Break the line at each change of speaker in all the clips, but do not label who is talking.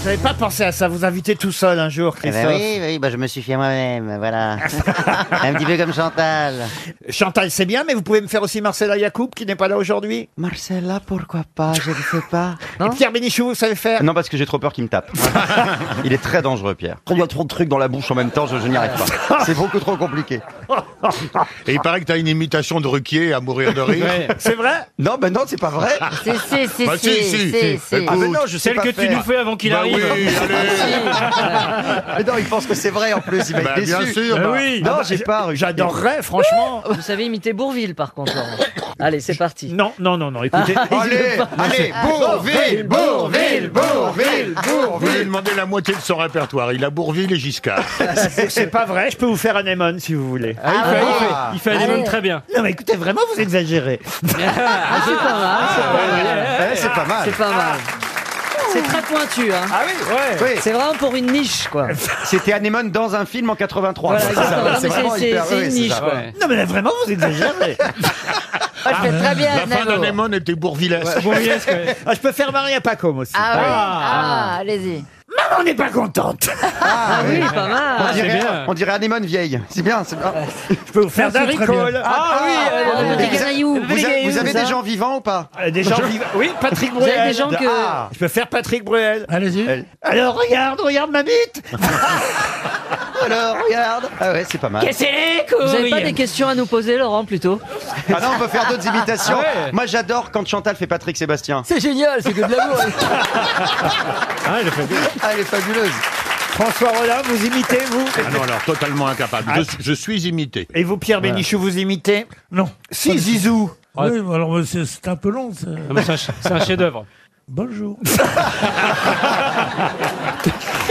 Vous n'avez pas pensé à ça, vous invitez tout seul un jour,
Eh
Christophe.
ben oui, oui, bah je me suis fier moi-même, voilà. un petit peu comme Chantal.
Chantal, c'est bien, mais vous pouvez me faire aussi Marcella Yacoub, qui n'est pas là aujourd'hui.
Marcella, pourquoi pas Je ne sais pas.
Et Pierre Bénichou, vous savez faire
Non, parce que j'ai trop peur qu'il me tape. Il est très dangereux, Pierre. Il y a trop de trucs dans la bouche en même temps, je, je n'y arrive pas. C'est beaucoup trop compliqué.
Et il paraît que t'as une imitation de Ruquier à mourir de rire.
C'est vrai
Non, ben non, c'est pas vrai.
C'est, c'est, c'est,
Bah si,
c'est,
si,
c'est,
si.
c'est.
Ah, ben non, je sais
Celle
pas
que tu
faire.
nous fais avant qu'il
Bah
arrive.
oui,
Ah,
allez.
Mais non, il pense que c'est vrai en plus, il va
Bah,
être
bien
déçu. Ah
sûr.
Bah
bah.
oui.
Non, j'ai pas. Ruquier.
J'adorerais, franchement.
Vous savez imiter Bourville, par contre. Laurent. Allez, c'est parti.
Non, non, non, non, écoutez.
Ah. Allez, allez, Bourville, Bourville, Bourville, Bourville.
Vous lui demandez la moitié de son répertoire. Il a Bourville et Giscard.
Ah, c'est pas vrai, je peux vous faire Anemone si vous voulez.
Ah,
Il fait- il
ouais.
fait- Il fait Anemone très bien.
Non, mais écoutez, vraiment, vous exagérez.
Ah, c'est pas mal, c'est pas mal.
Eh, c'est pas mal.
C'est pas mal. C'est très pointu, hein.
Ah oui, oui.
C'est vraiment pour une niche, quoi.
C'était Anémone dans un film en 83.
Voilà,
C'est ça,
exactement.
c'est
Mais
vraiment
c'est-
hyper-
c'est- c'est
oui,
une
c'est
niche,
ça.
quoi.
Non, mais là, vraiment, vous exagérez.
Ah, je fais très bien,
La fin
Navo.
d'Anémone était Bourvillès.
Bon, yes, ouais.
Ah, je peux faire Maria Pacôme aussi.
Ah, ouais. ah, allez-y.
Maman n'est pas contente.
Ah oui, pas
On
mal.
dirait,
bien.
on dirait Anémone vieille. C'est bien, c'est bien.
Je peux vous faire Dari Cole.
Ah
euh,
oui,
Ah, le petit
Vous, avez-
canaillou.
vous avez- vous avez
ça.
des gens vivants ou pas
Ah, Des gens vivants. Oui, Patrick
Vous
Bruel.
avez des gens que.
Ah.
Je peux faire Patrick Bruel.
Allez-y.
Alors, regarde, regarde ma bite.
Alors, regarde. Ah ouais, c'est pas mal.
Vous avez pas des questions à nous poser, Laurent, plutôt
Ah non, on peut faire d'autres imitations.
Ah
Moi, j'adore quand Chantal fait Patrick Sébastien.
C'est génial, c'est que de l'amour.
Ah, elle est fabuleuse.
François Rollin, vous imitez, vous
Ah non, alors totalement incapable. Je, je suis imité.
Et vous, Pierre Bénichou, vous imitez Oh,
Non.
Si, Zizou.
Ouais.
Oui, mais alors mais c'est c'est un peu long. ça.
Ah, mais c'est un ch- C'est un chef-d'œuvre.
Bonjour.
Ah,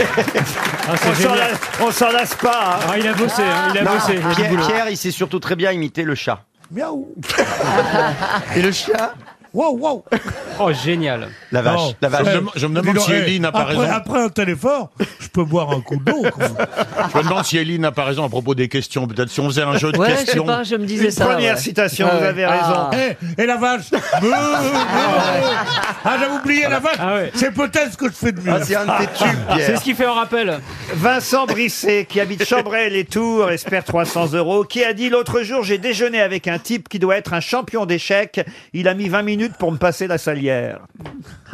c'est
On s'en
génial.
lasse- On s'en lasse pas. hein.
Ah, il a bossé, hein, il a
Non,
bossé. il a du
Pierre,
boulot.
Pierre, il sait surtout très bien imiter le chat.
Miaou.
Et le chien
Wow, wow.
Oh, génial.
La vache,
Non.
la
Je me,
vache.
dem- je me demande
Dis donc,
si
eh,
Elie n'a pas
après,
raison.
Après un tel effort, je peux boire un coup d'eau. quoi.
Je me demande si Elie n'a pas raison à propos des questions. Peut-être si on faisait un jeu de
Ouais, je sais
questions.
pas, je me disais
Une
ça.
première
ouais.
citation,
Ah
vous
ouais.
avez raison.
Ah.
Eh, et la vache. Meuh, meuh. Ah, j'avais oublié la vache.
Ah ouais.
C'est peut-être ce que je fais de mieux.
Ah, c'est un de tes tubes,
C'est
Pierre.
ce qu'il fait en rappel.
Vincent Brisset, qui habite Chambray les Tours, espère 300 euros, qui a dit l'autre jour j'ai déjeuné avec un type qui doit être un champion d'échecs. Il a mis 20 minutes pour me passer la salière.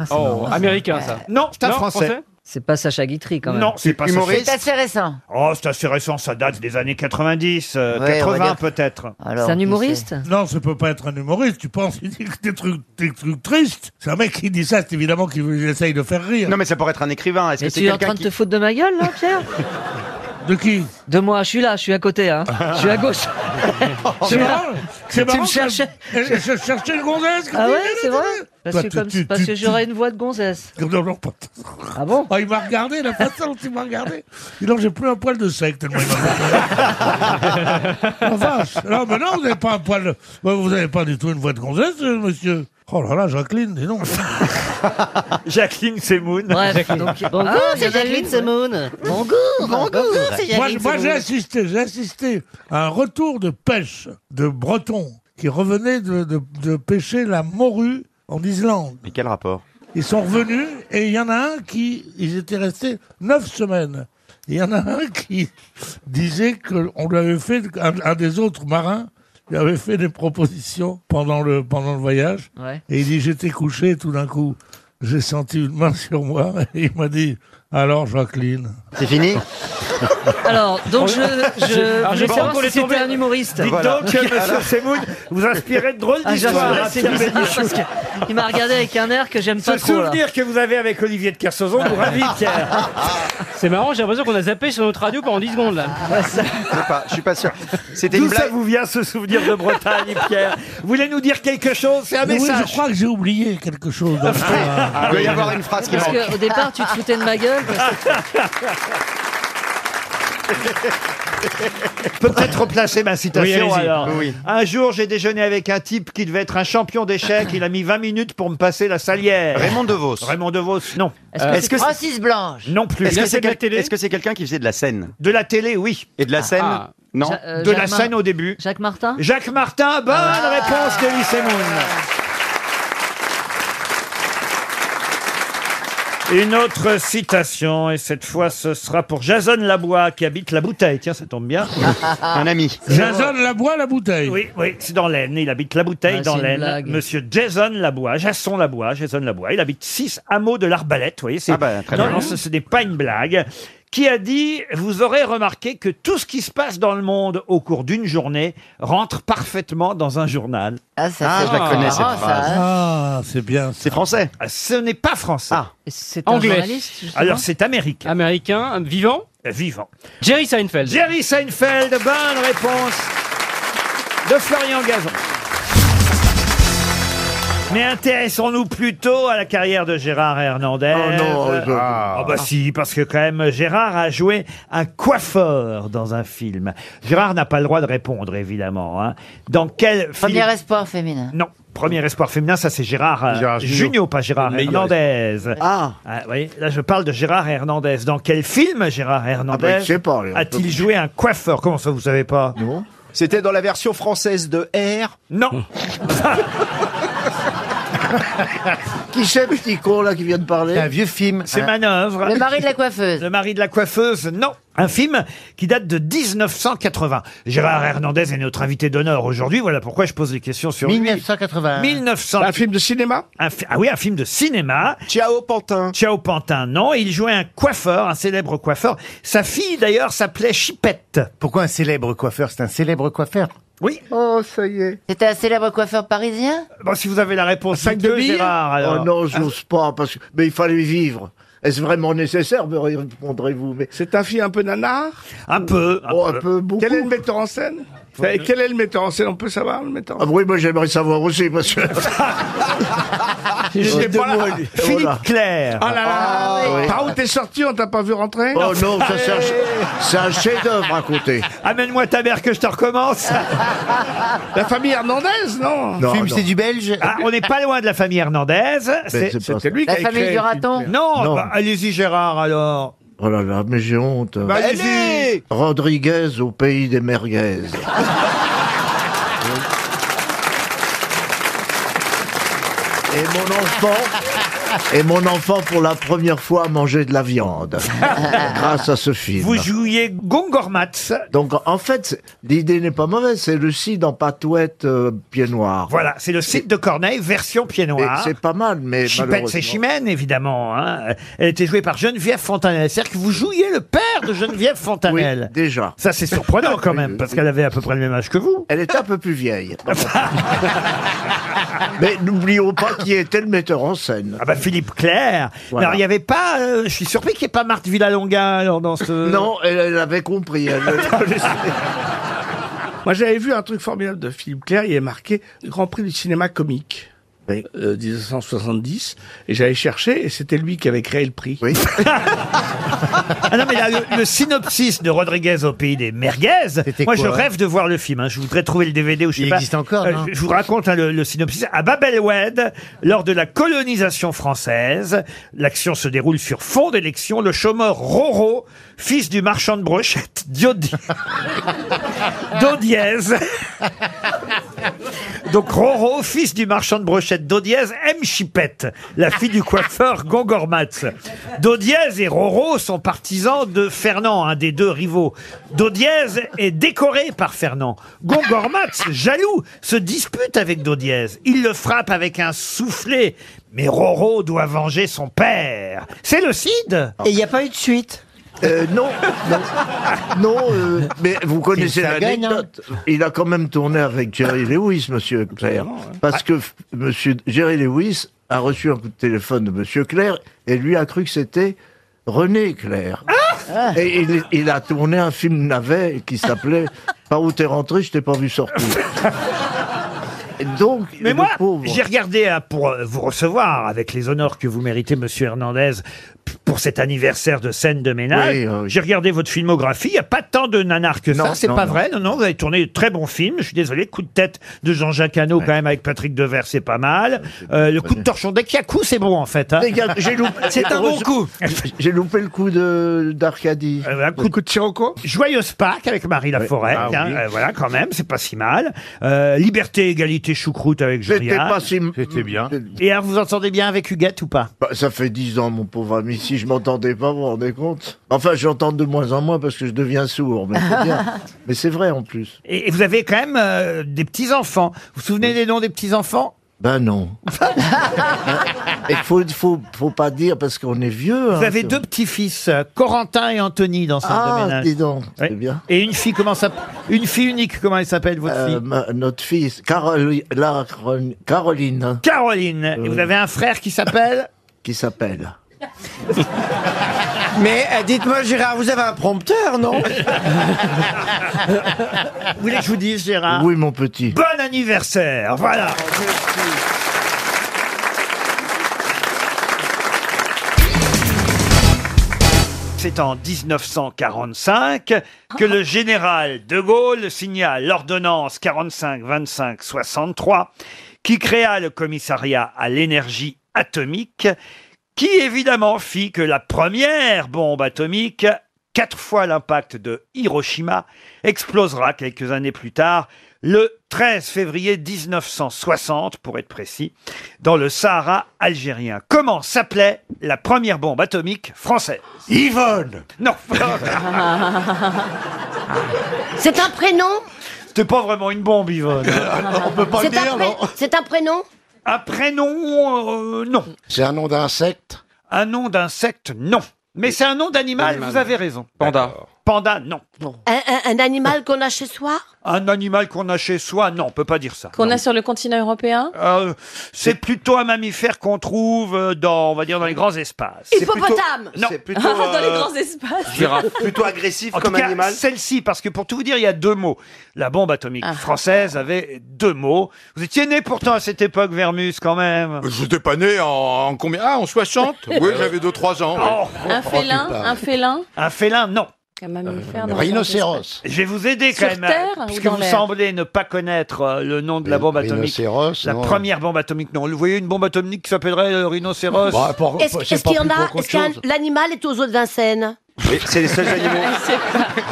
Oh, américain, ça.
Non, c'est un
Non,
français.
C'est pas Sacha Guitry, quand même.
Non, c'est pas ça.
Humoriste.
C'est récent.
Oh, c'est assez récent, ça date des années 90, euh,
Ouais, on va
80
dire.
peut-être.
Alors,
C'est un
qui
humoriste
Non, ça peut pas être un humoriste. Tu penses, il dit que des trucs, des trucs tristes. C'est un mec qui dit ça, c'est évidemment qu'il essaye de faire rire.
Non, mais ça pourrait être un écrivain. Est-ce que
Mais
c'est
tu es en
quelqu'un
train de
qui...
te foutre de ma gueule, là, Pierre
De qui
De moi, je suis là, je suis à côté, hein. Je suis à gauche.
Oh,
je suis
C'est
là.
marrant. C'est
Tu
marrant.
me
que-
cherchais.
Je, je cherchais une gonzesse.
Ah ouais, c'est vrai Parce
Toi,
que,
tu-
comme-
tu-
parce
tu-
que
tu-
j'aurais une voix de gonzesse.
Non, non, pas-
Ah bon
Ah, il m'a regardé, la façon dont il m'a regardé. Et non, j'ai plus un poil de sec tellement il m'a regardé. La vache. Non, mais non, vous n'avez pas un poil. de- Ouais, Vous n'avez pas du tout une voix de gonzesse, euh, monsieur. Oh là là, Jacqueline, dis donc.
Jacqueline Semoun.
Bref, donc.
Ah,
Bonjour,
c'est Jacqueline Semoun.
Bonjour, Ah, bonjour, c'est
Moi, je- moi, j'ai assisté, j'ai assisté à un retour de pêche de Bretons qui revenaient de, de- de pêcher la morue en Islande.
Mais quel rapport
Ils sont revenus et il y en a un qui, ils étaient restés neuf semaines. Et Il y en a un qui disait qu'on lui avait fait, un, un des autres marins, lui avait fait des propositions pendant le, pendant le voyage.
Ouais.
Et il dit, j'étais couché et tout d'un coup. J'ai senti une main sur moi et il m'a dit, alors Jacqueline.
C'est fini
Alors, donc je, je,
Ah,
Alors,
je
je
voulais
pense
savoir
qu'on
si
est tombé-
c'était un humoriste.
Dites
Voilà.
donc, euh, monsieur Semoun, vous inspirez de drôles
Ah, j'avoue,
d'histoires.
là,
hein,
c'est
Pierre
bizarre
Bénichou.
parce que il m'a regardé avec un air que j'aime
Ce
pas trop. Là.
souvenir que vous avez avec Olivier de Kersauzon vous ravit, Pierre.
C'est marrant, j'ai l'impression qu'on a zappé sur notre radio pendant 10 secondes, là.
Je sais pas, je suis pas sûr. C'était une
D'où ça
blague.
vous vient ce souvenir de Bretagne, Pierre Vous voulez nous dire quelque chose C'est un
Mais oui, je
message.
crois que j'ai oublié quelque chose. dans ça.
Il doit y avoir une phrase qui
Parce
manque.
qu'au départ, tu te foutais de ma gueule. parce que-
Je peux peut-être replacer ma
Oui,
citation
allez-y.
alors.
Oui.
Un jour, j'ai déjeuné avec un type qui devait être un champion d'échecs. Il a mis 20 minutes pour me passer la salière.
Raymond DeVos.
Raymond DeVos Non,
Est-ce que c'est
Francis Blanche.
non plus.
est-ce que c'est
de la
quel-
télé
est-ce que c'est quelqu'un qui faisait de la scène
De la télé, oui.
Et de la scène
ah.
Non
Ja- euh,
De la
Germain-
scène au début.
Jacques Martin
Jacques Martin, bonne réponse de Semoun. Une autre citation, et cette fois ce sera pour Jason Labois qui habite la bouteille. Tiens, ça tombe bien.
Ah.
Un ami.
Jason Labois, la bouteille.
Oui, oui, c'est dans l'Aisne. Il habite la bouteille
Ah,
dans
c'est une
l'Aisne.
blague.
Monsieur Jason Labois, Jason Labois, Jason Labois. Il habite 6 hameaux de l'Arbalète, vous voyez. c'est-
Ah bah, très
non,
bien.
non, ce, ce n'est pas une blague. Qui a dit, vous aurez remarqué que tout ce qui se passe dans le monde au cours d'une journée rentre parfaitement dans un journal.
Ah, ça,
Ah,
c'est
je la connais, cette
marrant,
phrase.
hein.
Ah, c'est bien.
C'est français.
Ah, Ce n'est pas français.
Ah.
C'est
un
un
Anglais.
journaliste,
journaliste,
Alors c'est américain, Euh,
Américain, vivant
vivant.
Jerry Seinfeld.
Jerry Seinfeld, bonne réponse de Florian Gazon. Mais intéressons-nous plutôt à la carrière de Gérard Hernandez.
Oh non, je-
Ah bah si, parce que quand même, Gérard a joué un coiffeur dans un film. Gérard n'a pas le droit de répondre, évidemment. hein. Dans quel film
Premier espoir féminin.
Non, premier espoir féminin, ça c'est Gérard, euh,
Gérard Jugnot.
Jugnot, pas Gérard
Le meilleur
Hernandez.
Ah,
Ah, oui, là je parle de Gérard Hernandez. Dans quel film Gérard
Ah
Hernandez
Ah, bah,
bah,
je sais pas, là.
a-t-il joué un coiffeur Comment ça vous savez pas
C'était dans la version française de R.
Non.
Qui c'est, petit con, là, qui vient de parler
Un vieux film.
C'est manœuvre.
Le mari de la coiffeuse.
Le mari de la coiffeuse, non. Un film qui date de 1980. Gérard Hernandez est notre invité d'honneur aujourd'hui. Voilà pourquoi je pose des questions sur lui.
1980.
1900.
Un film de cinéma
un fi- ah oui, un film de cinéma.
Ciao, Pantin.
Ciao Pantin, non. Il jouait un coiffeur, un célèbre coiffeur. Sa fille d'ailleurs s'appelait Chipette.
Pourquoi un célèbre coiffeur C'est un célèbre coiffeur.
Oui.
C'était un célèbre coiffeur parisien
Bon, si vous avez la réponse,
sac
dites-le,
de billes
Gérard. alors.
Oh non, j'ose pas, parce que... mais il fallait vivre. Est-ce vraiment nécessaire, me répondrez-vous mais... C'est un film un peu nanar
Un peu. un
Oh,
peu.
un peu, beaucoup.
Quel est le metteur en scène Quel est le metteur en scène On peut savoir le metteur en
Ah
scène
oui, moi j'aimerais savoir aussi, Oh, monsieur.
J'étais pas là.
Philippe Claire.
Ah là là Par où t'es sorti On t'a pas vu rentrer
Oh non, ça c'est un, c'est un chef-d'œuvre à côté.
Amène-moi ta mère que je te recommence.
La famille Hernandez, non
Non,
Film,
non.
c'est du belge
Ah, on n'est pas loin de la famille Hernandez. C'est-
Mais c'est pas
C'était lui
La
qui a
famille
écrit
du raton
Non,
Non.
bah, allez-y Gérard alors.
Oh là là, mais j'ai honte.
Bah, allez-y.
Rodriguez au pays des merguez. Et mon enfant, et mon enfant pour la première fois mangeait de la viande grâce à ce film.
Vous jouiez Gongormatz.
Donc en fait, c'est- l'idée n'est pas mauvaise, c'est le cid en patouette euh, pied noir.
Voilà, c'est le site de Corneille, version pied
Et
noir.
C'est pas mal, mais
Chipette, c'est
malheureusement-
Chimène, évidemment. hein. Elle était jouée par Geneviève Fontanelle. C'est-à-dire que vous jouiez le père de Geneviève
Oui,
Fontanelle.
déjà.
Ça, c'est surprenant quand même, parce qu'elle avait à peu près le même âge que vous.
Elle est un peu plus vieille. Mais n'oublions pas qui était le metteur en scène.
Ah bah Philippe Claire. Mais
Voilà.
Alors il n'y avait pas. euh, je suis surpris qu'il n'y ait pas Marthe Villalonga alors, dans ce.
Non, elle, elle avait compris. elle le connaissait.
Moi, j'avais vu un truc formidable de Philippe Clair. Il est marqué Grand Prix du cinéma comique.
Oui.
Euh, 1970 et j'avais cherché et c'était lui qui avait créé le prix.
oui.
Ah non, mais là, le, le synopsis de Rodriguez au pays des merguez.
C'était
Moi,
quoi
je rêve de voir le film. hein. Je voudrais trouver le DVD ou je sais
Il
pas. Euh,
existe encore, non
je- Je vous raconte hein, le, le synopsis. À Babelwed, lors de la colonisation française, l'action se déroule sur fond d'élection. Le chômeur Roro, fils du marchand de brochettes, Diodi, Dodiez. Donc Roro, fils du marchand de brochettes d'Odiez, aime Chipette, la fille du coiffeur Gongormatz. Dodiez et Roro sont partisans de Fernand, un des deux rivaux. Dodiez est décoré par Fernand. Gongormatz, jaloux, se dispute avec Dodiez. Il le frappe avec un soufflet. Mais Roro doit venger son père. C'est le Cid
Et il n'y a pas eu de suite.
Euh, non, non, non euh, mais vous connaissez
C'est une saga,
l'anecdote. Il a quand même tourné avec Jerry Lewis, monsieur Claire. Parce que f- monsieur Jerry Lewis a reçu un coup de téléphone de monsieur Claire et lui a cru que c'était René Claire. et il, il a tourné un film navet qui s'appelait Par où t'es rentré, je t'ai pas vu sortir. Et donc,
Mais
le
moi,
pauvre-
j'ai regardé hein, pour euh, vous recevoir avec les honneurs que vous méritez, Monsieur Hernandez, p- pour cet anniversaire de scène de ménage.
Oui, oui, oui.
J'ai regardé votre filmographie. Il n'y a pas tant de nanars que ça.
Non,
C'est
non,
pas
non.
vrai. Non, non, vous avez tourné de très bons films. Je suis désolé. Coup de tête de Jean-Jacques Hano, quand même, avec Patrick Devers, c'est pas mal. Euh, le coup de torchon dès qu'il y a coup, c'est bon, en fait. hein.
Les gars, j'ai loupé,
C'est un bon coup.
J'ai loupé le coup de d'Arcadie.
Euh, un coup
Le
de
coup de Sirocco
Ah
Joyeuse Pâques avec Marie Laforêt, hein, euh, voilà quand même, c'est pas si mal. Euh, Liberté, égalité, C'était choucroute avec Jorian.
C'était pas si. C'était bien.
Et alors, vous entendez bien avec Huguette ou pas
Bah, Ça fait dix ans, mon pauvre ami. Si je m'entendais pas, vous vous rendez compte Enfin, j'entends de moins en moins parce que je deviens sourd. Mais c'est bien. Mais c'est vrai en plus.
Et, et vous avez quand même euh, des petits-enfants. Vous vous souvenez des noms des petits-enfants
Ben non. Il faut, faut, faut pas dire parce qu'on est vieux. hein,
Vous avez deux petits-fils, euh, Corentin et Anthony, dans ce
Ah,
ménage.
dis donc,
Ouais. Et une fille, comment ça Une fille unique, comment elle s'appelle, votre
Euh,
fille
ma- notre fils, Caroli- la- Caroline.
Caroline. Et vous avez un frère qui s'appelle
Qui s'appelle
Mais euh, dites-moi, Gérard, vous avez un prompteur, non
Vous voulez que je vous dise, Gérard
Ah. Oui, mon petit.
Bon anniversaire, voilà. C'est en 1945 que le général de Gaulle signa l'ordonnance 45-25-63 qui créa le commissariat à l'énergie atomique qui évidemment fit que la première bombe atomique, quatre fois l'impact de Hiroshima, explosera quelques années plus tard, le 13 février 1960, pour être précis, dans le Sahara algérien. Comment s'appelait la première bombe atomique française Yvonne Non
C'est un prénom
C'était pas vraiment une bombe, Yvonne. On peut
C'est un pré- C'est un prénom
Un prénom, euh, non. C'est un nom d'insecte Un nom d'insecte, non. Mais c'est un nom d'animal, vous avez raison. Panda. Panda, non.
un, un- un animal qu'on a chez soi
Un animal qu'on a chez soi, non, on peut pas dire ça.
Qu'on a sur le continent européen
Euh, c'est plutôt un mammifère qu'on trouve euh, dans, on va dire, dans les grands espaces.
Hippopotame
Non.
Dans
euh,
les grands espaces
Plutôt agressif comme animal. Celle-ci, parce que pour tout vous dire, il y a deux mots. La bombe atomique
Ah.
française avait deux mots. Vous étiez né pourtant à cette époque, Vermus, quand même.
J'étais pas né en, en combien Ah, en 60 Oui, j'avais 2-3 ans. oui. Oh,
Un félin Un félin
Oh. Un félin, non.
Un
Euh,
mammifère dans les grands espaces.
Rhinocéros.
Je vais vous aider quand
Sur
même,
Terre
puisque
ou dans
vous
l'air
semblez ne pas connaître euh, le nom de la bombe atomique.
rhinocéros,
la
non.
première bombe atomique, non. Vous voyez une bombe atomique qui s'appellerait euh, le rhinocéros
Bah, pour-
Est-ce est-ce qu'il y en a Est-ce qu'un- l'animal est aux eaux de Vincennes
C'est les seuls animaux.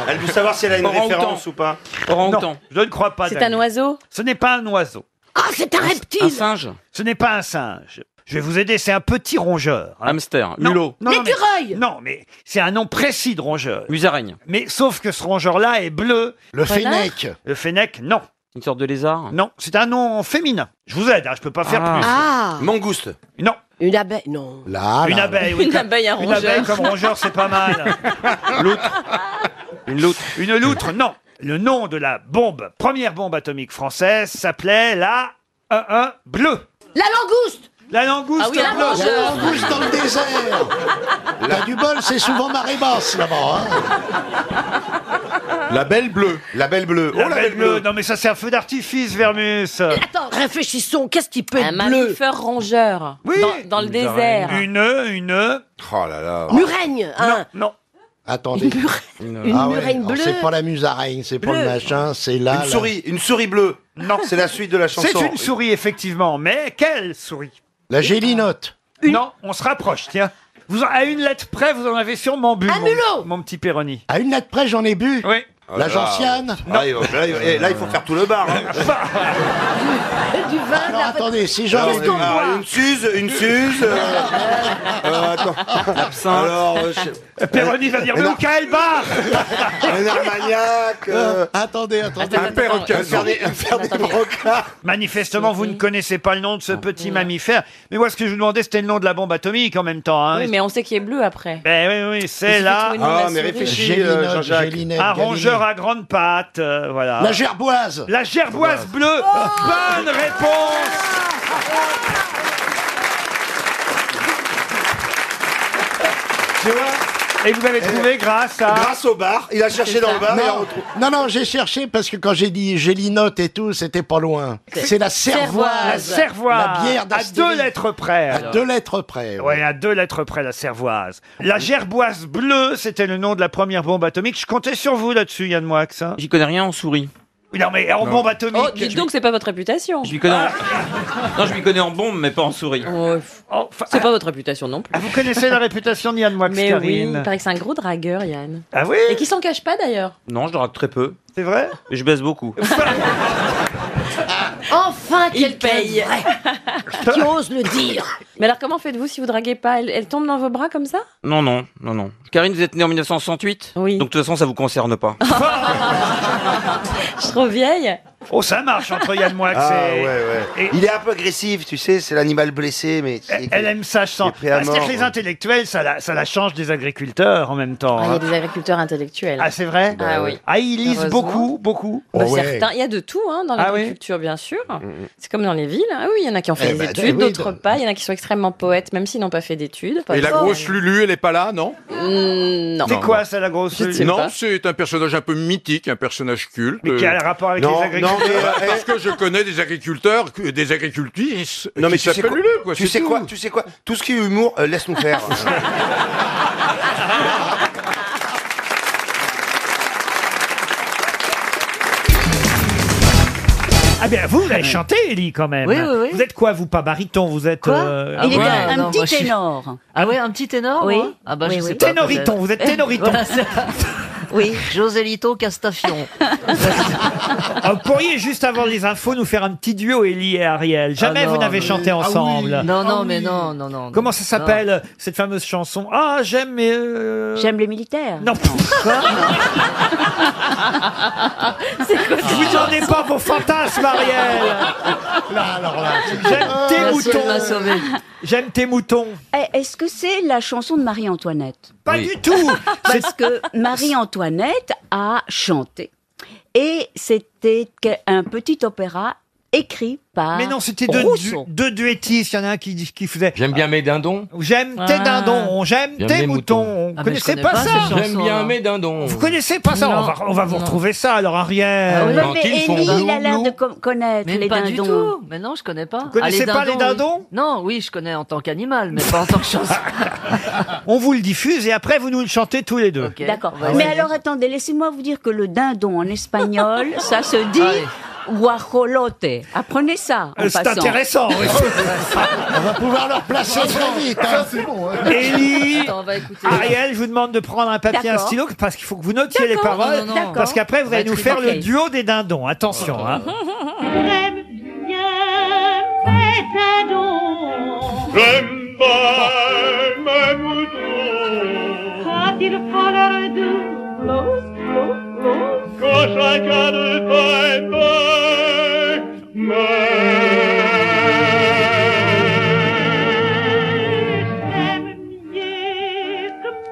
Elle veut savoir si elle a
une Orang-outan. référence
ou pas. Non, je ne crois pas.
C'est
Daniel.
un oiseau
Ce n'est pas un oiseau.
Ah, c'est un reptile
Un singe
Ce n'est pas un singe. Je vais vous aider, c'est un petit rongeur. Hamster,
hulot.
L'écureuil Non, mais c'est un nom précis de rongeur. Musaraigne. Mais sauf que ce rongeur-là est bleu. Le
Renard fennec.
Le fennec, non. Une sorte de lézard Non, c'est un nom féminin. Je vous aide, hein, je peux pas faire
Ah.
plus.
Ah.
Mangouste Non.
Une abeille Non.
une abeille, oui.
Une
comme-
abeille, un
Une
rongeur.
abeille comme rongeur, c'est pas mal. Une loutre. Une loutre, non. Le nom de la bombe, première bombe atomique française, s'appelait la 1-1 bleue.
La langouste
La langouste
Ah oui, la
bleue.
mangeuse. La langouste
Oh,
dans le désert.
Ah.
Là, du bol, c'est souvent marée basse là-bas. hein.
La belle bleue. La belle bleue.
La
oh, la
belle
belle bleue.
bleue. Non, mais ça, c'est un feu d'artifice, Vermus.
Attends, réfléchissons, qu'est-ce qui peut
Un
être bleu
mammifère rongeur
Oui.
Dans, dans le désert
Une, une.
Oh là là.
Murène hein.
Non,
Attendez. Ah
une murène
alors,
bleue.
C'est pas la musaraigne, c'est pas le
Bleue.
machin, c'est là.
Une souris,
une souris bleue.
Non.
C'est la suite de la
C'est une souris, effectivement, mais quelle souris
La gélinote.
Non, on se rapproche, tiens. Vous en- à une lettre près, vous en avez sûrement bu, mon, mon petit Péroni.
À une natte près, j'en ai bu.
Oui.
La gentiane.
Ah, il- là, il- eh, là, il faut faire tout le bar. hein.
Du vin,
Alors
la-
attendez, Ah, si j'en ai
Alors, euh, alors, une suze, une suze. euh, euh, attends. Alors, euh, je sais-
Péroni va dire, mais où quel bar
un armagnac. euh,
Attendez, attendez.
Un perroquet.
Un perroquet.
Manifestement, vous ne connaissez pas le nom de ce petit mammifère. Mais moi, ce que je vous demandais, c'était le nom de la bombe atomique en même temps. hein.
Oui, mais on sait qu'il est bleu après.
Ben oui, oui,
Il
c'est
suffit
là.
de trouver le nom de la Ah, mais souris. réfléchis, euh,
Gélinette, Jean-Jacques. Gélinette,
Un
Galinette.
rongeur à grandes pattes, euh, voilà.
La gerboise.
La gerboise
Ah.
bleue.
Oh.
Bonne réponse.
Tu vois
Et vous avez
Eh,
trouvé grâce à.
Grâce au bar, il a cherché dans le bar. et on
Non,
retrouve-
non, non, j'ai cherché parce que quand j'ai dit gélinote et tout, c'était pas loin. C'est la cervoise.
La cervoise.
La bière
à deux
d'Astérix.
lettres près.
À
alors.
deux lettres près. ouais.
Ouais, à deux lettres près, la cervoise. La gerboise bleue, c'était le nom de la première bombe atomique. Je comptais sur vous là-dessus, Yann Moix. hein.
J'y connais rien en souris.
Oui, Non, mais en bombe atomique.
Oh, dites donc, c'est pas votre réputation.
Je m'y connais. en- Non, je m'y connais en bombe, mais pas en souris.
Oh, pff, c'est pas votre réputation non plus.
Ah, Vous connaissez la réputation de Yann Moix,
Mais oui,
Karine
il paraît que c'est un gros dragueur, Yann.
Ah oui
Et qui s'en cache pas d'ailleurs.
Non, je drague très peu.
C'est vrai
Mais je baisse beaucoup.
Enfin,
Il
quelqu'un de
paye.
vrai qui
Ah.
ose le dire.
Mais alors, comment faites-vous si vous draguez pas elle, elle tombe dans vos bras comme ça
Non, non, non, non. Karine, vous êtes née en 1968 Oui. Donc de toute façon, ça vous concerne pas.
Je suis trop vieille.
Oh, ça marche entre Yann Moix
Ah,
et...
ouais,
et-
Il est un peu agressif, tu sais, c'est l'animal blessé, mais.
Elle aime ça, je sens.
Il est pris à
Ah, C'est-à-dire
mort,
que les
ouais.
intellectuels, ça la, ça la change des agriculteurs en même temps.
Ah, Il y a
hein.
des agriculteurs intellectuels.
Ah, c'est vrai
Ah oui.
Ah, ils lisent
Oh.
Heureusement.
beaucoup, beaucoup.
Oh,
Bah, certains, il y a de tout hein, dans
Ah oui
l'agriculture, bien sûr.
Mm,
C'est comme dans les villes. Ah oui, il y en a qui ont fait
Eh
des
ben, eh
études,
oui,
d'autres
dans-
pas. Il y en a qui sont extrêmement poètes, même s'ils n'ont pas fait d'études. Pas
Et la
fort.
grosse Lulu, elle est pas là, non
Mm, non.
C'est quoi ça, la grosse
Je ne sais
Non,
pas.
c'est un personnage un peu mythique, un personnage culte.
Euh,
Mais quel rapport avec
Non,
les agriculteurs
non, mais, euh, Parce que je connais des agriculteurs, que- des agricultrices
eh. Non, mais
qui
tu sais
s'appellent
quoi,
Lulu, quoi.
tu sais quoi, tu sais quoi, tout ce qui est humour, euh, laisse-nous faire.
Ah bien, vous, vous avez chanté, Ellie, quand même.
Oui, oui, oui.
Vous êtes quoi, vous Pas baryton, vous êtes... euh,
Il est un, un
Non, moi, je
petit
suis-
ténor. Ah ouais, un petit ténor
Oui.
hein Ah bah
Oui,
je
oui.
sais pas.
Ténoriton,
peut-être.
vous êtes ténoriton.
Voilà, c'est- oui, Joselito Castafion.
Ah, vous pourriez, juste avant les infos, nous faire un petit duo, Ellie et Ariel. Jamais
Ah non,
vous n'avez
mais-
chanté
ah oui. Ah
ensemble.
Non, non, mais non, non, non.
Comment ça
non.
s'appelle, cette fameuse chanson Ah, j'aime... mais, euh,
J'aime les militaires.
Non. Je vous en ai pas vos fantasmes, Ariel
Là, alors là.
J'aime tes
Merci de
moutons
m'avoir sauvé.
J'aime tes moutons
Eh, Est-ce que c'est la chanson de Marie-Antoinette
Pas
Oui.
du tout
Parce que Marie-Antoinette a chanté. Et c'était que- un petit opéra écrit
Ah.
par
Mais non, c'était deux, du-
Rousseau.
deux duettistes. Il y en a un qui, qui faisait.
J'aime bien mes dindons.
J'aime tes
Ah.
dindons, j'aime
J'aime
tes
les
moutons.
moutons.
Vous
Ah, mais je
connaissez
connais
pas,
pas
ça
cette chanson, J'aime bien hein. mes dindons.
Vous connaissez pas ça
Non.
On va, on va vous
Non.
retrouver ça, alors Ariel.
Ah
Oui, mais Élie, il a l'air de com- connaître
Mais
les
pas du
dindons.
tout. Mais non, je connais pas. Ah, Vous
connaissez pas les dindons
Non, oui, je connais en tant qu'animal, mais pas en tant que chanson.
On vous le diffuse et après vous nous le chantez tous les deux.
D'accord.
on
Bah,
va
Mais
essayer.
alors attendez, laissez-moi vous dire que le dindon en espagnol, ça se dit guajolote. Apprenez ça. en
Euh, c'est
passant.
intéressant, oui.
On va pouvoir leur placer très vite, hein, c'est bon. hein.
Élie,
Attends, on va écouter.
Ariel, je vous demande de prendre un papier, un
D'accord.
stylo, parce qu'il faut que vous notiez les
D'accord.
paroles,
Non, non, non.
parce qu'après
On
vous
va
allez nous
être Oh.
faire le
identifiés.
duo des dindons. Attention. hein.
J'aime bien mes dindons. J'aime bien mes moutons. Quand ils font leur douce, Quand chacun de paille, paille,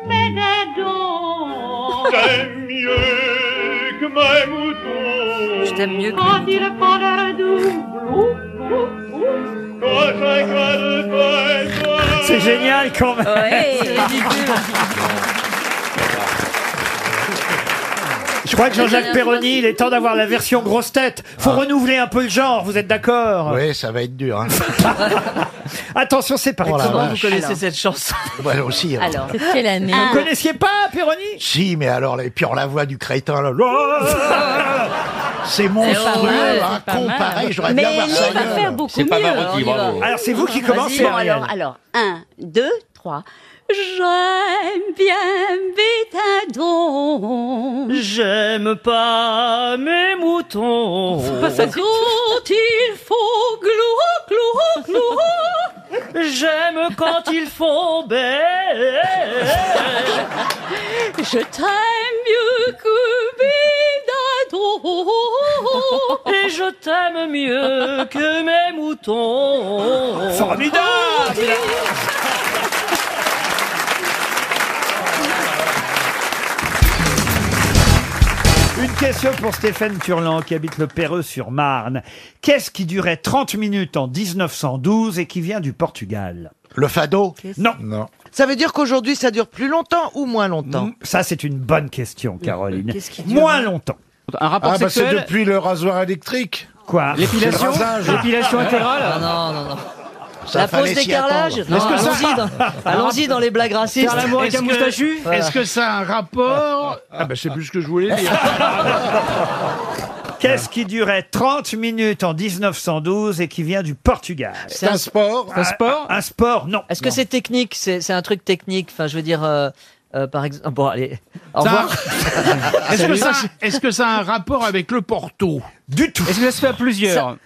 Mais dindons.
J'aime mieux que mes moutons.
Je t'aime mieux que mes
Quand ils font leur double, quand chacun de paille, paille.
C'est génial quand même. Je crois que Jean-Jacques Perroni, il est temps d'avoir la version grosse tête. Faut renouveler un peu le genre, vous êtes d'accord
Ah. Oui, ça va être dur. Hein.
Attention, c'est parti.
Oh la Comment vous vache. connaissez
cette chanson
Moi aussi. hein.
Alors, quelle année
Ah.
Vous connaissiez pas Péroni
Si, mais alors, et puis on la voix du crétin, là. là. C'est monstrueux, hein, con pareil, j'aurais bien voir ça. ailleurs.
Alors, c'est vous qui commencez,
Bon,
Ariel.
alors, alors, un, deux, trois. J'aime bien mes dindons.
J'aime pas mes moutons. Quand il faut glou, glou, glou. J'aime quand ils font belle.
Je t'aime mieux que
Oh,
Bidado.
Et je t'aime mieux que mes moutons. Oh,
Formidable Une question pour Stéphane Turlan qui habite le Perreux sur Marne. Qu'est-ce qui durait 30 minutes en 1912 et qui vient du Portugal
Le fado
Non.
Ça veut dire qu'aujourd'hui, ça dure plus longtemps ou moins longtemps
Mm,
Mm.
Ça, c'est une bonne question, Caroline.
Qu'est-ce qui dure
Moins longtemps.
Un
Ah, bah c'est depuis le rasoir électrique.
Quoi
C'est le rasage. Ah,
Ah, Non, non, non.
Ça
la
fallait
pose des
s'y
carrelages
attendre.
Non,
Est-ce que ça-
allons-y dans- Allons-y dans les blagues racistes.
Faire l'amour avec un moustachu
Voilà.
Est-ce que ça a un rapport Ah bah c'est plus ce que je voulais dire.
Qu'est-ce qui durait 30 minutes en 1912 et qui vient du Portugal Ah.
C'est un sport C'est un sport
Un sport, non.
Est-ce que c'est technique C'est c'est un truc technique. Enfin, je veux dire, euh, euh, par exemple. Bon, allez. Au
Ça-
revoir.
Est-ce que,
Salut.
ça- est-ce que ça a un rapport avec le Porto
Du tout. Est-ce que ça se fait à plusieurs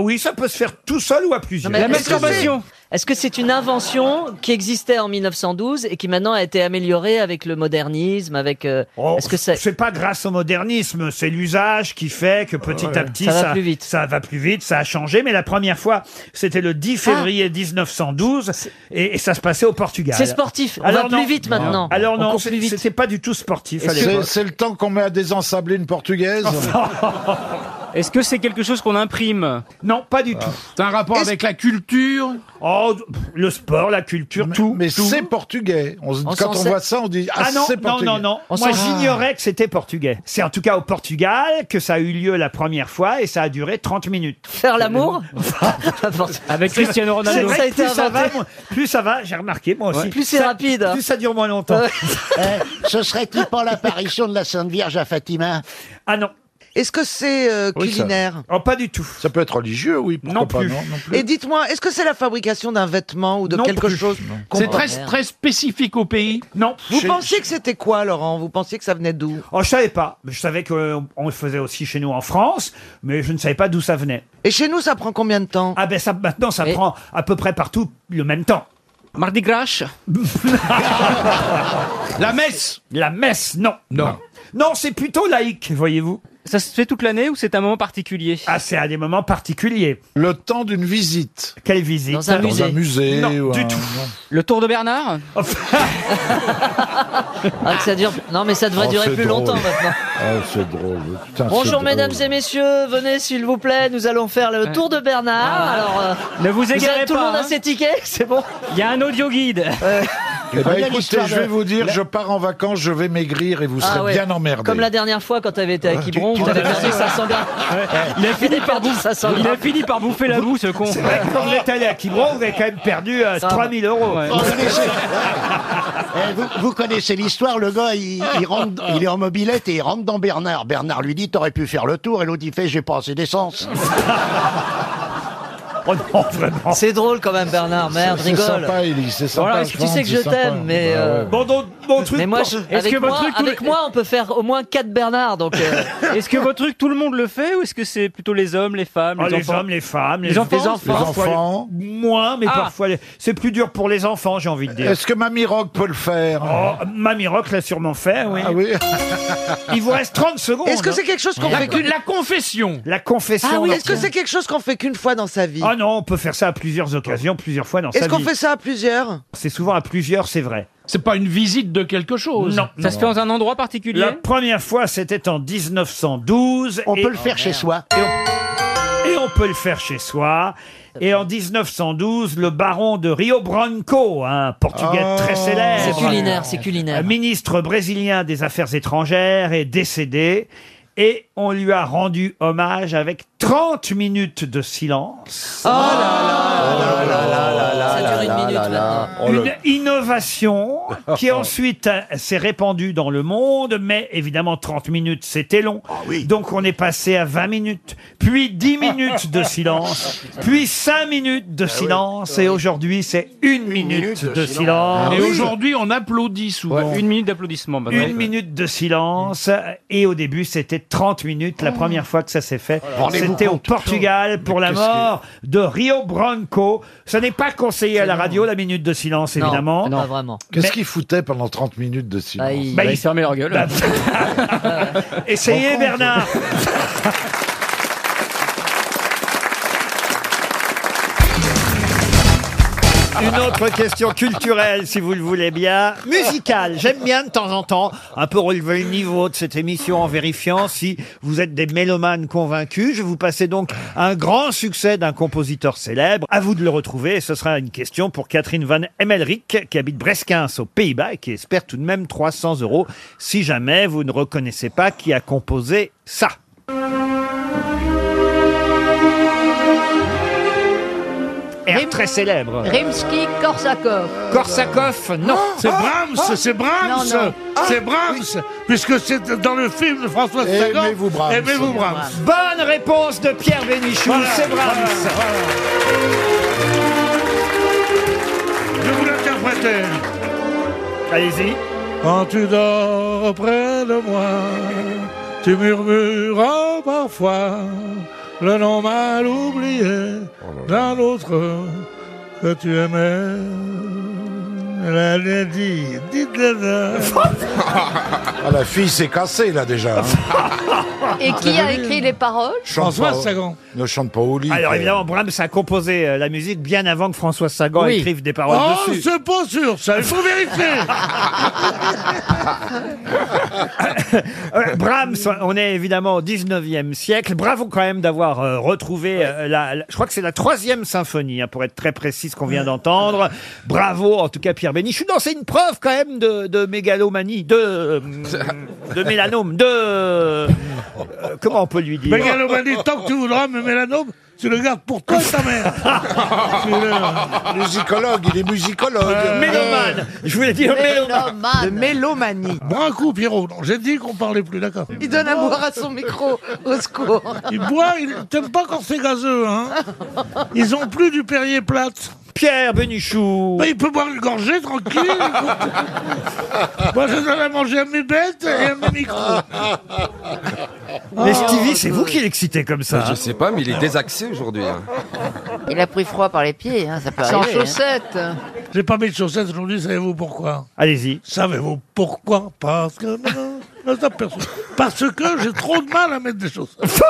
Oui, ça peut se faire tout seul ou à plusieurs.
Mais est-ce que c'est- Est-ce que c'est une invention qui existait en 1912 et qui maintenant a été améliorée avec le modernisme, avec euh,
Oh,
Est-ce que c'est
Oh, C'est pas grâce au modernisme, c'est l'usage qui fait que petit
Ouais.
à petit
Ça va plus
vite. ça va plus vite, ça a changé. Mais la première fois, c'était le 10
Ah.
février 1912 et, et ça se passait au Portugal.
C'est sportif, on va plus vite maintenant.
Alors
On
non,
court
c'est-
plus vite.
c'était pas du tout sportif. à
C'est
l'époque.
c'est le temps qu'on met à désensabler une portugaise.
Est-ce que c'est quelque chose qu'on imprime
Non, pas du tout.
C'est un rapport avec la culture
Ah. Oh, pff, le sport, la culture, tout. Mais
c'est portugais. On se-
On
quand
s'en
on
sait-
voit ça, on dit Ah,
non,
c'est
non,
portugais.
non, non. Moi, j'ignorais que c'était portugais. C'est en tout cas au Portugal que ça a eu lieu la première fois et ça a duré 30 minutes. Euh,
Faire l'amour
Avec Cristiano Ronaldo.
C'est vrai
Ça a
que
été
plus ça va,
inventé.
moi- plus ça va, j'ai remarqué moi aussi.
Ouais. Plus c'est
Oh, Ça-
hein.
rapide.
Plus ça dure moins longtemps.
Eh, ce serait-il pas l'apparition de la Sainte Vierge à Fatima
Ah non.
Est-ce que c'est euh,
Oui, ça-
culinaire
Oh, pas du tout.
Ça peut être religieux, oui. pourquoi
Non
pas,
plus.
non, non plus.
Et dites-moi, est-ce que c'est la fabrication d'un vêtement ou de
Non
quelque
plus.
chose
Non.
qu'on-
C'est très-
Merde.
très
spécifique au pays Non.
Vous
Je-
pensiez que c'était quoi, Laurent Vous pensiez que ça venait d'où
Oh, je savais pas. Je savais qu'on le faisait aussi chez nous en France, mais je ne savais pas d'où ça venait.
Et chez nous, ça prend combien de temps
Ah ben ça, maintenant, ça prend à peu près partout le même temps. Mardi Gras La messe La messe, non. Non. Non, c'est plutôt laïque, voyez-vous. Ça se fait toute l'année ou c'est un moment particulier Ah, c'est à des moments particuliers.
Le temps d'une visite.
Quelle visite
Dans un Dans musée. un musée
Non,
ou
du
un-
tout.
Le tour de Bernard
Ah, que ça dure Non, mais ça devrait
Oh,
durer
c'est
plus
drôle.
longtemps maintenant.
Oh,
Ah, c'est drôle. Putain, c'est
Bonjour
drôle.
mesdames et messieurs, venez s'il vous plaît, nous allons faire le tour de Bernard. Alors, euh,
Ah. Ne vous égarez
avez- Tout
pas,
le monde a
hein.
ses tickets, c'est bon.
Il y a un audio guide.
Eh ben, écoutez, je vais vous dire,
La-
je pars en vacances, je vais maigrir et vous
Ah
serez
ouais.
bien emmerdés.
Comme la dernière fois quand t'avais été à Quiberon,
tu-
t'avais
tu-
perdu 500 grammes.
Eh,
Il a fini par bouffer,
ça sent
il a
grave.
fini par bouffer la boue, ce con.
C'est vrai que quand vous êtes allé à Quiberon, vous avez quand même perdu euh, 3000 euros.
Eh, vous, vous connaissez l'histoire, le gars, il, il rentre-
Ah.
il est en mobilette et il rentre dans Bernard. Bernard lui dit, t'aurais pu faire le tour, et l'autre il fait, j'ai pas assez d'essence.
Oh non, vraiment.
C'est drôle quand même Bernard, merde,
C'est
rigole.
sympa, Élie, c'est sympa.
Voilà, tu sais que je t'aime, mais. euh,
Bon, donc, mon truc.
Mais moi,
bon.
je- avec, moi, avec moi, on peut faire au moins 4 Bernard. Donc, euh,
Est-ce que votre truc, tout le monde le fait ou est-ce que c'est plutôt les hommes, les femmes,
Ah,
les
les,
enfants
hommes, les femmes,
Les enfants
parfois les- moins, mais
Ah.
parfois les- c'est plus dur pour les enfants, j'ai envie de dire.
Est-ce que Mamie Rock peut le faire
Oh, Mamie Rock l'a sûrement fait, oui.
Ah oui
Il vous reste 30 secondes.
Est-ce que c'est
hein.
quelque chose qu'on fait qu'une
confession.
La confession.
Ah oui,
non.
est-ce que c'est quelque chose qu'on fait qu'une fois dans sa vie
Ah non, on peut faire ça à plusieurs occasions, plusieurs fois dans sa
Est-ce qu'on
vie.
fait ça à plusieurs
C'est souvent à plusieurs, c'est vrai.
C'est pas une visite de quelque chose.
Non.
Ça se fait dans un endroit particulier
La première fois, c'était en 1912.
On
et-
peut le faire chez soi.
Et on, et on peut le faire chez soi. Et en 1912, le baron de Rio Branco, un portugais
Oh.
très célèbre.
C'est culinaire, c'est culinaire.
Un ministre brésilien des Affaires étrangères est décédé. Et on lui a rendu hommage avec 30 minutes de silence.
ça dure une minute maintenant.
Une innovation qui ensuite euh, s'est répandue dans le monde, mais évidemment 30 minutes c'était long. Donc on est passé à 20 minutes, puis 10 minutes de silence, puis 5 minutes de silence, et aujourd'hui c'est Ah une minute, de, silence.
Et
Oui.
aujourd'hui, on applaudit souvent.
Une minute d'applaudissement. maintenant.
Une minute de silence, et au début c'était 30 minutes, la première fois que ça s'est fait.
Oh. Rendez-vous
C'était au
compte.
Portugal pour la
qu'est-ce que-
mort de Rio Branco. Ça n'est pas conseillé à la radio, la minute de silence
Non,
évidemment.
pas vraiment.
Qu'est-ce qu'ils foutaient pendant 30 minutes de silence
Aïe.
Bah, il-
fermaient leur gueule.
Essayez Bernard Une autre question culturelle, si vous le voulez bien. Musicale. J'aime bien de temps en temps un peu relever le niveau de cette émission en vérifiant si vous êtes des mélomanes convaincus. Je vais vous passer donc un grand succès d'un compositeur célèbre. À vous de le retrouver. Et ce sera une question pour Catherine Van Emmelrich, qui habite Breskins aux Pays-Bas et qui espère tout de même 300 euros si jamais vous ne reconnaissez pas qui a composé ça. Air très célèbre.
Rimsky-Korsakov.
Korsakov, non.
C'est Brahms,
c'est
Brahms. Ah. Non, Ah, non.
C'est Brahms Puisque c'est dans le film de François
Sagan.
Aimez-vous Brahms
Aimez-vous Brahms.
Bonne réponse de Pierre Bénichou, c'est Brahms.
Je vous l'interprétais.
Allez-y.
Quand tu dors près de moi, tu Tu murmures oh, parfois le nom mal oublié d'un autre que tu aimais. La lady, dites-le.
Ah, la fille s'est cassée, là, déjà. hein.
Et qui a écrit les paroles
Chante pas au- Ne chante pas au lit.
Alors
quoi.
évidemment, Brahms a composé euh, la musique bien avant que François Sagan
Oui.
écrive des paroles
oh,
dessus.
c'est pas sûr, ça, il faut vérifier.
Euh, Brahms, on est évidemment au 19e siècle. Bravo quand même d'avoir euh, retrouvé euh, la, la- Je crois que c'est la troisième symphonie, hein, pour être très précis, ce qu'on vient d'entendre. Bravo, en tout cas, Pierre Bénichou. Non, c'est une preuve quand même de, de mégalomanie, de. euh, de mélanome, de. euh, comment on peut lui dire
Mégalomanie, tant que tu voudras, mais mélanome, tu le gardes pour toi et ta mère.
Musicologue, il est musicologue.
Mélomane,
Euh, je voulais
dire
mélomane. Mélomane.
De mélomanie. Bois un coup, Pierrot. Non, J'ai dit qu'on parlait plus, d'accord.
Il donne à boire à son micro, au secours.
Il boit, il t'aime pas quand c'est gazeux, hein. Ils ont plus du Perrier plate. Bah,
Pierre Benichou.
il peut boire une gorgée tranquille. Moi, je donne à manger à mes bêtes et à mes micros.
Ah,
Ah.
Mais Stevie, c'est vous qui l'excitez comme ça.
Bah,
hein.
Je sais pas, mais il est désaxé aujourd'hui. hein.
Il a pris froid par les pieds, hein, ça peut
Sans
arriver. hein.
chaussettes. J'ai pas mis de chaussettes aujourd'hui, savez-vous pourquoi
Allez-y.
Savez-vous pourquoi Parce que. non, non, non, ça, personne. Parce que j'ai trop de mal à mettre des chaussettes.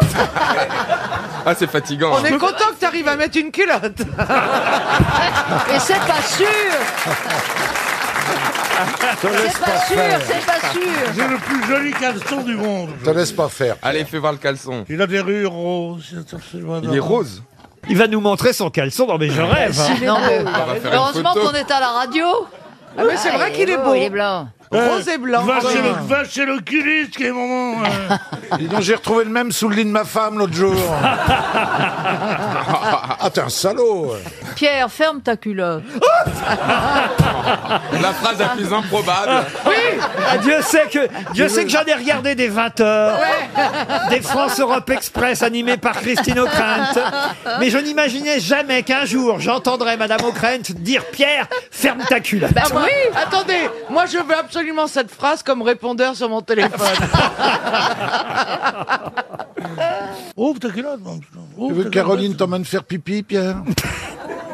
Ah, c'est fatigant. hein.
On est content que tu arrives à mettre une culotte. Et c'est pas sûr.
laisse
C'est
pas
pas
faire.
sûr, c'est pas sûr.
J'ai le plus joli caleçon du monde.
Te laisse pas faire.
Allez, fais voir le caleçon.
Il a des rures roses.
Il est rose.
Il va nous montrer son caleçon. Non,
Ah.
mais je rêve. hein.
Non, mais-
On va faire une
Heureusement
photo.
qu'on est à la radio.
Ah, mais c'est vrai qu'il est beau.
Il est blanc.
Rose et blanc.
Euh, Va chez, le, va chez l'oculiste, qui est moment. euh.
Dis donc, j'ai retrouvé le même sous le lit de ma femme l'autre jour. ah, t'es un salaud.
Pierre, ferme ta culotte.
Ah,
La phrase la plus improbable.
Ah, Dieu sait que, Dieu sait que j'en ai regardé des 20 heures. Des France Europe Express animées par Christine O'Krent. Mais je n'imaginais jamais qu'un jour j'entendrais Madame O'Krent dire Pierre, ferme ta culotte.
Bah, moi- Attendez, moi je veux absolument cette phrase comme répondeur sur mon téléphone.
Ouvre ta culotte, mon petit.
Tu
Ouvre
veux
ta
que Caroline
culotte.
t'emmène faire pipi, Pierre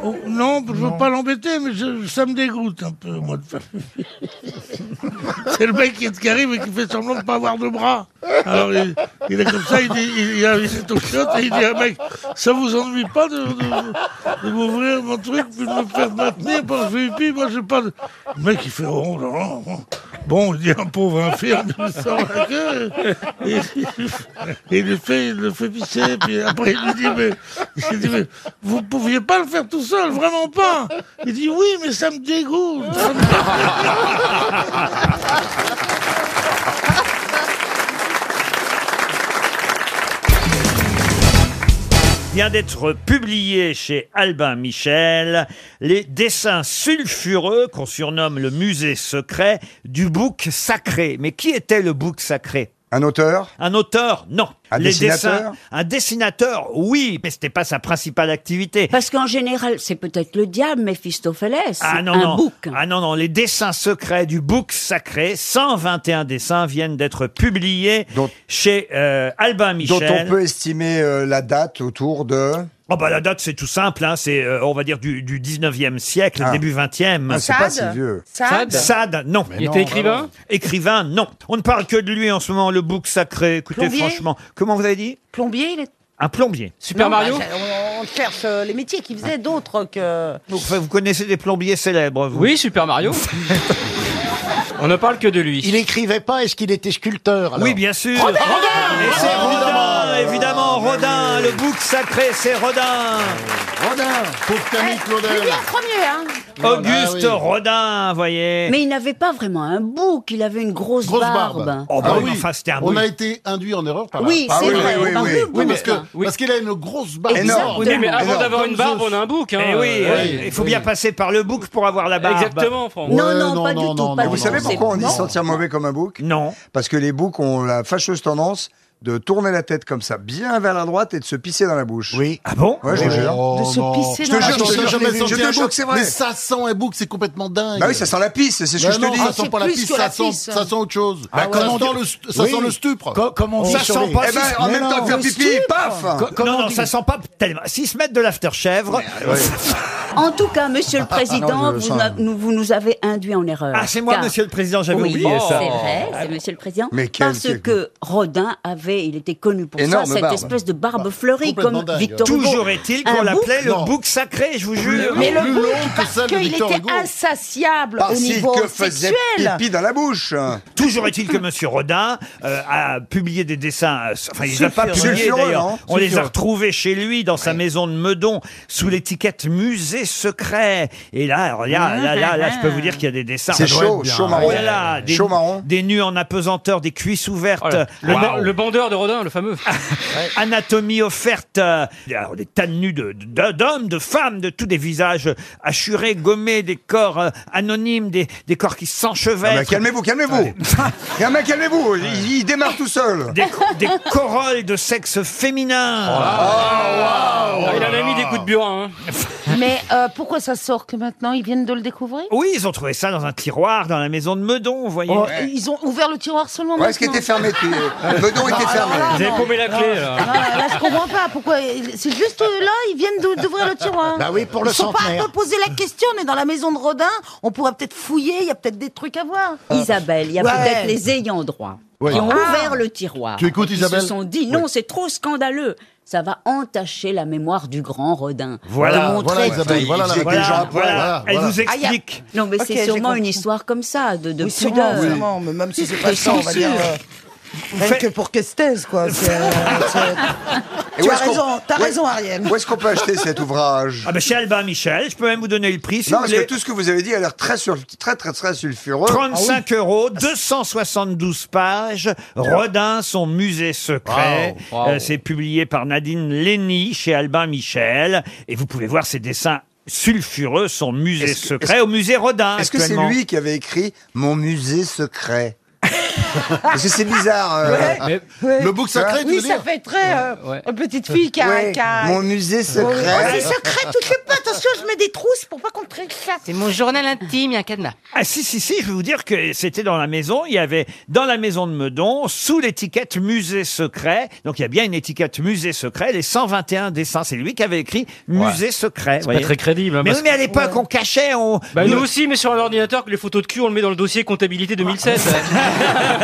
Oh, non, je veux pas l'embêter, mais je- ça me dégoûte un peu, moi, de faire pipi. C'est le mec qui, est- qui arrive et qui fait semblant de pas avoir de bras. Alors, il, il est comme ça, il, dit, il, il, a- il est au chiotte et il dit, ah, mec, ça vous ennuie pas de, de- de m'ouvrir mon truc, puis de me faire maintenir par le pipi Moi, j'ai pas de... Le mec, il fait, oh, là, là, bon. Bon, il dit, un pauvre infirme, il sort la queue, et, et il le fait, il le fait pisser, puis après, il lui dit, mais, il dit, mais vous pouviez pas le faire tout seul, vraiment pas Il dit, oui, mais ça me dégoûte ça me
vient d'être publié chez Albin Michel les dessins sulfureux qu'on surnomme le musée secret du bouc sacré. Mais qui était le bouc sacré
Un auteur
Un auteur, non.
Un dessinateur
un dessinateur, oui, mais c'était pas sa principale activité.
Parce qu'en général, c'est peut-être le diable, Méphistophélès.
Ah non,
un
non.
bouc.
Ah non, non, les dessins secrets du bouc sacré, 121 dessins viennent d'être publiés chez euh, Albin
Dont
Michel.
on peut estimer euh, la date autour de...
Oh bah la date c'est tout simple, hein, c'est euh, on va dire du, du 19e siècle, début 20e.
Ah, c'est pas Sade si vieux.
Sade,
Sade
non.
Mais Il était non, écrivain vraiment.
Écrivain, non. On ne parle que de lui en ce moment, le bouc sacré. Écoutez,
Plombier
franchement, comment vous avez dit
Plombier, il est...
Un plombier.
Non, bah, ça, on, on cherche euh, les métiers qui faisaient d'autres que...
Vous, vous connaissez des plombiers célèbres, vous
Oui, Super Mario. On ne parle que de lui.
Il écrivait pas, est-ce qu'il était sculpteur alors
Oui, bien sûr. Rodin Et c'est Rodin, évidemment, Rodin, le bouc sacré, c'est Rodin.
Rodin Pauvre Camille
J'ai
Claudel
dit
Ah
un premier, hein
Auguste Rodin, voyez.
Mais il n'avait pas vraiment un bouc, il avait une grosse,
Grosse
barbe.
barbe.
Oh, bah
Ah
oui,
oui.
enfin, c'était un
On
bouc.
a été induit en erreur par là.
Oui,
Ah
c'est vrai,
oui,
on
oui,
parle
oui.
de
Oui, parce que-
bouc,
parce qu'il a une grosse barbe.
Exactement.
Oui, mais avant
Énorme.
d'avoir
Comme
une barbe,
Zeus.
on a un bouc. Hein.
Eh oui,
Euh,
il faut bien passer par le bouc pour avoir la barbe.
Exactement, Franck.
Non,
Euh,
non, pas du tout, pas
Mais
du
vous
tout,
savez
c'est-
pourquoi on dit
non.
sentir mauvais comme un bouc
Non.
Parce que les boucs ont la fâcheuse tendance
de tourner la tête comme ça, bien vers la droite et de se pisser dans la bouche. Oui.
Ah bon
Ouais, je te jure.
De se pisser
je
dans
te
la
jure,
bouche.
je
J'ai
te jure, je
jamais
te jure, je
senti
te
un
jure
bouc.
que c'est
Mais
vrai.
ça sent un bouc, c'est complètement dingue.
Bah oui, ça sent la pisse, c'est ce que
Bah
je te
non,
dis.
ça sent pas la pisse, ça sent, ça sent autre chose.
Bah,
ça,
comment
sent
tu-
le, st- ça
Oui.
sent le stupre.
Co- comment on dit sur les- Eh ben, en même temps, faire
le
pipi,
stupre.
paf Co- comment
Non,
on
non,
dit
ça sent pas tellement. S'ils se mettent de l'after-chèvre.
En tout cas, Monsieur le
Ah,
Président,
non, je
vous,
sens-
n'a- nous- vous nous avez induit en erreur.
Ah, c'est moi,
Car-
Monsieur le Président, j'avais
Oui,
oublié ça.
C'est vrai, c'est Monsieur le Président.
Mais quel-
parce
quel-
que Rodin avait, il était connu pour
Énorme
ça, cette
barbe.
espèce de barbe fleurie
Bah, Complètement
comme
dingue.
Victor Hugo.
Toujours est-il qu'on
Un
l'appelait
bouc-
le bouc sacré, je vous jure.
Mais le bouc, parce qu'il était insatiable au
Parce
niveau
Bah, que faisait
sexuel.
pipi dans la bouche.
Toujours est-il que Monsieur Rodin euh, a publié des dessins, euh, enfin il les a pas
Sulfureux.
publiés
Sulfureux,
d'ailleurs,
non
on les a
Sulfureux.
retrouvés chez lui dans sa maison de Meudon sous l'étiquette musée secret. Et là, regarde, là, là, là, je peux vous dire qu'il y a des dessins.
C'est
Ça doit
chaud,
être bien.
chaud marron.
Oh là là, des,
Chaud marron.
des nus en apesanteur, des cuisses ouvertes,
Le,
euh,
ban- le bandeur de Rodin, le fameux.
anatomie offerte, euh, alors, des tas de nus de- de- d'hommes, de femmes, de tous des visages assurés, gommés, des corps euh, anonymes, des, des corps qui
Ah
s'enchevêtrent.
bah, calmez-vous, calmez-vous. Gamin, calmez-vous. Il, il démarre tout seul. Oh
Des, des corolles de sexe féminin.
Oh,
Ah,
Il en a mis des coups de burin. hein.
Mais euh, pourquoi ça sort que maintenant Ils viennent de le découvrir
Oui, ils ont trouvé ça dans un tiroir, dans la maison de Meudon, vous voyez.
Oh, Ils ont ouvert le tiroir seulement
Ouais, ce qui
maintenant.
était fermé. tu- Euh,
Ouais.
Meudon était
Non,
fermé.
alors là, Vous avez non. paumé la clé,
Ah, là, je comprends pas. Pourquoi C'est juste euh, là, ils viennent d'ou- d'ouvrir le tiroir.
Bah oui, pour le
Ils sont pas à
centenaire.
te poser la question. On est dans la maison de Rodin. On pourrait peut-être fouiller. Il y a peut-être des trucs à voir.
Isabelle, il y a
Ouais.
peut-être les ayants droit
Ouais.
qui ont
Ah.
ouvert le tiroir.
Tu écoutes,
et qui
Isabelle
se sont dit non, c'est trop scandaleux. Ça va entacher la mémoire du grand Rodin.
Voilà,
de montrer
voilà,
que-
Isabelle, Il voilà faisait la- que les gens voilà, apprennent. voilà, Elle voilà. vous
Ah, y a-
explique.
Non, mais
Ok,
c'est
j'ai
sûrement une
compris.
histoire comme ça, de, de
Oui, sûrement,
pudeur.
sûrement, Ah, mais même si c'est pas
De
ça, on va dire, euh,
censure.
Rien que pour Questez, quoi. C'est, euh, c'est-
Et
tu
où
as
est-ce qu'on-
raison, t'as
où est-
raison, Ariel.
Où est-ce qu'on peut acheter cet ouvrage
Ah ben chez Albin Michel, je peux même vous donner le prix si
Non,
vous
parce
voulez.
que tout Ah ce que vous avez dit a l'air très, sur- très, très, très sulfureux.
35
Ah
euros, 272 pages, Rodin, son musée secret.
Wow, wow.
Euh, c'est publié par Nadine Lenny chez Albin Michel. Et vous pouvez voir ses dessins sulfureux, son musée
Est-ce que-
secret,
est-ce-
au musée Rodin.
Est-ce que c'est
actuellement.
lui qui avait écrit Mon musée secret Parce que c'est bizarre. euh,
Ouais.
hein.
Ouais.
Tu vois
Oui, ça fait très euh, petite fille qui a.
Ouais.
qui a-
Mon musée secret.
Oh, c'est secret, toutes les pas. Attention, je mets des trousses pour pas qu'on triche ça. C'est mon journal intime, il y a un cadenas.
Ah si, si, si, je vais vous dire que c'était dans la maison, il y avait dans la maison de Meudon, sous l'étiquette musée secret, donc il y a bien une étiquette musée secret, les 121 dessins, c'est lui qui avait écrit musée secret.
C'est
voyez.
pas très crédible, hein,
mais
parce
oui, mais à l'époque, on cachait, on...
Bah, nous aussi, mais sur un ordinateur, que les photos de cul, on le met dans le dossier comptabilité 2016.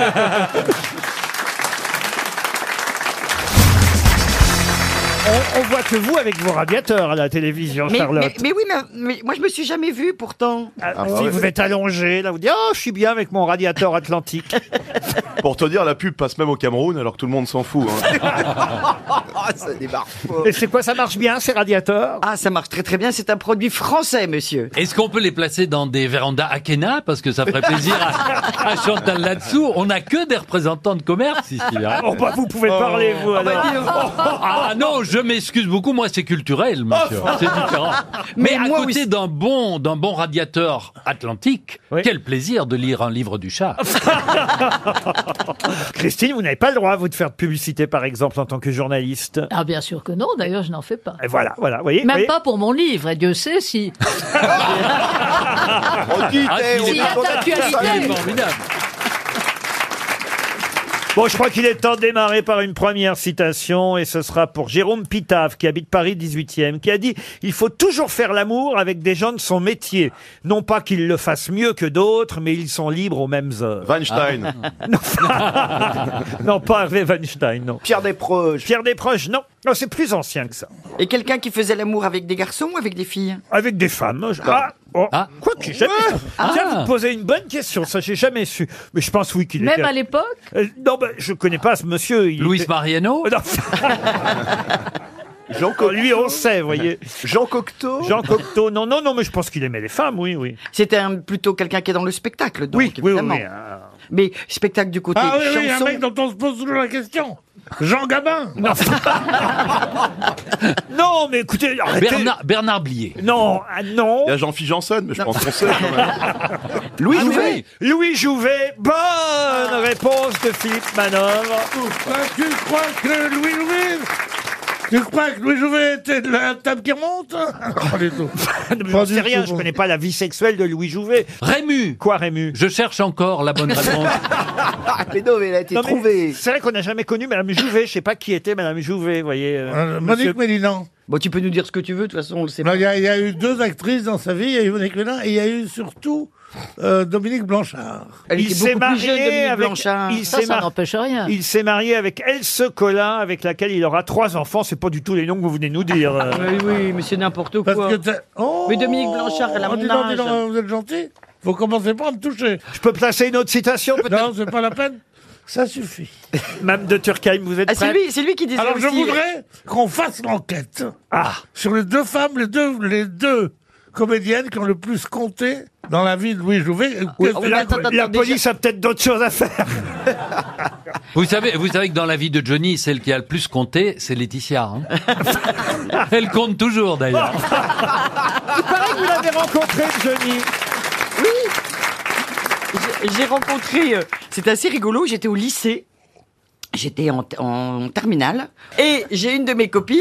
on, on voit que vous avec vos radiateurs à la télévision,
Mais,
Charlotte.
mais- mais oui, mais, mais moi je me suis jamais vue pourtant.
Ah, si vous êtes allongé, là, vous dites, oh, je suis bien avec mon radiateur atlantique.
Pour te dire, la pub passe même au Cameroun alors que tout le monde s'en fout. hein.
Ah, ça débarque.
Et c'est quoi, ça marche bien ces radiateurs
Ah, ça marche très très bien, c'est un produit français, monsieur.
Est-ce qu'on peut les placer dans des vérandas Akena Parce que ça ferait plaisir à, à Chantal là-dessous. On n'a que des représentants de commerce ici. hein.
Oh, bah, vous pouvez parler, vous,
Ah, bah,
alors.
dis donc. ah non, je m'excuse beaucoup. Moi, c'est culturel, monsieur.
Oh.
C'est différent. Mais, à côté d'un bon, d'un bon radiateur atlantique, quel plaisir de lire un livre du chat.
Oh, Christine, vous n'avez pas le droit, vous, de faire de publicité, par exemple, en tant que journaliste.
Ah bien sûr que non, d'ailleurs je n'en fais
Eh,
pas.
Et voilà, voilà, vous voyez.
Même
voyez.
pas pour mon livre, et Dieu sait si.
Ah,
eh
Si, attends, tu as l'idée.
Bon, je crois qu'il est temps de démarrer par une première citation, et ce sera pour Jérôme Pitave, qui habite Paris 18e, qui a dit « Il faut toujours faire l'amour avec des gens de son métier. Non pas qu'ils le fassent mieux que d'autres, mais ils sont libres aux mêmes heures. »
Weinstein.
non, pas Hervé Weinstein, non. Pierre Desproges. Pierre Desproges, non. Non, c'est plus ancien que ça.
Et quelqu'un qui faisait l'amour avec des garçons ou avec des filles
Avec des femmes. je- Ah, oh, quoi que j'ai jamais su.
Ah.
Tiens, vous me posez une bonne question, ça j'ai jamais su. Mais je pense oui qu'il
Même
était-
à l'époque
Euh, Non, bah, je connais pas ce monsieur. Il
Luis Mariano
Jean Cocteau. Lui, on sait, vous voyez. Jean Cocteau Jean Cocteau, non, non, non, mais je pense qu'il aimait les femmes, oui, oui.
C'était un- plutôt quelqu'un qui est dans le spectacle, donc
Oui, hein. oui, oui,
évidemment.
oui, un-
mais spectacle du côté
hein. Ah oui, oui, un
chanson.
mec dont on se pose toujours la question. Jean Gabin
Non, Non, mais écoutez, arrêtez.
Bernard, Bernard Blier.
Non, ah, non.
Il y a Jean-Philippe Janssen, mais je pense qu'on sait quand même.
Louis
Ah,
Ah. Jouvet. Louis Jouvet. Bonne réponse de Philippe Manœuvre.
Ah, tu crois que Louis Louis Tu crois que Louis Jouvet était de la table qui remonte Pas du tout.
J'en sais rien, je connais pas la vie sexuelle de Louis Jouvet.
Rému.
Quoi, Rému
Je cherche encore la bonne réponse.
Ah, mais non, mais elle a été trouvée. C'est vrai qu'on n'a jamais connu Madame Jouvet. Je sais pas qui était Madame Jouvet, vous voyez. euh,
Euh,
monsieur-
Monique Mélinan.
Bon, tu peux nous dire ce que tu veux, de toute façon, on le sait
Non, Il y, a- il y a eu deux actrices dans sa vie, il y a eu Monique Mélinan et il y a eu surtout euh, Dominique Blanchard.
il s'est marié avec, il
Ça,
s'est
ça
mar-
n'empêche rien.
il s'est marié avec Else Collin, avec laquelle il aura trois enfants. C'est pas du tout les noms que vous venez nous dire. euh.
Oui, oui, Ah, mais c'est n'importe
Parce
quoi.
que t'as- Oh
Mais Dominique Blanchard, elle a
Oh,
mon
dis donc,
âge.
dis donc, euh, vous êtes gentil. Vous commencez pas à me toucher.
Je peux placer une autre citation peut-être
Non, c'est pas la peine. Ça suffit.
Mme de Turckheim, vous êtes
Ah, c'est
prête
lui,
c'est lui qui disait
Alors je
aussi-
voudrais qu'on fasse l'enquête
Ah.
sur les deux femmes, les deux, les deux comédiennes qui ont le plus compté dans la vie de Louis Jouvet. Qu'est-ce que-
la, la police a peut-être d'autres choses à faire.
Vous savez, vous savez que dans la vie de Johnny, celle qui a le plus compté, c'est Laetitia. hein. Elle compte toujours d'ailleurs.
Il paraît que vous l'avez rencontré, Johnny.
J'ai- J'ai rencontré, euh, c'est assez rigolo, j'étais au lycée. J'étais en, en terminale et j'ai une de mes copines,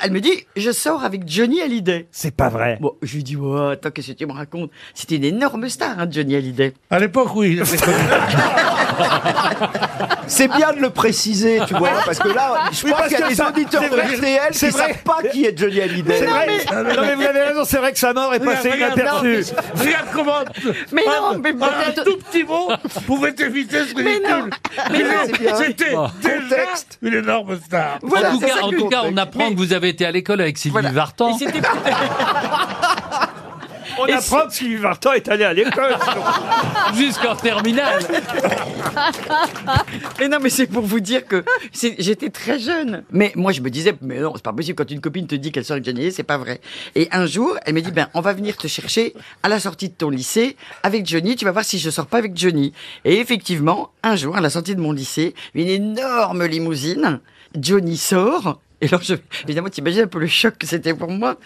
elle me dit Je sors avec Johnny Hallyday.
C'est pas vrai.
Bon, je lui dis Ouais, Attends, qu'est-ce que tu me racontes C'était une énorme star, hein, Johnny Hallyday.
À l'époque, oui. il avait connu.
C'est bien de le préciser, tu vois, parce que là, je
Oui,
crois
parce
qu'il y a
que
des
ça-
auditeurs
c'est
de
vrai,
RTL qui
c'est
ne
vrai.
savent pas qui est Johnny Hallyday.
C'est vrai. Non, mais vous avez raison, c'est vrai que sa mort est
Regarde,
passée
regarde,
inaperçue.
non, mais- regarde comment.
Mais non, mais
par un
peut-être-
tout petit mot pouvait éviter ce
Mais non,
ridicule.
mais
Il
non,
est-
c'est bien.
C'était
Bon.
déjà
Contexte.
une énorme star.
Voilà,
en tout
c'est
cas,
ça
en
que-
tout cas, on apprend que vous avez été à l'école avec Sylvie Vartan.
On apprend que Sylvie Vartan est allé à l'école.
Jusqu'en terminale.
Mais non, mais c'est pour vous dire que c'est- j'étais très jeune. Mais moi, je me disais, mais non, c'est pas possible quand une copine te dit qu'elle sort avec Johnny Hallyday, c'est pas vrai. Et un jour, elle me dit, ben, on va venir te chercher à la sortie de ton lycée avec Johnny. Tu vas voir si je sors pas avec Johnny. Et effectivement, un jour, à la sortie de mon lycée, une énorme limousine, Johnny sort. Et alors, je, évidemment, t'imagines un peu le choc que c'était pour moi.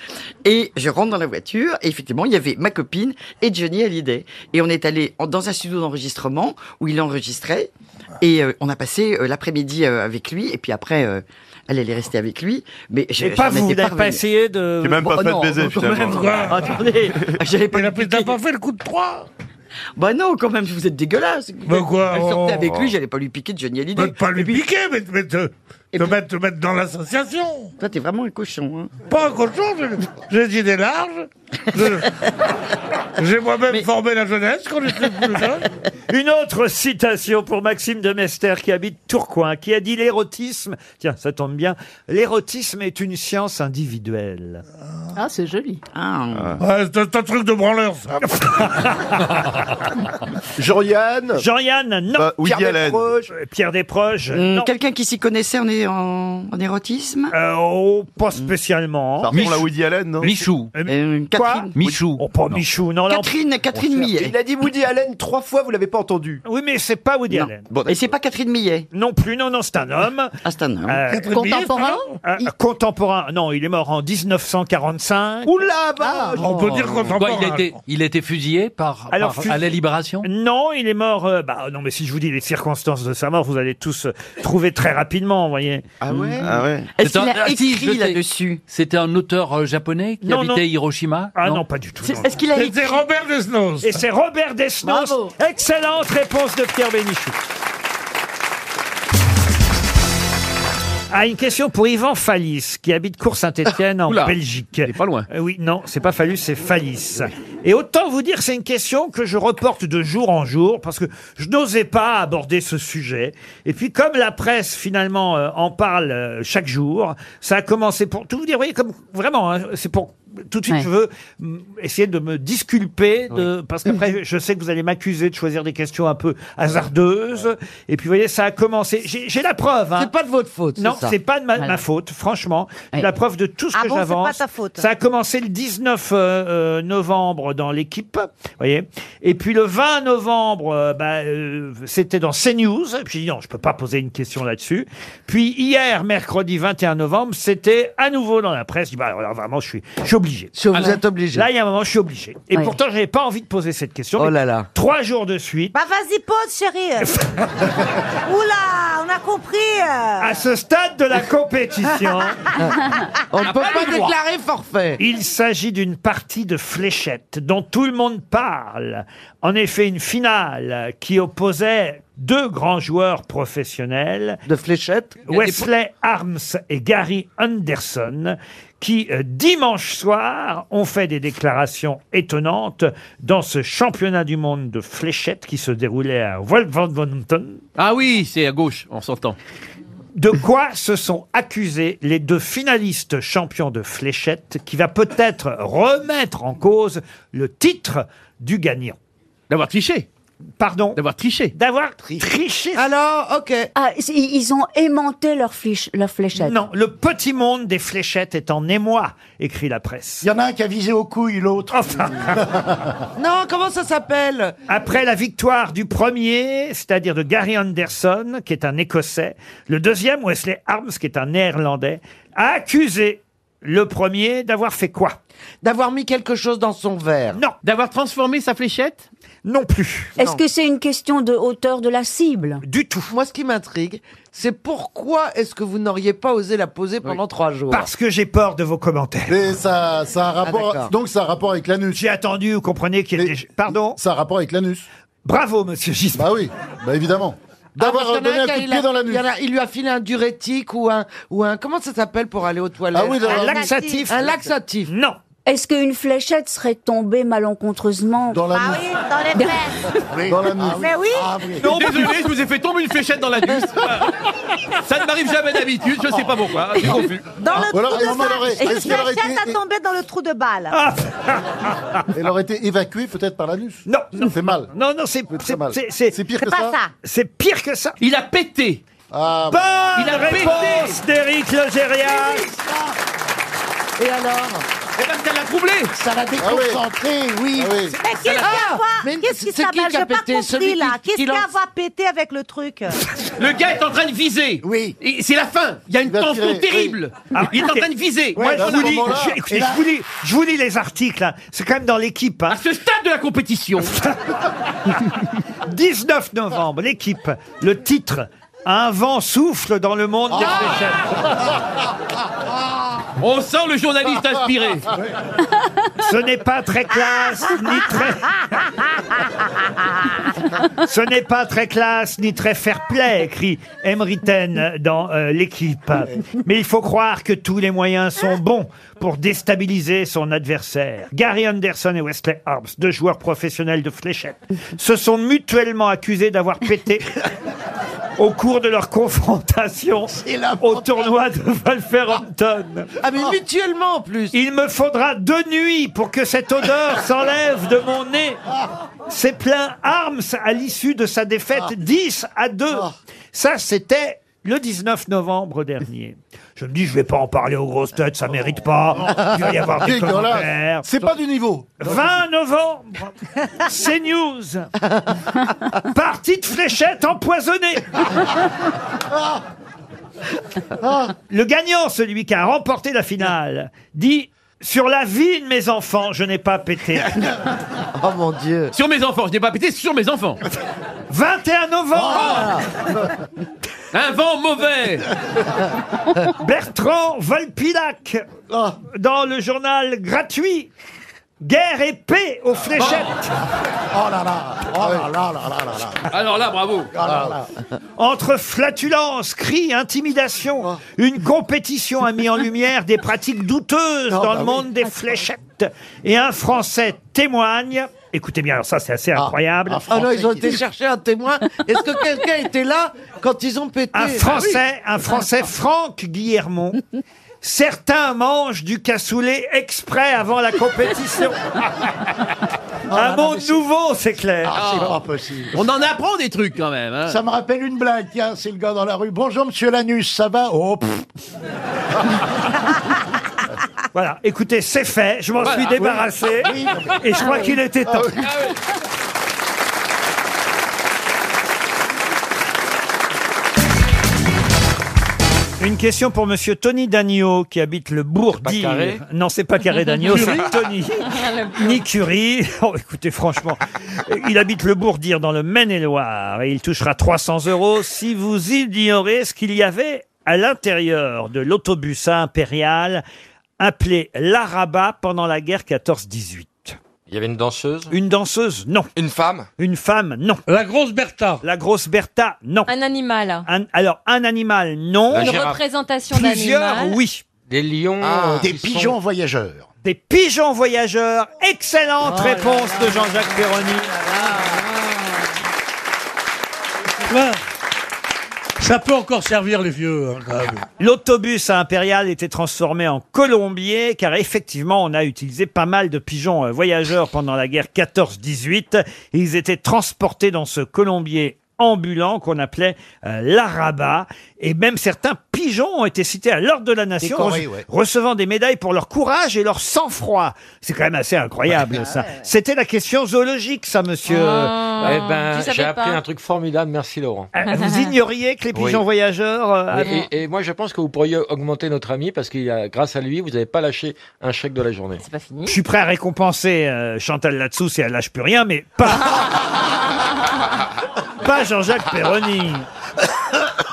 Et je rentre dans la voiture, et effectivement, il y avait ma copine et Johnny Hallyday. Et on est allé en- dans un studio d'enregistrement où il enregistrait. Et euh, on a passé euh, l'après-midi euh, avec lui, et puis après, euh, elle, elle est restée avec lui. Mais je,
Et pas
j'en
vous, vous
étais
n'avez pas
parvenue.
essayé de.
T'es même pas
Bon,
fait
non,
baiser,
quand même,
finalement.
quoi. Attendez, j'allais pas.
Mais t'as pas fait le coup de trois
Bah non, quand même, vous êtes dégueulasse.
Bah quoi,
Elle sortait
oh.
avec lui, j'allais pas lui piquer de Johnny Hallyday.
Bah, Pas lui piquer, mais, mais te, te mettre, te mettre dans l'association.
Toi, t'es vraiment un cochon. Hein.
Pas un cochon, je- j'ai dit des larges. Je- J'ai moi-même formé Oh, ben, la jeunesse quand j'étais plus jeune.
Une autre citation pour Maxime de Mester qui habite Tourcoing, qui a dit l'érotisme. Tiens, ça tombe bien. L'érotisme est une science individuelle.
Ah, c'est joli.
Ah.
Ouais, c'est un- c'est un truc de branleur, ça.
Jean-Yann
Jean-Yann, non.
Euh, Woody
Pierre
Allen.
Desproges. Euh, Pierre Desproges,
Hum,
non.
Quelqu'un qui s'y connaissait en, é- en- en érotisme
Ah.
Euh, oh, pas spécialement.
Ça ressemble à Woody Allen, non
Michou.
Mm. Euh, Catherine,
Michou.
Oh, pas Michou, non. Oh, là, on-
Catherine, Catherine Millet.
Il a dit Woody Allen trois fois, vous l'avez pas entendu.
Oui, mais c'est pas Woody
Non.
Allen.
Et c'est pas Catherine Millet.
Non plus, non, non, c'est un homme.
Ah, c'est un homme.
Euh,
Contemporain
euh, contemporain, non, il est mort en 1945.
Oula,
Oh.
Ah.
bah
On peut dire
Quoi,
contemporain.
il a été, il a été fusillé par,
Alors,
par-
fusi-
à la Libération
Non, il est mort. euh, bah non, mais si je vous dis les circonstances de sa mort, vous allez tous euh, trouver très rapidement, vous voyez. Mm.
Ah ouais
Ah ouais.
Est-ce
C'est
qu'il
un-
a
ah, si, je
écrit
sais.
là-dessus
C'était un auteur euh, japonais qui
Non,
habitait
non.
Hiroshima
Ah non, pas du tout. non.
Est-ce qu'il a écrit
C'était Robert Desnos.
Et c'est Robert Desnos.
Bravo.
Excellente réponse de Pierre Bénichou. Ah, une question pour Yvan Fallis, qui habite Cour-Saint-Étienne en
Oula.
Belgique.
Il est pas loin.
Euh, oui, non, c'est pas Fallus, c'est Fallis. Et autant vous dire, c'est une question que je reporte de jour en jour parce que je n'osais pas aborder ce sujet. Et puis, comme la presse finalement euh, en parle euh, chaque jour, ça a commencé pour tout vous dire. Vous voyez, comme vraiment, hein, c'est pour tout de suite, je veux mm, essayer de me disculper, de, parce qu'après, je sais que vous allez m'accuser de choisir des questions un peu hasardeuses. Et puis, vous voyez, ça a commencé. J'ai j'ai la preuve. C'est pas de votre faute. Non,
ça.
c'est pas de ma, ma
Voilà.
faute, franchement. J'ai La preuve de tout ce
Ah
que
bon, c'est
j'avance.
pas ta faute.
Ça a commencé le 19 euh, euh, novembre dans l'équipe, vous voyez. Et puis le 20 novembre, euh, bah, euh, c'était dans CNews. Et puis non, je peux pas poser une question là-dessus. Puis hier, mercredi 21 novembre, c'était à nouveau dans la presse. Je dis, bah, alors, vraiment, je suis, je suis obligé.
Je- vous êtes obligé.
Là, il y a un moment, je suis obligé. Et
Ouais.
pourtant, j'avais pas envie de poser cette question.
Oh
mais
là là.
Trois jours de suite.
Bah vas-y, pose, chérie. Oula, on a compris. euh.
À ce stade de la compétition,
On ne peut pas
le droit.
déclarer
forfait. Il s'agit d'une partie de fléchettes dont tout le monde parle. En effet, une finale qui opposait deux grands joueurs professionnels. De fléchettes Wesley Arms et Gary Anderson, qui euh, dimanche soir ont fait des déclarations étonnantes dans ce championnat du monde de fléchettes qui se déroulait à Wolverhampton.
Ah oui, c'est à gauche, on s'entend.
De quoi se sont accusés les deux finalistes champions de fléchette qui va peut-être remettre en cause le titre du gagnant D'avoir triché Pardon D'avoir triché D'avoir triché
Alors, ok. Ah, c'est- ils ont aimanté leur, fliche, leur fléchette.
Non, le petit monde des fléchettes est en émoi, écrit la presse. Il y en a un qui a visé aux couilles, l'autre.
Non, comment ça s'appelle
Après la victoire du premier, c'est-à-dire de Gary Anderson, qui est un Écossais, le deuxième, Wesley Arms, qui est un Néerlandais, a accusé le premier d'avoir fait quoi D'avoir mis quelque chose dans son verre. Non. D'avoir transformé sa fléchette Non plus.
Est-ce que c'est une question de hauteur de la cible
Du tout.
Moi, ce qui m'intrigue, c'est pourquoi est-ce que vous n'auriez pas osé la poser pendant trois jours
Parce que j'ai peur de vos commentaires. Ah,
Mais ça, ça a un rapport,
d'accord.
donc ça a un rapport avec l'anus.
J'ai attendu, vous comprenez qu'il était... Pardon
Ça a un rapport avec l'anus.
Bravo, monsieur Gisbert.
Bah oui, bah évidemment. D'avoir
Ah, parce qu'il
donné
y en a
un
qui a-
coup de
il a-
pied dans
il
l'anus.
y en a- Il lui a filé un diurétique ou un, ou un comment ça s'appelle pour aller aux toilettes
Ah oui, dans Un la-
laxatif. Un laxatif.
Non.
Est-ce qu'une fléchette serait tombée malencontreusement Dans la
Ah
oui,
dans les
fesses.
Dans l'anus.
Mais oui.
Ah
Non, Désolé, je vous ai fait tomber une fléchette dans la nuque. Ça ne m'arrive jamais d'habitude, je sais pas
Ah,
pourquoi. Je suis confus.
Dans
Ah,
le Ou alors, trou de est-ce balle. qu'elle aurait-
Une
est-ce qu'elle aurait
fléchette
été-
a tombé dans le trou de balle.
Ah,
Elle aurait été évacuée peut-être par l'anus.
Non,
ça fait mal.
Non, non, c'est
c'est mal.
c'est- c'est-
pire
C'est
que
pas
ça.
ça.
C'est pire que ça.
Il a pété.
Ah,
Bonne
Il a
réponse d'Éric Logérias.
Et alors
Eh ben, ça l'a troublé
Ça l'a
déconcentré,
Ah oui.
Mais qu'est-ce qu'il y a à voir
Ah, mais
Qu'est-ce qui
c'est qui
s'appelle
qui a
J'ai pas
pété Celui
compris
qui-
là.
qui
Qu'est-ce qu'il y a à
lance
voir péter avec le truc
Le gars est en train de viser. Oui. C'est la fin. Il y a une tension
tirer, oui.
terrible.
Ah,
Il est en
écoutez,
train de viser.
ouais,
Moi,
je,
je
vous
l'ai-
lis,
je-
je-
écoutez,
écoutez, je vous lis- je vous lis les articles. hein. C'est quand même dans l'équipe. hein. À
ce stade de la compétition.
19 novembre, l'équipe. Le titre. Un vent souffle dans le monde des
Ah On sent le journaliste inspiré.
fléchettes. Ce n'est pas très classe, ni très... Ce n'est pas très classe, ni très fair-play, écrit Emriten dans euh, l'équipe. Mais il faut croire que tous les moyens sont bons pour déstabiliser son adversaire. Gary Anderson et Wesley Arms, deux joueurs professionnels de fléchettes, se sont mutuellement accusés d'avoir pété au cours de leur confrontation au tournoi de Wolverhampton.
Ah mais mutuellement en plus.
Il me faudra deux nuits pour que cette odeur s'enlève de mon nez. C'est plein Arms à l'issue de sa défaite
Ah.
10 à 2. Ça, c'était le 19 novembre dernier. Je me dis, je vais pas en parler aux grosses têtes, ça mérite pas. Il va y avoir des
Dégueulasse.
commentaires.
C'est pas du niveau.
20 novembre, CNews. Partie de fléchette empoisonnée. Le gagnant, celui qui a remporté la finale, dit Sur la vie de mes enfants, je n'ai pas pété.
Oh mon Dieu.
Sur mes enfants, je n'ai pas pété, c'est sur mes enfants.
21
Oh.
novembre
Un vent mauvais.
Bertrand Volpilac,
Ah.
dans le journal gratuit Guerre et paix aux fléchettes.
Ah. Oh là là. Oh là là là là là là.
Alors là, bravo.
Oh
Entre flatulence, cris, intimidation,
Ah.
une compétition a mis en lumière des pratiques douteuses
Ah, bah
dans le monde des fléchettes. Et un Français témoigne. Écoutez bien, alors ça c'est assez incroyable.
Ah non, ils ont été chercher un témoin. Est-ce que quelqu'un était là quand ils ont pété Ah
Un Français, un Français, Franck Guillermont, Certains mangent du cassoulet exprès avant la compétition.
Oh
Un monde nouveau, c'est clair.
Ah, c'est pas possible.
On en apprend des trucs quand même. hein.
Ça me rappelle une blague, tiens, c'est le gars dans la rue. Bonjour monsieur Lanus, ça va Oh, pff.
Voilà, écoutez, c'est fait, je m'en
Voilà,
suis
oui.
débarrassé
Oui.
et je crois
Ah oui.
qu'il était temps.
Ah oui.
Une question pour monsieur Tony Dagneau qui habite le bourg
pas
d'Ire.
carré
Non, c'est pas Carré Dagneau, c'est
Curie
Tony. Ni Curie. Oh, écoutez, franchement, il habite le bourg d'Ire dans le Maine-et-Loire et il touchera 300 euros si vous ignorez ce qu'il y avait à l'intérieur de l'autobus impérial appelé l'Araba pendant la guerre 14-18.
Il y avait une danseuse
Une danseuse, non.
Une femme
Une femme, non. La grosse Bertha La grosse Bertha, non.
Un animal.
Un- alors, un animal, non.
Une représentation d'un
Plusieurs,
animal.
oui. Des lions,
Ah, euh, des qui pigeons sont-
voyageurs. Des pigeons voyageurs. Excellente réponse de Jean-Jacques Perroni.
Ouais. Ça peut encore servir les vieux, hein, quand même.
L'autobus à impérial était transformé en colombier car effectivement on a utilisé pas mal de pigeons euh, voyageurs pendant la guerre 14-18. Ils étaient transportés dans ce colombier ambulant qu'on appelait euh, l'Araba et même certains pigeons ont été cités à l'ordre de la nation rece-
Décorés, ouais.
recevant des médailles pour leur courage et leur sang-froid. C'est quand même assez incroyable ça. C'était la question zoologique ça monsieur.
Ah, eh ben,
Tu savais
j'ai appris
pas.
un truc formidable, merci Laurent.
Euh, Vous ignoriez que les pigeons
Oui.
voyageurs euh,
Oui,
avaient-
et, et moi, je pense que vous pourriez augmenter notre ami parce qu'il a, grâce à lui, vous n'avez pas lâché un chèque de la journée. C'est
pas fini.
Je suis prêt à récompenser euh, Chantal là-dessous si elle lâche plus rien, mais pas, pas Jean-Jacques Perroni.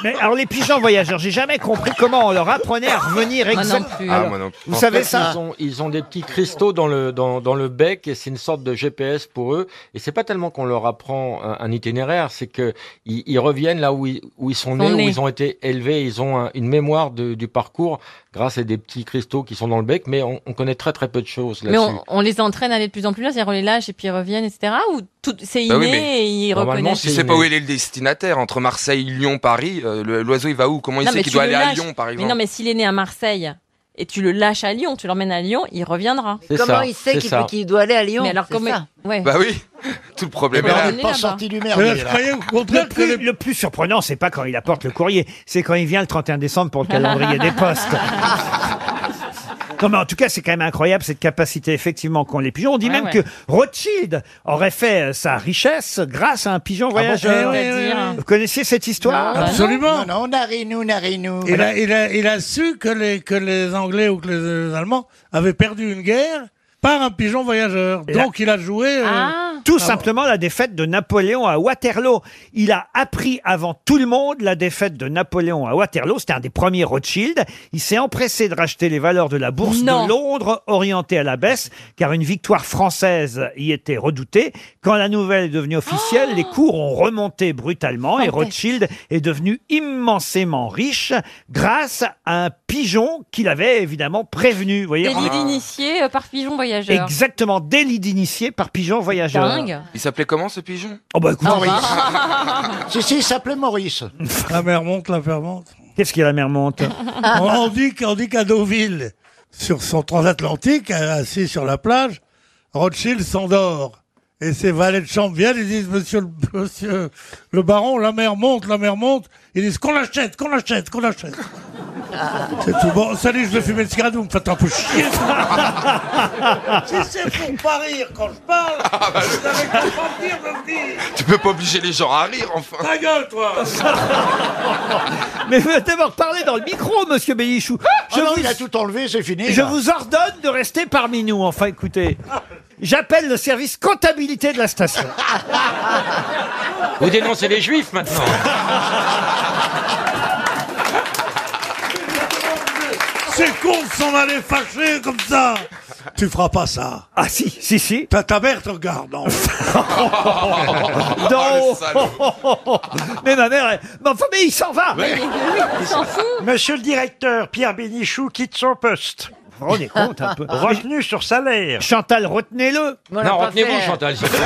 Mais alors les pigeons voyageurs, j'ai jamais compris comment on leur apprenait à revenir exactement.
Ah,
Vous savez ça
ils ont, ils ont des petits cristaux dans le dans, dans le bec et c'est une sorte de GPS pour eux. Et c'est pas tellement qu'on leur apprend un, un itinéraire, c'est que ils, ils reviennent là où ils, où ils sont nés,
nés.
où ils ont été élevés. Ils ont un- une mémoire de- du parcours grâce à des petits cristaux qui sont dans le bec. Mais on, on connaît très très peu de choses
Mais
là-dessus.
on, on les entraîne à aller de plus en plus loin, c'est-à-dire on les lâche et puis ils reviennent, etc. Ou tout, c'est
Bah
inné et ils
Bah Normalement,
reconnaissent.
c'est
Tu sais pas
inné.
où il est le destinataire entre Marseille, Lyon, Paris. euh, le- L'oiseau il va où Comment il
Non, mais
sait qu'il
tu
doit
le
aller à
lâches.
Lyon, par exemple
Mais non, mais s'il est né à Marseille et tu le lâches à Lyon, tu l'emmènes à Lyon, il reviendra.
C'est Comment ça, il sait c'est qu'il- ça. qu'il
doit aller à Lyon Mais alors
c'est
comment
ça.
ouais.
Bah oui, tout le problème
Eh
est
ben,
là.
on
est pas là-bas. sorti
du
Euh,
merdier,
là.
le plus, le plus surprenant, c'est pas quand il apporte le courrier, c'est quand il vient le 31 décembre pour le calendrier des postes. Non, mais en tout cas, c'est quand même incroyable cette capacité effectivement qu'ont les pigeons. On dit
Ouais,
même
ouais.
que Rothschild aurait fait euh, sa richesse grâce à un pigeon voyageur.
Eh oui, oui, oui.
Vous connaissiez cette histoire
Absolument.
Non, non, narinou, narinou.
Il a, il a- il a su que les, que les Anglais ou que les, les Allemands avaient perdu une guerre par un pigeon voyageur. Donc il a joué. euh,
Tout simplement la défaite de Napoléon à Waterloo. Il a appris avant tout le monde la défaite de Napoléon à Waterloo. C'était un des premiers Rothschild. Il s'est empressé de racheter les valeurs de la bourse de Londres, orientée à la baisse, car une victoire française y était redoutée. Quand la nouvelle est devenue officielle, les cours ont remonté brutalement et Rothschild est devenu immensément riche grâce à un pigeon qu'il avait évidemment prévenu. Vous voyez,
Délit
en-
d'initié euh, par pigeon voyageur.
Exactement, délit d'initié par pigeon voyageur.
Dingue.
Il s'appelait comment ce pigeon
Oh bah écoute,
Ah
Maurice.
si, si, il s'appelait Maurice.
La mer monte, la mer monte.
Qu'est-ce qu'il y a la mer monte
on, on dit, qu'on dit qu'à Deauville, sur son transatlantique, hein, assis sur la plage, Rothschild s'endort. Et ses valets de chambre viennent et disent, monsieur le, monsieur le baron, la mer monte, la mer monte. Ils disent, qu'on l'achète, qu'on l'achète, qu'on l'achète. C'est tout bon. Salut, je vais fumer une cigarette, vous me faites un peu chier. si c'est pour pas rire quand je parle, vous avez qu'à mentir de me dire.
Tu peux pas obliger les gens à rire, enfin.
Ta gueule, toi
Mais vous êtes d'abord parlé dans le micro, monsieur Bélichou.
Je Ah, non, il a tout enlevé, c'est fini.
Je
là.
vous ordonne de rester parmi nous. Enfin, écoutez, j'appelle le service comptabilité de la station.
Vous dénoncez les juifs maintenant.
C'est con de s'en aller fâcher comme ça Tu feras pas ça.
Ah si, si, si.
Ta, ta mère te regarde, non
Ah,
Oh,
Non. oh, mais ma mère, elle- mais enfin, mais il s'en va.
Mais- Il s'en fout. Monsieur le directeur, Pierre Bénichou quitte son poste.
Vous vous rendez compte un peu
Retenu sur salaire.
Chantal, retenez-le.
non, retenez-vous, Chantal. s'il vous plaît.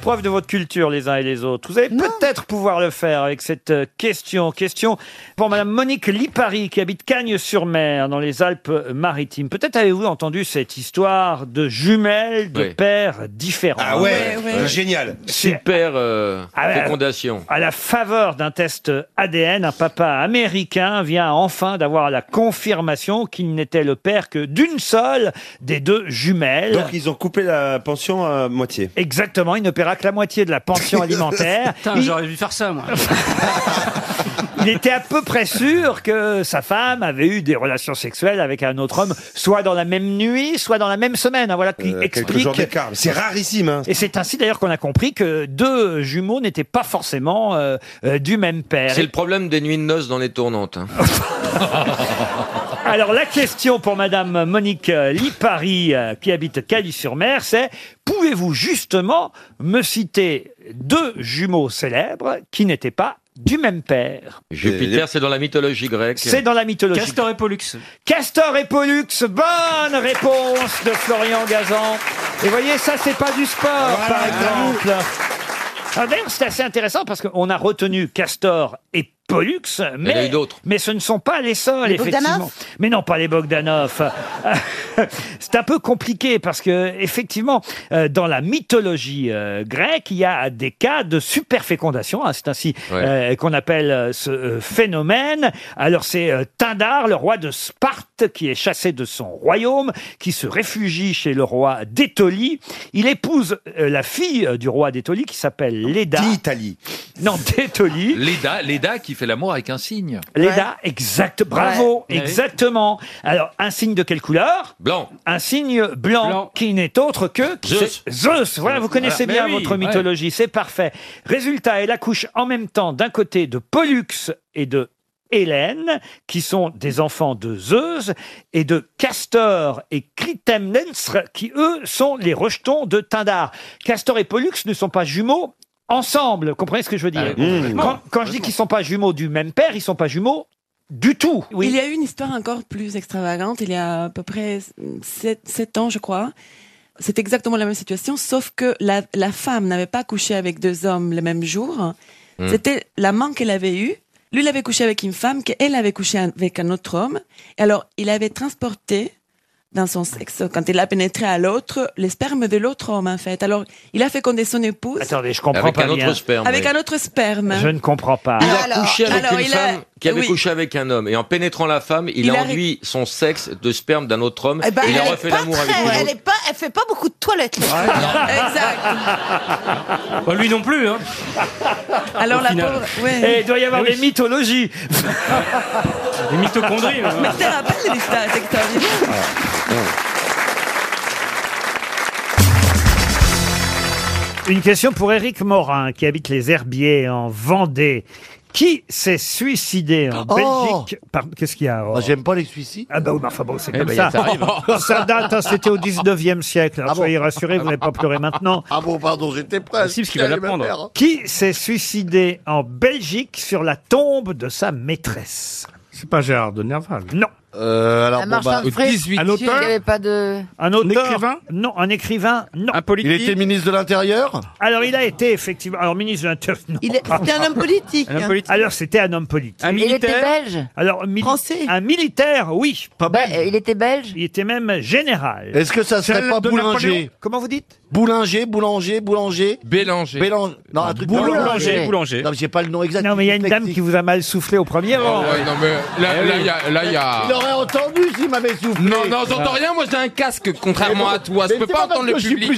preuve de votre culture les uns et les autres. Vous allez peut-être pouvoir le faire avec cette euh, question. Question pour Madame Monique Lipari qui habite Cagnes-sur-Mer dans les Alpes-Maritimes. Peut-être avez-vous entendu cette histoire de jumelles de
Oui.
pères différents.
Ah ouais, Ouais, ouais.
génial.
Super euh,
Ah ouais.
fécondation.
À la faveur d'un test ADN, un papa américain vient enfin d'avoir la confirmation qu'il n'était le père que d'une seule des deux jumelles.
Donc ils ont coupé la pension à moitié.
Exactement, il ne paiera que la moitié de la pension alimentaire.
Putain,
Il-
j'aurais dû faire ça, moi.
Il était à peu près sûr que sa femme avait eu des relations sexuelles avec un autre homme, soit dans la même nuit, soit dans la même semaine. Hein, Voilà qui
Euh, quelques
explique.
jours d'écart. C'est rarissime, hein.
Et c'est ainsi d'ailleurs qu'on a compris que deux jumeaux n'étaient pas forcément euh, euh, du même père.
C'est le problème des nuits de noces dans les tournantes. hein.
Alors la question pour Madame Monique euh, Lipari, euh, qui habite Cali-sur-Mer, c'est pouvez-vous justement me citer deux jumeaux célèbres qui n'étaient pas du même père
Jupiter, c'est dans la mythologie grecque.
C'est dans la mythologie.
Castor
euh, et Pollux. Castor et Pollux, bonne réponse de Florian Gazan. Et voyez, ça, c'est pas du sport, par exemple. Ah, D'ailleurs, c'est assez intéressant parce qu'on a retenu Castor et Pollux, mais,
en a eu d'autres.
mais ce ne sont pas les seuls,
Les Bogdanov
effectivement. Mais non, pas les Bogdanov. c'est un peu compliqué parce que, effectivement, euh, dans la mythologie euh, grecque, il y a des cas de superfécondation. hein, c'est ainsi euh, qu'on appelle euh, ce euh, phénomène. Alors, c'est euh, Pindar, le roi de Sparte, qui est chassé de son royaume, qui se réfugie chez le roi d'Étolie. Il épouse euh, la fille euh, du roi d'Étolie qui s'appelle Leda. D'Italie. Non, d'Étolie.
Leda, Leda qui fait l'amour avec un signe.
Leda, exact. Bravo,
Ouais.
exactement. Alors, un signe de quelle couleur
Blanc.
Un signe blanc, qui n'est autre que
Zeus.
C'est Zeus. Voilà, vous connaissez
Voilà.
bien
Mais oui,
votre
ouais.
mythologie, c'est parfait. Résultat, elle accouche en même temps d'un côté de Pollux et de Hélène, qui sont des enfants de Zeus, et de Castor et Clytemnestre, qui eux sont les rejetons de Tindar. Castor et Pollux ne sont pas jumeaux. Ensemble, Vous comprenez ce que je veux dire
Ah oui, complètement.
quand, quand je dis qu'ils sont pas jumeaux du même père, ils sont pas jumeaux du tout. Oui.
Il y a eu une histoire encore plus extravagante. Il y a à peu près 7, ans, je crois. C'est exactement la même situation, sauf que la, la femme n'avait pas couché avec deux hommes le même jour.
Hmm.
C'était l'amant qu'elle avait eu. Lui, il avait couché avec une femme, qu'elle avait couché avec un autre homme. Et alors, il avait transporté dans son sexe, quand il a pénétré à l'autre, les spermes de l'autre homme, en fait. Alors, il a fécondé son épouse.
Attendez, je comprends
Avec
pas
un autre
bien.
sperme,
Avec un autre sperme.
Je ne comprends pas.
Il a couché avec
alors,
une
il a-
femme qui avait
oui.
couché avec un homme. Et en pénétrant la femme, il,
Il
a
a-
enduit son sexe de sperme d'un autre homme.
Eh ben,
il a
elle est
refait
pas
l'amour
très-
avec une autre.
elle, est pas, elle fait pas beaucoup de toilettes.
lui non plus. Hein.
Alors,
la
final.
pauvre-
ouais.
Et il doit y avoir
Eh oui.
des mythologies.
Des mytochondries. hein.
Mais je te rappelle les histoires avec ta vie.
Ah, Une question pour Éric Morin, qui habite les Herbiers en Vendée. Qui s'est suicidé en
Oh
Belgique Pardon, Qu'est-ce qu'il y a oh
J'aime pas les suicides.
Ah bah oui, mais enfin bon, c'est
Eh
comme
ben,
ça.
ça arrive.
Ça date, hein, c'était au 19e siècle. Alors,
Ah bon
soyez rassurés, vous n'allez pas pleurer maintenant.
Ah bon, pardon, j'étais
Ah,
prêt.
Possible qu'il va
hein.
hein.
Qui s'est suicidé en Belgique sur la tombe de sa maîtresse
C'est pas Gérard de Nerval.
Non.
Euh,
alors,
Un marchand de frites,
un
Il n'y
auteur
avait pas de.
un auteur Non, un écrivain Non. Un politique Il était ministre de l'Intérieur Alors, il a été effectivement. Alors, ministre de l'Intérieur. non.
Il est- c'était un homme politique. Un homme politique.
Alors, c'était un homme politique.
Un Il militaire était belge Bah,
Alors, Français Un militaire, oui. Pas
il était belge
Il était même général.
Est-ce que ça serait pas boulanger
Comment vous dites
Boulanger, boulanger, boulanger.
Bélanger.
Bélanger. Non, un truc comme ça.
Boulanger, boulanger.
Non, mais j'ai pas le nom exact.
Non, mais il y a une dame qui vous a mal soufflé au premier rang. Eh
non,
mais
là- là, il y
a...
là, il y a-
Il aurait entendu s'il m'avait soufflé.
Non, non, j'entends
Ah.
rien, moi j'ai un casque, contrairement à toi. Je peux pas entendre le public.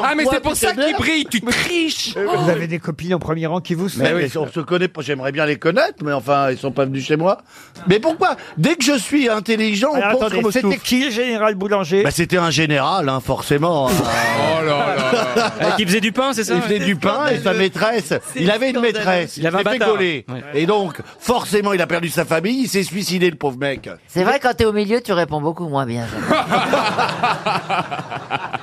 Ah, mais c'est pour ça qu'il brille, tu triches.
Vous avez des copines au premier rang qui vous
Eh Mais
soufflent.
oui, on se connaît pas, j'aimerais bien les connaître, mais enfin, ils sont pas venus chez moi. Mais pourquoi Dès que je suis intelligent, on
Alors,
pense
attendez,
qu'on me
c'était
souffle.
qui le général Boulanger
Bah, c'était un général, hein, forcément.
Oh là là.
Euh,
Qui faisait du pain, c'est ça
Il faisait du pain et sa maîtresse, il avait une maîtresse,
Il avait un
s'est fait
bâtard.
gauler. Et donc, forcément, il a perdu sa famille, il s'est suicidé, le pauvre mec.
C'est vrai, quand t'es au milieu, tu réponds beaucoup moins bien.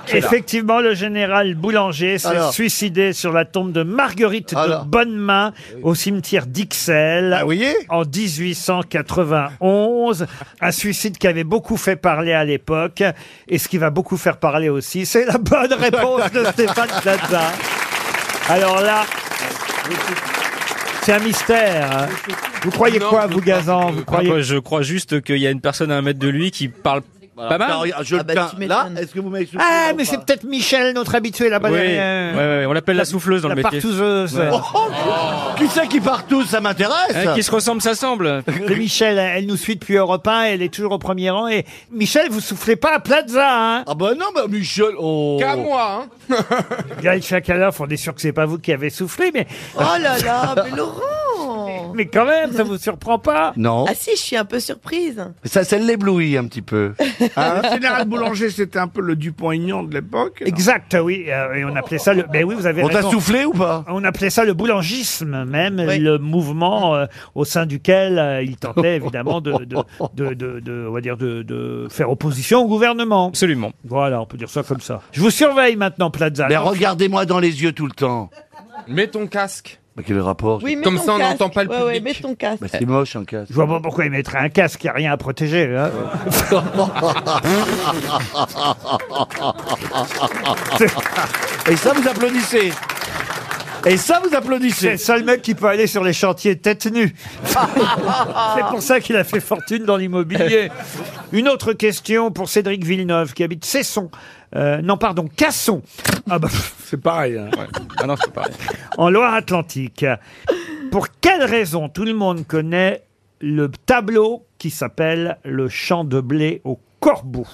C'est là. Effectivement, le général Boulanger s'est
Alors.
suicidé sur la tombe de Marguerite de Bonnemain au cimetière d'Ixelles en 1891. Un suicide qui avait beaucoup fait parler à l'époque et ce qui va beaucoup faire parler aussi, c'est la bonne réponse de Stéphane Plaza. Alors là, c'est un mystère. hein. Vous croyez
Non,
quoi,
je
vous,
crois
Gazan
Ah,
Vous croyez
bah,
Moi, je crois juste qu'il y a une personne à un mètre de lui qui parle pas mal.
ah,
Ah, bah,
Je le tiens. là, est-ce que vous m'avez soufflé
Ah,
ou
mais
pas
c'est peut-être Michel, notre habitué là-bas.
Oui.
derrière.
Ouais, ouais, ouais, on l'appelle la souffleuse dans le métier.
La partouzeuse. Oh.
Ouais.
Oh, Qui c'est qui part tous Ça m'intéresse.
Eh, qui se ressemble, ça semble.
C'est Michel, elle nous suit depuis Europe 1, elle est toujours au premier rang. Et Michel, vous soufflez pas à Plaza, hein
Ah bah non, mais Michel, oh
Qu'à moi, hein
Gaël Chakaloff, on est sûr que c'est pas vous qui avez soufflé, mais...
Oh là là, mais Laurent
Mais quand même, ça vous surprend pas
Non.
Ah si, je suis un peu surprise.
Ça, ça l'éblouit un petit peu. Hein
Le général Boulanger, c'était un peu le Dupont-Aignan de l'époque. non
Exact, oui, euh, et on appelait ça le. Ben oui, vous avez
On t'a
raison.
soufflé ou pas
On appelait ça le boulangisme, même le mouvement euh, au sein duquel euh, il tentait évidemment de, de, de, de- de- on va dire de, de faire opposition au gouvernement.
Absolument.
Voilà, on peut dire ça comme ça. Je vous surveille maintenant, Plaza.
Mais regardez-moi dans les yeux tout le temps.
Mets ton casque.
Mais quel est le rapport
Oui, mets
Comme
ton
ça, on
casque.
n'entend pas le
Ouais, ouais,
public.
mets ton casque.
Bah, C'est moche un casque.
Je vois pas pourquoi il mettrait un casque, il n'y a rien à protéger. hein.
Et ça, vous applaudissez. Et ça, vous
C'est
applaudissez.
le seul mec qui peut aller sur les chantiers tête nue. C'est pour ça qu'il a fait fortune dans l'immobilier. Une autre question pour Cédric Villeneuve qui habite Cesson. Euh, non, pardon, Casson. Ah bah,
C'est pareil. hein.
Ah non, c'est pas pareil.
en Loire-Atlantique. Pour quelle raison tout le monde connaît le tableau qui s'appelle le champ de blé au corbeau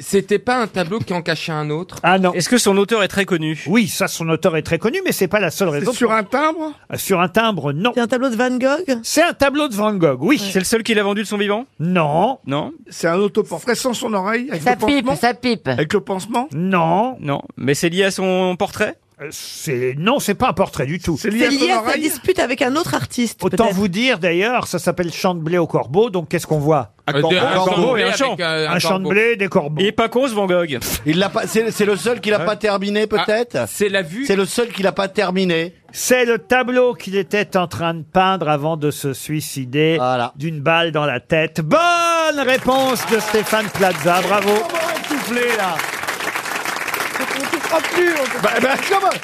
C'était pas un tableau qui en cachait un autre
Ah non.
Est-ce que son auteur est très connu
Oui, ça, son auteur est très connu, mais c'est pas la seule raison. Sur
un timbre
Ah, Sur un timbre, non.
C'est un tableau de Van Gogh
C'est un tableau de Van Gogh, oui.
C'est le seul qu'il a vendu de son vivant
Non,
Non.
C'est un autoportrait sans son oreille avec
Ça
le pansement.
pipe, ça pipe.
Avec le pansement.
non.
Non. Mais c'est lié à son portrait
Euh, C'est non, c'est pas un portrait du tout.
C'est lié
C'est
à son
lié à sa
oreille.
dispute avec un autre artiste.
Autant
peut-être.
vous dire d'ailleurs, ça s'appelle champ de blé au corbeau. Donc qu'est-ce qu'on voit
Euh, de-
corbeau et un
avec,
champ.
euh,
Un champ de
corbeau.
blé, des corbeaux.
Il est pas con, ce Van Gogh.
Il l'a pas. C'est c'est le seul qu'il a pas terminé, peut-être.
Hein Ah, C'est la vue.
C'est le seul qu'il a pas terminé.
C'est le tableau qu'il était en train de peindre avant de se suicider d'une balle dans la tête. Bonne réponse de Stéphane Plaza. Bravo.
là.
On ne comprend plus. on comprend-
Bah, bah, comment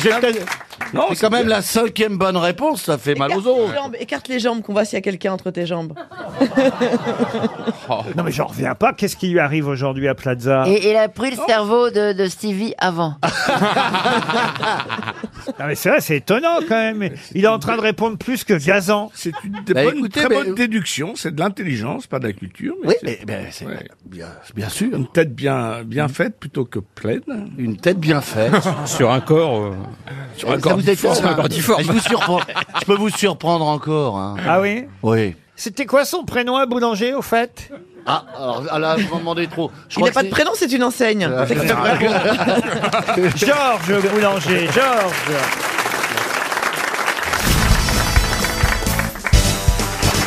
J'ai peut-être-
Non,
C'est quand même la cinquième bonne réponse. Ça fait mal aux
Écarte les
autres.
jambes, écarte les jambes qu'on voit s'il y a quelqu'un entre tes jambes.
Oh. Non mais j'en reviens pas. Qu'est-ce qui lui arrive aujourd'hui à Plaza
Et il a pris le cerveau de, de Stevie avant.
Non mais c'est vrai, c'est étonnant quand même. Il est en train de répondre plus que Gazan.
C'est une des
Bah,
bonnes-
écoutez,
très
mais-
bonne déduction. C'est de l'intelligence, pas de la culture. Mais
Oui,
c'est-
mais, mais c'est
Ouais.
bien, bien sûr.
Une tête bien, bien faite plutôt que pleine.
Une tête bien faite.
Sur un corps. euh,
Sur un
Ça
corps
vous détend,
difforme.
hein.
cordiforme.
Je, vous surprends- je peux vous surprendre encore. hein.
Ah oui.
Oui.
C'était quoi son prénom à Boulanger au fait
Ah, alors ah là, vous m'en demandez trop. Je
Il
crois
n'a
que
pas de
c'est- Euh,
prénom, c'est une enseigne.
Georges Boulanger. Georges.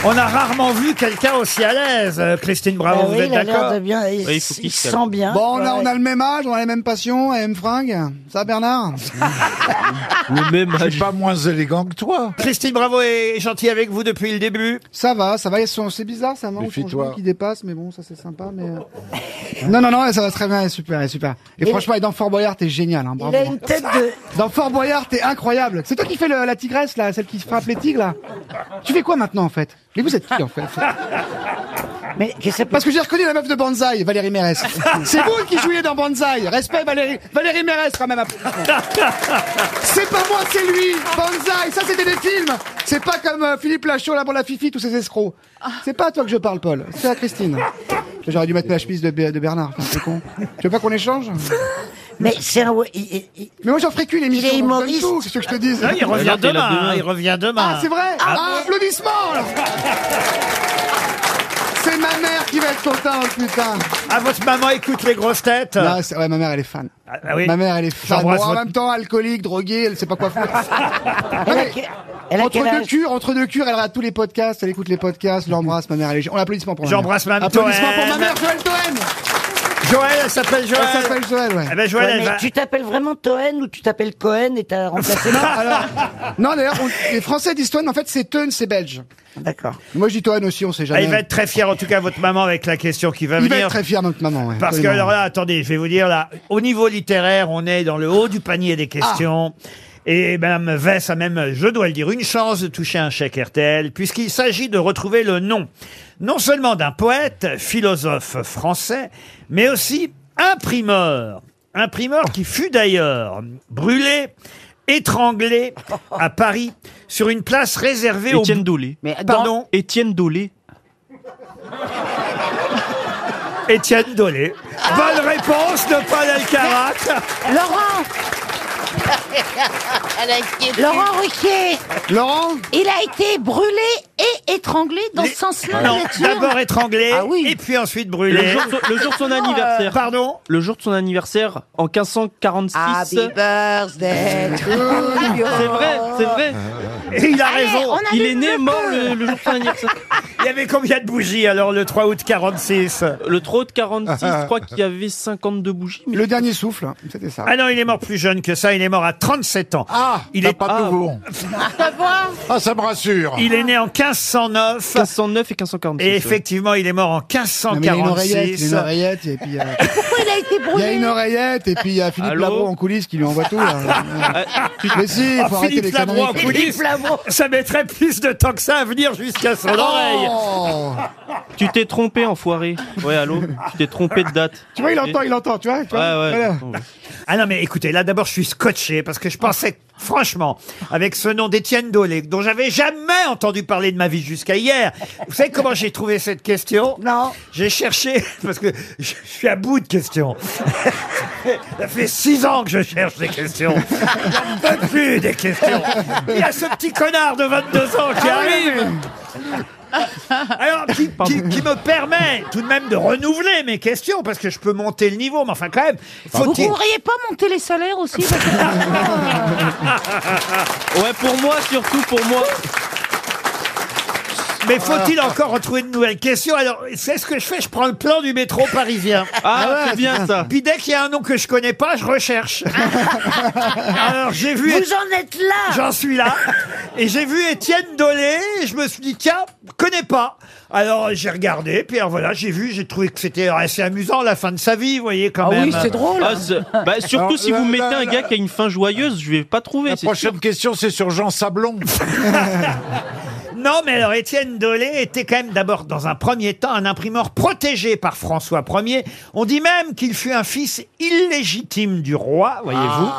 On a rarement vu quelqu'un aussi à l'aise, euh, Christine Bravo, vous êtes d'accord
bien, Bah il,
Oui, il faut qu'il il se calme.
sent bien. Bon, on a, on a le même âge, on a les mêmes passions, et même fringues. Ça, Bernard
Le même
Ah,
Je suis pas moins élégant que toi.
Christine Bravo est gentille avec vous depuis le début.
Ça va, ça va. ils sont- C'est bizarre, ça manque son
Méfie-toi.
genou qui dépasse, mais bon, ça c'est sympa. Mais euh, non, non, non, ça va très bien, elle est super, elle est super. Et, franchement, et dans Fort Boyard, t'es génial, hein, bravo.
a une tête de-
Dans Fort Boyard, t'es incroyable. C'est toi qui fais le- la tigresse là, celle qui frappe les tigres là. Tu fais quoi maintenant en fait Mais vous êtes qui en fait
Mais
Parce que j'ai reconnu la meuf de Banzai, Valérie Mérès. C'est vous qui jouiez dans Banzai. Respect Valérie, Valérie Mérès quand même. C'est pas moi, c'est lui. Banzai, ça c'était des films. C'est pas comme euh, Philippe Lachaud, là pour la Fifi, tous ces escrocs. C'est pas à toi que je parle, Paul. C'est à Christine. J'aurais dû mettre la chemise de, Bé- de Bernard. Enfin, c'est con. Tu veux pas qu'on échange
Mais c'est un. il- il- il-
Mais moi j'en ferai qu'une émission.
Il est
donc donne
humoriste.
tout, C'est ce que je te dis.
Là, il revient
t'es là
demain, hein,
demain.
il revient demain.
Ah, c'est vrai
Ah,
ah, Applaudissements alors. C'est ma mère qui va être contente, oh, putain.
Ah, votre maman écoute les grosses têtes
Non, c'est- ouais, ma mère, elle est fan.
Ah, ah oui.
Ma mère, elle est fan.
J'embrasse
Bon, en
votre-
même temps, alcoolique, droguée, elle sait pas quoi faire.
Elle a,
Ouais,
que- elle a
entre
quel
deux
âge
cures, entre deux cures, elle regarde tous les podcasts, elle écoute les podcasts, l'embrasse, ma mère, elle est... On l'applaudissement pour ma mère.
J'embrasse Mme
Applaudissements
Toen.
pour ma mère, Joël Toen
Joël, elle s'appelle Joël.
Elle s'appelle Joël, ouais.
Eh ben, Joël,
Ouais,
elle
mais
va-
Tu t'appelles vraiment Toen ou tu t'appelles Cohen et t'as remplacé.
Non, alors... Non, d'ailleurs, on- les Français disent Toen, mais en fait, c'est Toen, c'est belge.
D'accord.
Moi, je dis Toen aussi, on sait jamais.
elle Ah, va être très fière, en tout cas, votre maman, avec la question qui va
Il
venir.
va être très fier, notre maman, ouais.
Parce que,
absolument. Ah.
alors là, attendez, je vais vous dire, là, au niveau littéraire, on est dans le haut du panier des questions. Et Madame Vess a même, je dois le dire, une chance de toucher un chèque RTL, puisqu'il s'agit de retrouver le nom, non seulement d'un poète, philosophe français, mais aussi imprimeur. Imprimeur qui fut d'ailleurs brûlé, étranglé à Paris, sur une place réservée aux...
Étienne
Doulé.
Pardon
Pardon
Étienne Dolé.
Étienne Dolé. Bonne réponse de Paul Alcarat.
Laurent Laurent Ruquier
Laurent
Il a été brûlé et étranglé dans ce sens-là,
Non,
bien sûr.
d'abord étranglé,
Ah
et puis ensuite brûlé. Ah,
Le jour, de- le jour de son anniversaire.
Pardon
Le jour de son anniversaire, en 1546.
Ah,
Happy birthday to you.
C'est vrai, c'est vrai.
Et il a raison.
Il est né mort le, le jour de son anniversaire.
Il y avait combien de bougies alors le 3 août Ah. 46
Le 3 août 46, je crois qu'il y avait 52 bougies.
Le dernier souffle, hein, c'était ça.
Ah non, il est mort plus jeune que ça, il est mort à 37 ans.
Ah,
il
t'as
est
pas de nouveau.
Ah, ça me rassure. Il est né en 1509.
1509 et 1546.
Et
ouais.
effectivement, il est mort en
Non, mais il y a une oreillette,
1546.
il y a une oreillette, et puis... euh,
Pourquoi il a été
Il y
brûlé
a une oreillette et puis il y a Philippe
Allô
Labro en coulisses qui lui envoie tout. là. Mais si, faut
Ah,
arrêter les
Philippe Labro en
conneries.
coulisses, ça mettrait plus de temps que ça à venir jusqu'à son
Oh.
oreille.
Tu t'es trompé, enfoiré. Ouais, allô Tu t'es trompé de date.
Tu vois, il entend, il entend, tu vois, tu vois
Ouais, ouais.
Voilà.
Ah non, mais écoutez, là d'abord, je suis scotché parce que je pensais, franchement, avec ce nom d'Étienne Dolé, dont j'avais jamais entendu parler de ma vie jusqu'à hier. Vous savez comment j'ai trouvé cette question
Non.
J'ai cherché, parce que je je suis à bout de questions. Ça fait six ans que je cherche des questions. J'en peux plus des questions. Il y a ce petit connard de 22 ans qui arrive. Alors, qui, qui- qui me permet tout de même de renouveler mes questions, parce que je peux monter le niveau, mais enfin, quand même,
Vous
faut-il.
pourriez pas monter les salaires aussi parce que
Ouais, pour moi, surtout pour moi.
Mais faut-il encore retrouver de nouvelles questions Alors, c'est ce que je fais, je prends le plan du métro parisien.
Ah, c'est bien ça.
Puis dès qu'il y a un nom que je connais pas, je recherche. Alors, j'ai vu...
Vous en êtes là
J'en suis là. Et j'ai vu Étienne Dolé, et je me suis dit, tiens, connais pas. Alors, j'ai regardé, puis alors, voilà, j'ai vu, j'ai trouvé que c'était assez amusant, la fin de sa vie, vous voyez, quand même.
Ah, c'est- bah, surtout
Alors,
si
la-
vous
la-
mettez
la-
un gars qui a une fin joyeuse, je vais pas trouver. c'est sûr.
question, c'est sur Jean Sablon. non, mais alors Étienne Dolé était quand même d'abord, dans un premier temps, un imprimeur protégé par François Ier. On dit même qu'il fut un fils illégitime du roi, voyez-vous.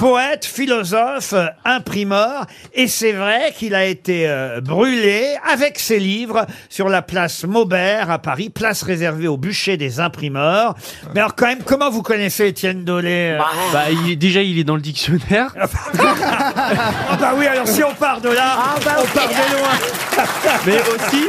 Poète, philosophe, euh, imprimeur. Et c'est vrai qu'il a été euh, brûlé avec ses livres sur la place Maubert à Paris, place réservée au bûcher des imprimeurs. Mais alors quand même, comment vous connaissez Étienne Dolé euh
Bah, il est- déjà, il est dans le dictionnaire.
ah bah oui, alors si on part de là,
Ah bah
on part de loin.
Mais aussi,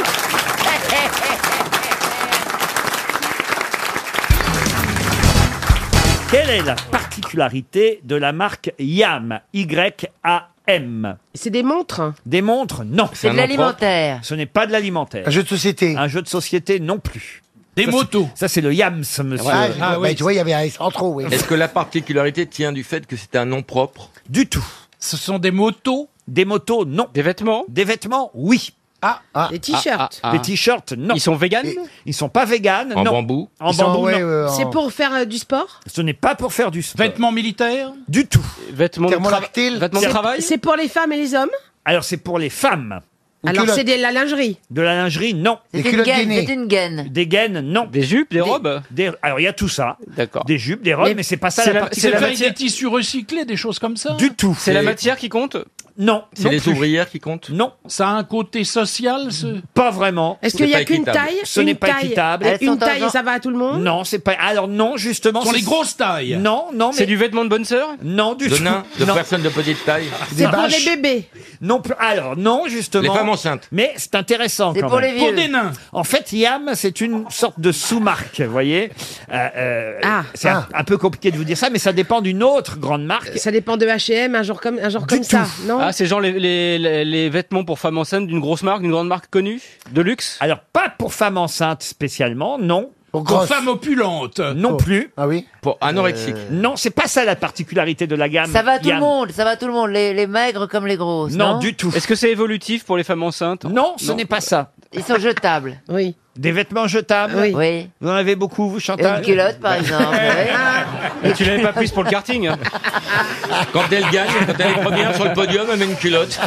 Quelle est la particularité de la marque YAM Y-A-M C'est des montres Des montres, non.
C'est de l'alimentaire.
Ce n'est pas de l'alimentaire. Un jeu de société Un jeu de société non plus. Des motos Ça, c'est le YAMS, monsieur.
Ouais, je-
Ah,
bah, tu vois, il y avait un S en trop, oui.
Est-ce que la particularité tient du fait que c'était un nom propre
Du tout. Ce sont des motos Des motos, non. Des vêtements Des vêtements, oui. Ah,
Des t-shirts.
Des t-shirts, non. Ils sont véganes Ils sont pas véganes,
En
non.
bambou
En
Ils sont-
bambou,
ouais,
non.
ouais, en-
C'est pour faire euh, du sport
Ce n'est pas pour faire du sport. Vêtements militaires Du tout.
Vêtements
de, trava- vêtements de
C'est-
travail
C'est pour les femmes et les hommes
Alors, c'est pour les femmes.
Alors c'est de la lingerie.
De la lingerie, non.
C'est une gaine, c'est une gaine.
Des gaines, non. Des jupes, des robes Alors, il y a tout ça. D'accord. Des jupes, des robes, Oh, mais, c'est pas ça la,
C'est
particularité.
avec des tissus recyclés, des choses comme ça hein.
Du tout.
C'est la matière
qui compte Non.
C'est les
ouvrières qui comptent Non.
Ça a un côté social, ce...
Pas vraiment.
Est-ce qu'il n'y a qu'une taille
Ce n'est
Une
pas
taille.
équitable.
Eh,
Et Une taille, ça va à tout le monde
Non, c'est pas. Alors non, justement.
Ce sont
c'est-
les grosses tailles.
Non, non. Mais...
C'est du
vêtement de bonne sœur Non, du
De
tout.
nains De
Non. Ah,
personnes de petite taille
C'est pour les bébés.
Non plus. Alors non, justement.
Les femmes enceintes.
Mais c'est intéressant.
C'est
quand
pour
même.
les vieux. Pour des
nains. En fait, Yam, c'est une sorte de sous-marque, vous voyez. Euh, euh,
Ah.
c'est un- un peu compliqué de vous dire ça, mais ça dépend d'une autre grande marque.
Euh,
Ça dépend de H&M, un genre comme, un genre comme ça, non
Ah, c'est genre les, les, les- les vêtements pour femmes enceintes d'une grosse marque, d'une grande marque connue, de luxe
Alors, pas pour femmes enceintes spécialement, non.
Pour femmes opulentes.
Non plus. Euh,
Ah oui
Pour anorexique.
Non, c'est pas ça la particularité de la
Ah,
gamme.
Ça va à tout
Yam.
le monde, ça va à tout le monde, les, les maigres comme les grosses. Non,
du tout.
Est-ce que c'est évolutif pour les femmes enceintes
Non, ce n'est pas ça.
Ils sont jetables.
Oui. Des vêtements jetables
Oui. Oui.
Vous en avez beaucoup, vous, Chantal
Ah.
Une culotte, par exemple.
Et tu l'avais pas prise pour le karting hein
Quand elle gagne, quand elle est première sur le podium, elle met une culotte.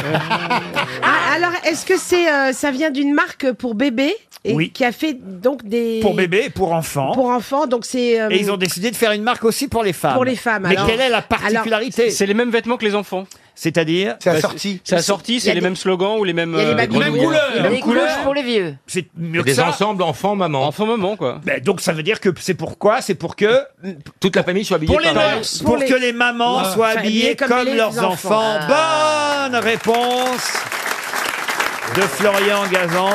Ah, alors, est-ce que c'est, euh, ça vient d'une marque pour bébé et
Oui.
Qui a fait donc des.
Pour bébé et pour enfant.
Pour enfants, donc c'est. euh,
Et ils ont décidé de faire une marque aussi pour les femmes.
Pour les femmes,
Mais
alors.
quelle est la particularité
C'est les mêmes vêtements que les enfants.
C'est-à-dire
Bah, C'est assorti, c'est les mêmes slogans ou les mêmes.
Il y a des
euh,
bagnoles.
grenouilles.
Même couleur. Il y a des couches pour les vieux.
C'est mieux
Des
que ça.
ensembles enfants-maman.
Enfants-maman, quoi.
Ben, donc ça veut dire que c'est pourquoi C'est pour que
toute la famille soit habillée
pour les
pareil.
mères,
Pour
pour,
les-
que les mamans
Ouais.
soient
Enfin,
habillées
habillées
comme,
comme les
leurs enfants.
enfants. Ah.
Bonne réponse de Florian Gazan.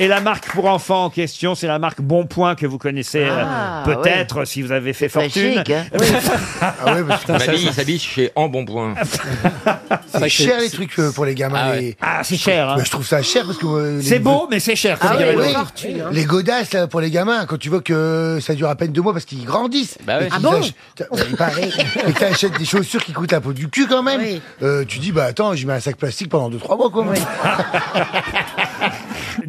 Et la marque pour enfants en question, c'est la marque Bonpoint que vous connaissez euh,
Ah,
peut-être si vous avez fait fortune.
chic, hein.
ah
oui, Mamie, il s'habille chez En Bon Point.
Ah bah, C'est cher les trucs euh, pour les gamins.
Ah ouais.
les-
Ah, c'est cher. hein.
Bah, je trouve ça cher parce que. euh, les-
C'est beau, mais c'est cher. comme
Ah oui,
dirait
oui.
l'autre.
Les godasses là, pour les gamins, quand tu vois que ça dure à peine deux mois parce qu'ils grandissent.
Bah oui.
et
Ah
qu'ils
bon
achètent- Il paraît. Et que t'achètes des chaussures qui coûtent la peau du cul quand même. Euh, tu dis, bah attends, j'y mets un sac plastique pendant deux, trois mois quoi.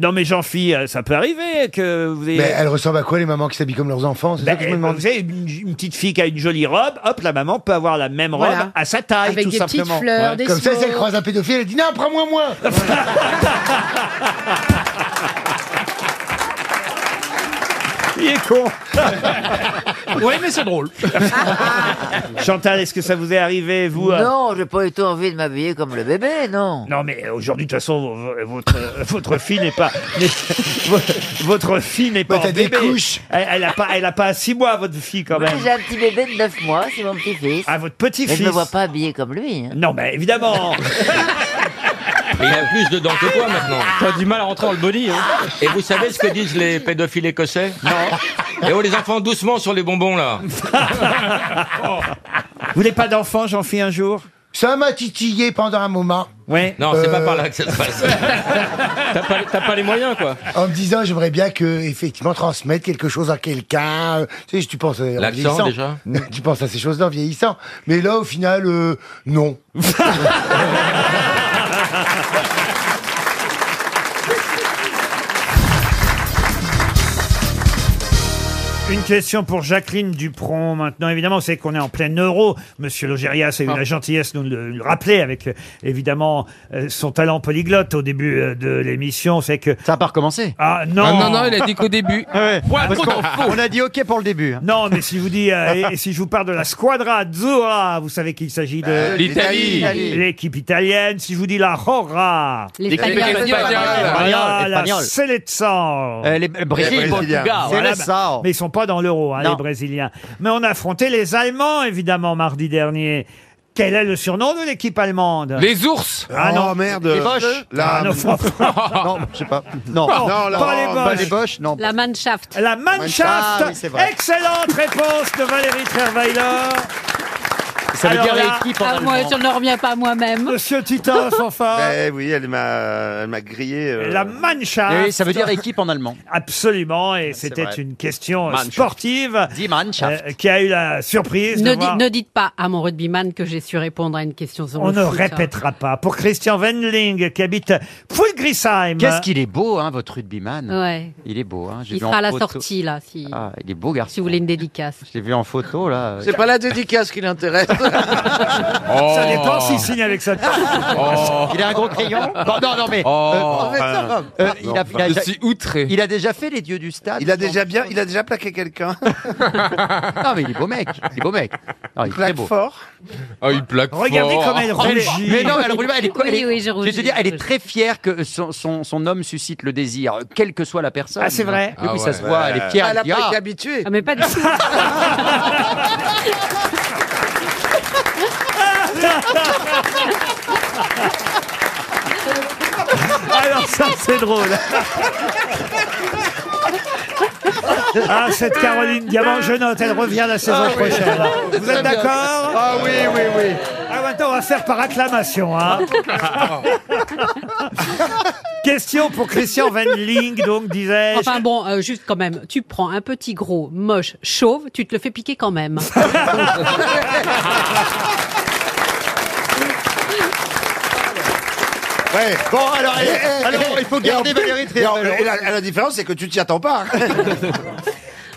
Non, mais jean fille ça peut arriver que vous ayez.
Mais elles ressemblent à quoi les mamans qui s'habillent comme leurs enfants eh, C'est
Ben,
ça que je me demande.
vous savez, une, une petite fille qui a une jolie robe, hop, la maman peut avoir la même robe
Voilà.
à sa taille,
Avec
tout
des petites
simplement.
fleurs, Ouais. des Comme ça, si elle slows. croise un pédophile, elle dit non, prends-moi moi.
Il est con.
oui, mais c'est drôle.
Chantal, est-ce que ça vous est arrivé, vous euh,
Ah. Non, j'ai pas eu tout envie de m'habiller comme le bébé, non.
Non, mais aujourd'hui, de toute façon, vo- vo- votre, euh, votre fille n'est pas. n'est- vo- votre fille
Bah,
n'est pas.
t'as
en
des
bébé.
couches.
Elle, elle a pas, elle a pas six mois, votre fille, quand
Moi,
même.
J'ai un petit bébé de 9 mois, c'est mon petit-fils.
Ah, votre petit-fils.
Mais je me vois pas habillé comme lui. hein.
Non, mais évidemment.
Et il a plus de dents que toi maintenant.
T'as du mal à rentrer dans le body. Hein.
Et vous savez ce que disent les pédophiles écossais Non. Et oh les enfants doucement sur les bonbons là.
Ah, Vous voulez pas d'enfant, j'en fais un jour
Ça m'a titillé pendant un moment.
Ouais.
Non, c'est
Euh,
pas par là que ça se passe.
T'as pas, t'as pas les moyens, quoi.
En me disant, j'aimerais bien que, effectivement, transmettre quelque chose à quelqu'un. Tu sais, tu penses à, en
L'accent,
vieillissant. Mm,
déjà
tu penses à ces choses-là en vieillissant. Mais là, au final, euh, non.
Ah, Une question pour Jacqueline Dupron. Maintenant, évidemment, c'est qu'on est en plein euro. Monsieur Logérias a eu la gentillesse de nous le, le rappeler avec, euh, évidemment, euh, son talent polyglotte au début euh, de l'émission. C'est que. Ça a pas recommencé. Ah, non.
Ah, non, non, il a dit qu'au début.
Poil
Parce
qu'on
qu'on-
en fout.
on a dit OK pour le début. hein.
Non, mais si je vous dis, euh, et- et si je vous parle de la Squadra Azzurra, vous savez qu'il s'agit de
Bah, l'Italie. l'Italie.
l'équipe italienne. Si je vous dis la Rora,
L'équipe L'espagnol. espagnole.
Voilà, la
L'espagnol.
Seleção.
Euh, les- le Brésil, Les Brésiliens. Portugal,
Voilà,
Seleção.
bah, Mais ils sont pas dans l'euro, hein,
Non.
les Brésiliens. Mais on a affronté les Allemands, évidemment, mardi dernier. Quel est le surnom de l'équipe allemande
Les ours.
Ah non,
Oh, merde. Les Boches.
La...
La-
Non,
Non, je sais pas. Non,
Non,
la-
pas les
pas
Boches.
les Boches, non.
La Mannschaft.
La Mannschaft.
Ah, oui, c'est vrai.
Excellente réponse de Valérie Trierweiler.
Ça veut dire l'équipe en Ah, moi, allemand. je ne reviens pas à moi-même.
Monsieur Titoff, enfin.
Eh oui, elle m'a, elle m'a grillé. euh.
La
Eh
Mannschaft.
Oui, ça veut dire équipe
en allemand. Absolument, et c'était
vrai.
une question euh,
Mannschaft.
sportive euh, qui a eu la surprise
Ne,
de voir.
dites- ne dites pas à mon rugbyman que j'ai su répondre à une question sur
On
le
ne
foot. hein.
répétera pas. Pour Christian Wendling, qui habite Fulgrisheim.
Qu'est-ce qu'il est beau, hein, votre rugbyman.
Ouais.
Il est beau, hein. j'ai
Il
vu
sera
en
à la
photo.
sortie, là, si,
Ah, il est beau, garçon.
si vous voulez une dédicace.
Je l'ai vu en photo, là.
C'est
pas la dédicace qui l'intéresse.
Oh.
Ça dépend s'il signe avec sa tête.
Il a un gros crayon Bon, Non, non, mais.
Oh,
euh,
enfin,
euh, il, a,
non,
il a
je
déjà-
suis outré.
il a déjà fait les dieux du stade.
Il a déjà
bien, il a déjà plaqué quelqu'un. non, mais il est beau mec. Il est beau mec. Non, il est très beau.
Ah, il plaque
Regardez
fort.
comme elle rougit. Oh, Mais non, elle rougit pas, elle est quoi
Oui,
elle est-
oui,
Je
j'ai
vais te
rougi,
dire, elle
j'ai
est très fière que son, son, son homme suscite le désir, euh, quelle que soit la personne.
Ah, c'est vrai
Oui, oui,
Ah
ça
ouais.
se voit, elle est fière.
Elle a
dit,
pas été
ah,
habituée. Ah, mais pas du tout.
Alors ça, c'est drôle. Ah, cette Caroline Diamant, je note, elle revient la saison
Ah oui.
prochaine. Vous
Très
êtes
bien.
d'accord
Ah oui, oui, oui.
Ah, maintenant, on va faire par acclamation. hein. Question pour Christian Wendling, donc, disais-je.
Enfin bon, euh, juste quand même, tu prends un petit gros, moche, chauve, tu te le fais piquer quand même.
Ouais.
Bon, alors, eh, alors, il faut garder Valérie
et en-
Trierweiler.
et la, la différence, c'est que tu t'y attends pas.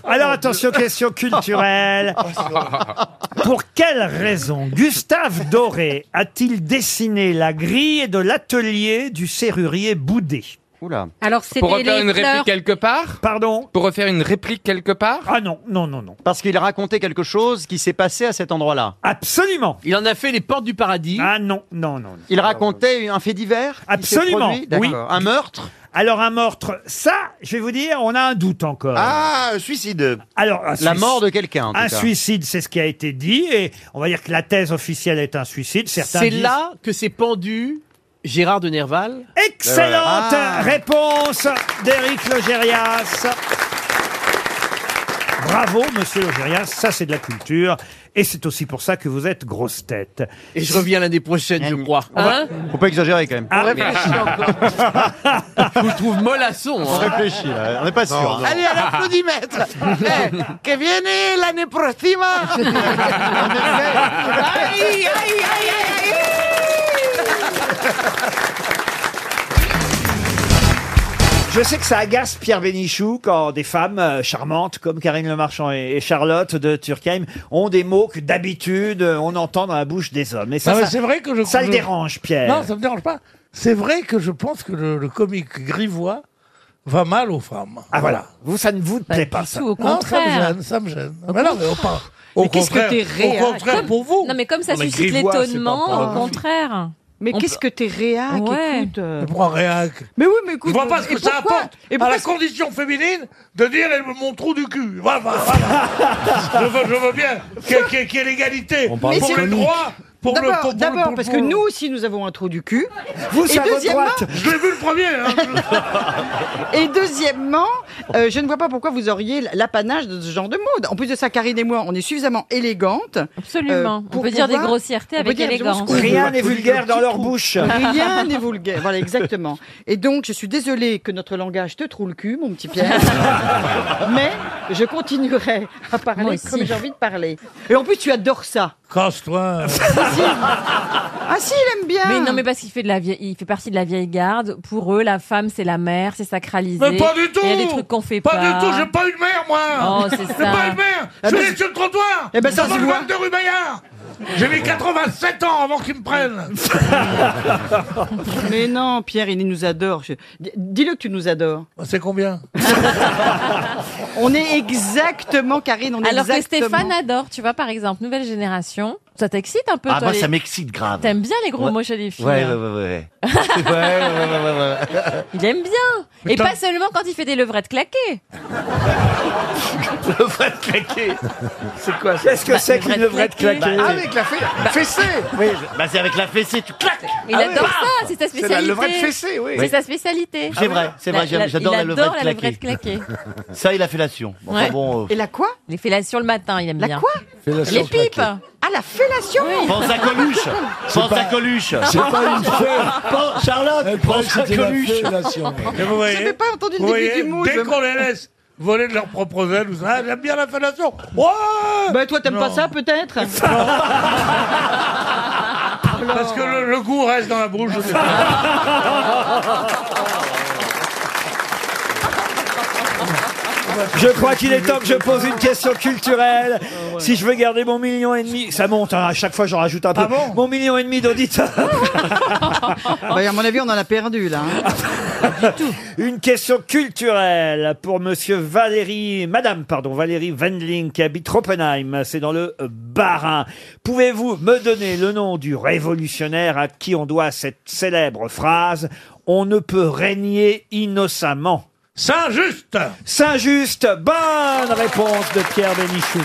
Alors attention, question culturelle.
Oh,
Ah, Pour quelle raison Gustave Doré a-t-il dessiné la grille de l'atelier du serrurier Boudet Oula.
Alors, c'était
Pour refaire
les
une réplique
fleurs.
quelque part
Pardon
Pour refaire une réplique quelque part
Ah non, non, non, non.
Parce qu'il racontait quelque chose qui s'est passé à cet endroit-là.
Absolument.
Il en a fait les portes du paradis.
Ah non, non, non.
Il racontait un fait divers qui s'est
Absolument.
produit D'accord.
oui.
Un meurtre
Alors un meurtre, ça, je vais vous dire, on a un doute encore.
Ah,
un suicide. Alors un
La
suic-
mort de quelqu'un, en tout
Un
cas.
suicide, c'est ce qui a été dit, et on va dire que la thèse officielle est un suicide. Certains
C'est
disent- Eh,
là que s'est pendu Gérard de Nerval.
Excellente
Ben
réponse d'Éric Logérias. Bravo, monsieur Logérias, ça c'est de la culture. Et c'est aussi pour ça que vous êtes grosse tête.
Et je reviens l'année prochaine, je crois. Hein
Faut pas exagérer quand même.
Ah,
je vous trouve mollasson.
On réfléchit, là. on n'est pas sûr. hein.
Allez, à l'applaudimètre Eh, Que viene l'année prochaine Aïe, aïe, aïe, aïe,
Je sais que ça agace Pierre Bénichou quand des femmes euh, charmantes comme Karine Le Marchand et et Charlotte de Turckheim ont des mots que d'habitude euh, on entend dans la bouche des hommes. Et ça,
Non, mais
ça-
c'est vrai que je-
ça le
je-
dérange, Pierre.
Non, ça me dérange pas. C'est vrai que je pense que le, le comique grivois va mal aux femmes.
Ah voilà. Vous, ça ne vous plaît pas. ça.
Non, ça me gêne, ça me gêne.
Au
Mais non, mais au, pas- au contraire, au contraire,
Comme-
pour vous.
Non, mais comme ça
Non, mais
suscite
grivois, c'est pas
l'étonnement,
grave.
au contraire.
Mais qu'est-ce
que t'es réac écoute,
Je prends rien.
Mais oui, mais écoute, euh,
Je vois pas ce
et
que ça
pourquoi
apporte
Et
à
pourquoi
la
c'est-
condition féminine de dire elle me montre trou du cul. Voilà, voilà, voilà. je, veux, je veux bien qu'il y ait- qu'il y ait- qu'il y ait l'égalité pour
Mais c'est-
les droits. Pour le,
D'abord-
pour- pour-
D'abord,
pour-
parce que
pour-
nous aussi, nous avons un trou du cul.
Vous,
et
c'est à votre
deuxièmement-
droite. Je l'ai vu le premier. hein.
et deuxièmement, euh, je ne vois pas pourquoi vous auriez l'apanage de ce genre de mode. En plus de ça, Karine et moi, on est suffisamment élégantes. Absolument. On peut dire des grossièretés on avec peut dire élégance. absolument ce qu'on Rien veut. n'est vulgaire dans leur
bouche.
Rien n'est vulgaire. Voilà, exactement. Et donc, je suis désolée que notre langage te troue le cul, mon petit Pierre. Mais je continuerai à Moi parler aussi. comme j'ai envie de parler. Et en plus, tu adores ça.
Casse-toi.
Ah si, il aime bien. Mais Mais non, non, mais parce qu'il fait de la il fait partie de la vieille garde. Pour eux, la femme, c'est la mère, c'est sacralisé.
Mais pas du tout
Il y a des trucs qu'on fait pas.
du tout, j'ai pas une mère, moi
Oh, c'est
J'ai
ça.
pas une mère
Eh
Je
ben,
suis sur le trottoir
eh ben, ça
Dans
se
le
voit.
Val de rue Maillard J'ai mis 87 ans avant qu'ils me prennent
Mais non, Pierre, il nous adore. Je- D- Dis-le que tu nous adores.
Ah,
C'est combien
On est exactement, Karine, on est Alors que exactement... Stéphane adore, tu vois, par exemple, nouvelle génération. Ça t'excite un peu,
Ah, moi, ça m'excite grave.
T'aimes bien les gros
Ouais.
mots chez les filles,
Ouais, ouais, ouais,
hein.
ouais. ouais, ouais, ouais, ouais, ouais.
Il aime bien.
Mais
Et
t'as-
pas seulement quand il fait des levrettes claquées.
Levrette claquée C'est quoi
ça Qu'est-ce que c'est qu'une levrette claquée
Ah
Bah,
Avec la
fessée
Oui, je- bah, c'est avec la fessée, tu claques
Il
Ah oui.
adore ça, c'est sa
C'est la
spécialité.
levrette fessée, oui.
C'est
Oui.
sa spécialité.
C'est vrai, c'est vrai, j'aime- j'adore
il
la levrette
adore Ah la levrette claquée.
Ça et la fellation. Bon, Enfin
Ouais.
bon, euh,
la quoi Les fellations le matin, il aime bien. La quoi
Fellation
Les pipes Ah, la fellation
Pense à Coluche
C'est
Pense
pas-
à Coluche
c'est pas une fête.
Pense- Charlotte Pense à
c'était la
Coluche
fellation. Et vous voyez,
J'avais pas entendu le
vous
début
voyez,
du mot,
Dès
je-
qu'on les laisse voler de leurs propres ailes, vous savez, ah, j'aime bien la fellation. Ouais
Bah toi, t'aimes pas ça, peut-être
Parce que le, le goût reste dans la bouche. je sais pas.
Je crois qu'il est temps que je pose une question culturelle. Si je veux garder mon million et demi, ça monte, hein, à chaque fois j'en rajoute un peu. mon million et demi d'auditeurs.
Ouais, Bah, à mon avis, on en a perdu là. hein.
Une question culturelle pour monsieur Valérie, madame, pardon, Valérie Wendling qui habite Oppenheim, c'est dans le Bas-Rhin. Pouvez-vous me donner le nom du révolutionnaire à qui on doit cette célèbre phrase On ne peut régner innocemment
Saint-Just
Saint-Just, bonne réponse de Pierre Bénichou.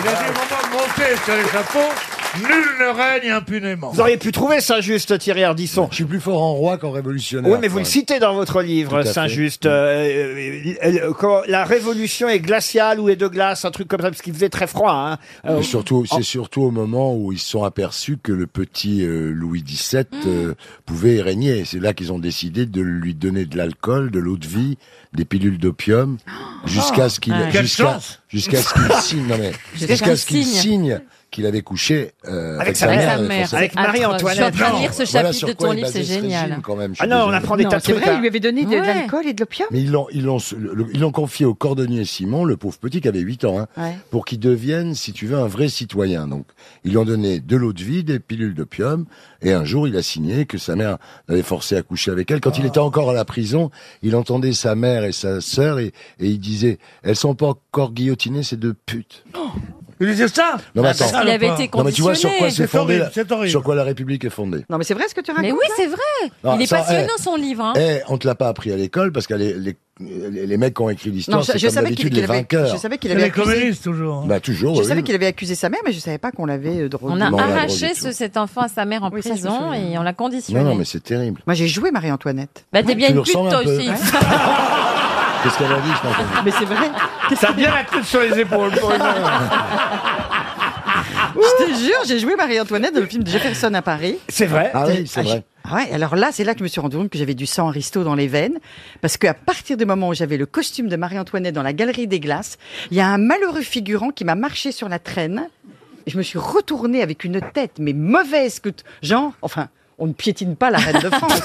Il a dit au moment de monter sur les chapeaux, nul ne règne impunément.
Vous auriez pu trouver Saint-Just, Thierry Ardisson.
Je suis plus fort en roi qu'en révolutionnaire.
Oui, mais vous le citez dans votre livre,
Tout à
Saint-Just. Euh, euh, euh, quand la révolution est glaciale ou est de glace, un truc comme ça, parce qu'il faisait très froid. hein. Euh,
Et surtout,
en-
c'est surtout au moment où ils se sont aperçus que le petit euh, Louis XVII
Hmm.
euh, pouvait régner. C'est là qu'ils ont décidé de lui donner de l'alcool, de l'eau de vie, des pilules
Oh,
d'opium, jusqu'à ce qu'il
ouais. Quelle
jusqu'à
chance
jusqu'à ce qu'il signe, non mais,
Jusqu'à
jusqu'à ce
qu'il
qu'il
signe.
signe qu'il avait couché euh, avec,
Avec sa mère. Avec sa mère.
et son-
Avec
Voilà
Marie-Antoinette.
sur
Je suis en train de lire ce chapitre
sur
de
quoi
ton
est
livre,
basé
c'est
ce
génial.
régime, quand même, je
Ah
suis
non, on
désolé.
apprend des Non, tas de c'est trucs, vrai, hein. il lui avait donné de- de Ouais. l'alcool
et de l'opium
Mais ils l'ont, ils l'ont, le- ils l'ont confié au cordonnier Simon, le pauvre petit qui avait 8 ans, hein,
Ouais.
pour qu'il devienne, si tu veux, un vrai citoyen. Donc, ils lui ont donné de l'eau de vie, des pilules d'opium, et un jour, il a signé que sa mère l'avait forcé à coucher avec elle. Quand il était encore à la prison, il entendait sa mère et sa sœur, et, et il disait, elles sont pas encore guillotinées, ces deux putes.
Oh.
Il disait ça
Non, mais
Ah,
attends.
ça, le pain.
hein. Non, mais tu vois sur quoi
C'est
c'est fondé,
horrible,
la-
c'est horrible.
sur quoi la République est fondée.
Non, mais c'est vrai ce que tu racontes.
Mais oui,
là
c'est vrai.
Ah,
Il est
ça,
passionnant
eh,
son livre. hein.
Eh, on te l'a pas appris à l'école parce que les, les, les- les mecs qui ont écrit l'histoire,
Non, je-
c'est
je
comme
savais
d'habitude
qu'il-
les
qu'il avait-
vainqueurs.
je savais qu'il avait Les accusé- communistes, hein.
toujours.
Bah toujours.
Je
oui.
savais qu'il avait accusé sa mère, mais je savais pas qu'on l'avait euh, drogué.
On a
Non, on l'a
arraché
drogué,
ce- cet enfant à sa mère en
ça, je me
prison
souviens.
et on l'a conditionné.
Non, non, mais c'est terrible.
Moi, j'ai joué Marie-Antoinette.
Bah, t'es bien
Tu
une
le
pute,
ressembles
toi
un peu.
aussi.
Qu'est-ce qu'elle a dit je m'en
Mais c'est vrai.
T'as bien la tête sur les épaules. pour une heure.
Je te jure, j'ai joué Marie-Antoinette dans le film de Jefferson à Paris.
C'est vrai.
Ah oui, c'est
Ah,
vrai.
je- Ouais, alors là, c'est là que je me suis rendu compte que j'avais du sang risto dans les veines. Parce qu'à partir du moment où j'avais le costume de Marie-Antoinette dans la galerie des glaces, il y a un malheureux figurant qui m'a marché sur la traîne. Et je me suis retournée avec une tête, mais mauvaise que. t- Genre, enfin, on ne piétine pas la reine de France.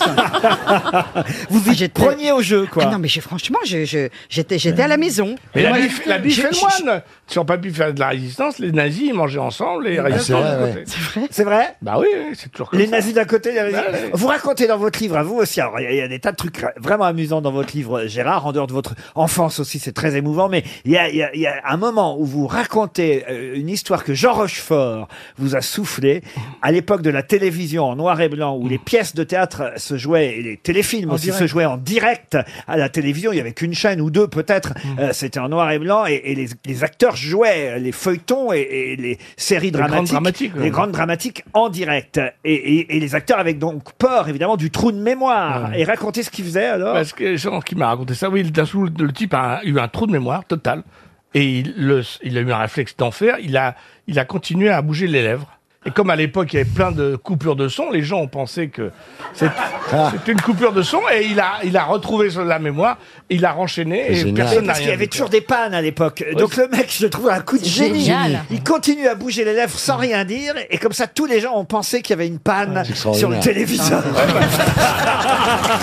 Vous vous preniez au jeu, quoi.
Ah non, mais je- franchement, je- je- j'étais j'étais à la maison.
Mais la
Moi,
bif, la bif
je-
Ah, fait le
je-
moine. Ils n'ont pas pu faire de la résistance. Les nazis, ils mangeaient ensemble. Les
Ah,
résistants
c'est vrai,
de
ouais.
côté.
C'est vrai
Bah oui, oui, c'est toujours comme
Les
ça.
nazis d'un côté, les nazis-
Bah oui.
Vous racontez dans votre livre, à vous aussi, alors il y a- il y, a des tas de trucs vraiment amusants dans votre livre, Gérard, en dehors de votre enfance aussi, c'est très émouvant, mais il y a, il y a- il y a un moment où vous racontez euh, une histoire que Jean Rochefort vous a soufflé à l'époque de la télévision en noir et blanc, où les pièces de théâtre se jouaient, et les téléfilms
En
aussi
direct.
se jouaient en direct à la télévision, il y avait qu'une chaîne ou deux peut-être,
Mm.
Euh, c'était en noir et blanc, et, et les, les acteurs jouaient les feuilletons et, et les séries
grandes
dramatiques,
dramatiques, ouais.
les grandes dramatiques en direct. Et, et- et les acteurs avaient donc peur, évidemment, du trou de mémoire. Et raconter ce qu'ils faisaient alors.
Parce que gens qui m'a raconté ça, oui, d'un coup, le type a eu un trou de mémoire total. Et il, le- il a eu un réflexe d'enfer. Il a, il a continué à bouger les lèvres. Et comme à l'époque, il y avait plein de coupures de son, les gens ont pensé que c'est- c'était une coupure de son. Et il a, il a retrouvé sur la mémoire. Il a renchaîné. Et
Génial.
personne n'a
Parce qu'il y
rien
avait
dit.
toujours des pannes à l'époque. Donc le mec, je le trouve un coup de
C'est
génie.
génial.
Il continue à bouger les lèvres sans rien dire. Et comme ça, tous les gens ont pensé qu'il y avait une panne sur
extraordinaire.
le téléviseur.
Ah.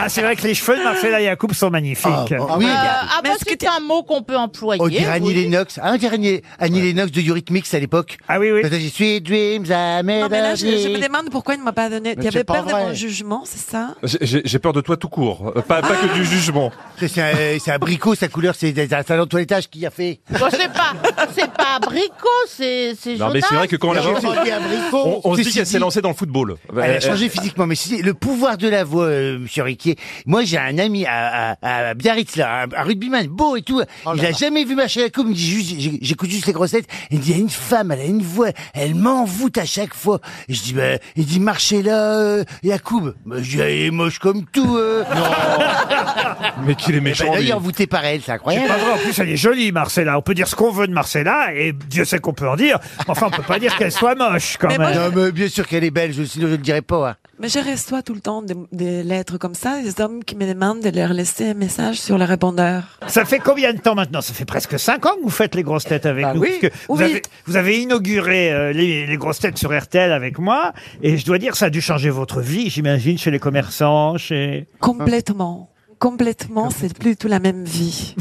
Ah, c'est vrai que les cheveux de Marcella Yacoub sont magnifiques.
oui, ah, parce que c'est un mot qu'on peut employer.
On dirait Annie
oui.
Lennox. Hein, on dirait Annie, Annie Lennox de Eurythmics à l'époque.
Ah oui, oui.
Sweet dreams are made
Non, mais là,
of
je, je me
me
demande pourquoi il ne m'a pas donné.
Mais
Tu
c'est
avais
pas
peur
vrai.
de mon jugement, c'est ça
J'ai j'ai peur de toi tout court, euh, pas, pas
Ah.
que du jugement.
C'est un, c'est un bricot, sa couleur, c'est c'est un salon de toilettage qui a fait.
Bon, c'est pas, c'est pas abricot, c'est, c'est
Non, mais
Jonas.
c'est vrai que quand on la
J'ai
voit,
entendu un bricot.
on, on se dit
Ceci
qu'elle s'est
dit-
lancée dans le football.
Elle
Euh,
a changé physiquement, mais si- le pouvoir de la voix, euh, monsieur Riquier. Moi, j'ai un ami à, à, à Biarritz, là, un, un rugbyman beau et tout. il a jamais vu marcher la coupe. Il me dit juste, j'ai- j'écoute juste les grossettes. Il me dit, il y a une femme, elle a une voix, elle m'envoûte à chaque fois. Et je dis, bah, il dit, marchez là, euh, Yacoub. Bah, je dis, elle est moche comme tout. euh.
Mais qu'il est
Eh ben,
méchant.
là, il
lui.
est envoûté par elle, c'est
C'est
incroyable.
pas vrai, en plus elle est jolie Marcella, on peut dire ce qu'on veut de Marcella, et Dieu sait qu'on peut en dire, enfin on peut pas dire qu'elle soit moche quand même.
non, mais bien sûr qu'elle est belle, je, sinon je le dirais pas. hein.
Mais je reçois tout le temps des, des lettres comme ça, des hommes qui me demandent de leur laisser un message sur le répondeur.
Ça fait combien de temps maintenant Ça fait presque 5 ans que vous faites les grosses têtes avec nous.
Bah oui.
parce que vous,
Oui.
avez, vous avez inauguré euh, les, les grosses têtes sur RTL avec moi, et je dois dire ça a dû changer votre vie, j'imagine, chez les commerçants, chez...
Complètement.
Ah.
Complètement, c'est plus tout la même vie.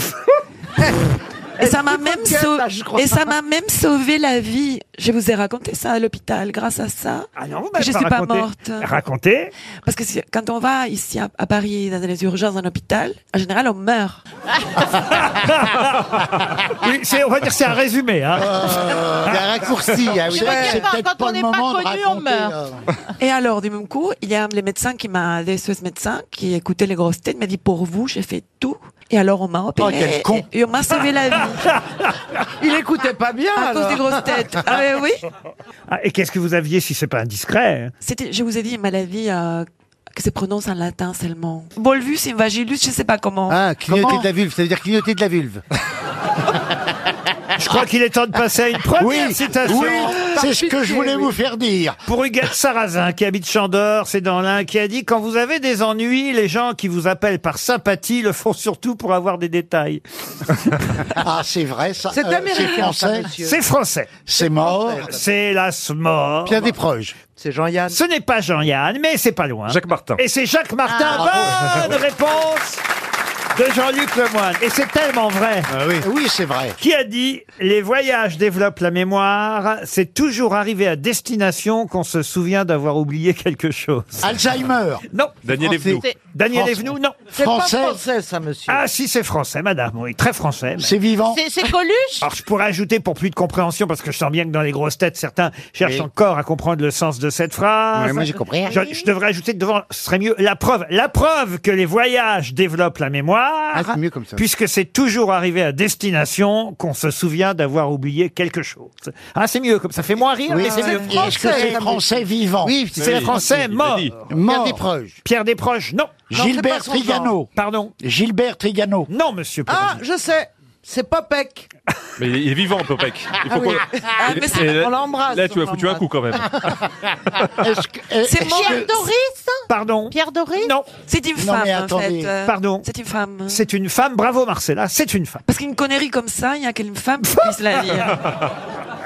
Et ça m'a même sau- et ça m'a même sauvé la vie. Je vous ai raconté ça à l'hôpital grâce à ça.
Ah non, vous
que
m'avez
je
pas
suis pas
raconté.
morte.
Racontez.
Parce que si- quand on va ici à, à Paris dans les urgences d'un hôpital, en général on meurt.
Oui, c'est- on va dire que c'est un résumé. Hein.
il y a un raccourci, hein, oui. Je veux dire,
quand- quand on n'est pas connu, on meurt.
hein. euh.
Et alors, du même coup, il y a le médecin qui m'a, le SOS médecin, qui écoutait les grosses têtes, m'a dit pour vous, j'ai fait tout. Et alors, on m'a opéré.
quel con.
Et, et on m'a sauvé la vie.
Il écoutait pas bien.
à cause des grosses têtes. Ah ouais, oui.
Ah, et qu'est-ce que vous aviez si c'est pas indiscret hein?
C'était, je vous ai dit, une maladie euh, que se prononce en latin seulement. Bolvus invagilus, je sais pas comment.
Ah, clignoter
Comment
de la vulve, ça veut dire clignoter de la vulve.
Je crois qu'il est temps de passer à une première
Oui,
citation.
oui, c'est ce que je voulais vous faire
dire. Pour Huguette Sarrazin, qui habite Chandor, c'est dans l'un, qui a dit Quand vous avez des ennuis, les gens qui vous appellent par sympathie le font surtout pour avoir des détails.
Ah, c'est vrai, ça.
C'est
euh,
américain,
C'est français.
ça, monsieur. C'est français.
C'est mort.
C'est hélas mort.
Pierre Desproges.
C'est Jean-Yann. Ce n'est pas Jean-Yann, mais c'est pas loin.
Jacques Martin.
Et c'est Jacques Martin.
Ah.
Bonne réponse de Jean-Luc Lemoyne. Et c'est tellement vrai.
oui, c'est vrai.
Qui a dit Les voyages développent la mémoire. C'est toujours arrivé à destination qu'on se souvient d'avoir oublié quelque chose.
Alzheimer.
Non.
Daniel Français. Evenou. C'est-
Daniel
Français.
Evenou, non.
C'est pas Français.
français, ça, monsieur. Ah, si, c'est français, madame. Oui, très français. C'est
vivant.
C'est- c'est Coluche
Alors, je pourrais ajouter pour plus de compréhension, parce que je sens bien que dans les grosses têtes, certains cherchent
Oui.
encore à comprendre le sens de cette phrase.
Ouais, moi, j'ai compris.
Ah, Je, je devrais ajouter devant, ce serait mieux, la preuve. La preuve que les voyages développent la mémoire.
Ah, c'est mieux comme ça.
Puisque c'est toujours arrivé à destination qu'on se souvient d'avoir oublié quelque chose. Ah, c'est mieux comme ça. Fait moins rire,
Oui,
mais c'est
c'est
mieux.
français. Est-ce que c'est français vivant
Oui,
Oui,
c'est français
il l'a
mort.
dit. Mort. Pierre Desproges.
Pierre Desproges, non.
Gilbert Trigano.
Pardon.
Gilbert Trigano.
Non, monsieur.
Ah, je sais. C'est Popek.
Mais il est vivant, Popek. Il
Ah oui.
qu'on-
Ah, mais c'est-
Et là-
on l'embrasse,
Là, tu
on
as foutu un coup quand même.
C'est
est-ce
Pierre
que- Pardon.
Pierre Doris
Non.
C'est une
Non,
femme,
mais
en
attendez.
fait. euh,
Pardon.
C'est une femme.
C'est une femme. Bravo, Marcella. C'est une femme.
Parce qu'une connerie comme ça, il n'y a qu'une femme qui puisse la lire.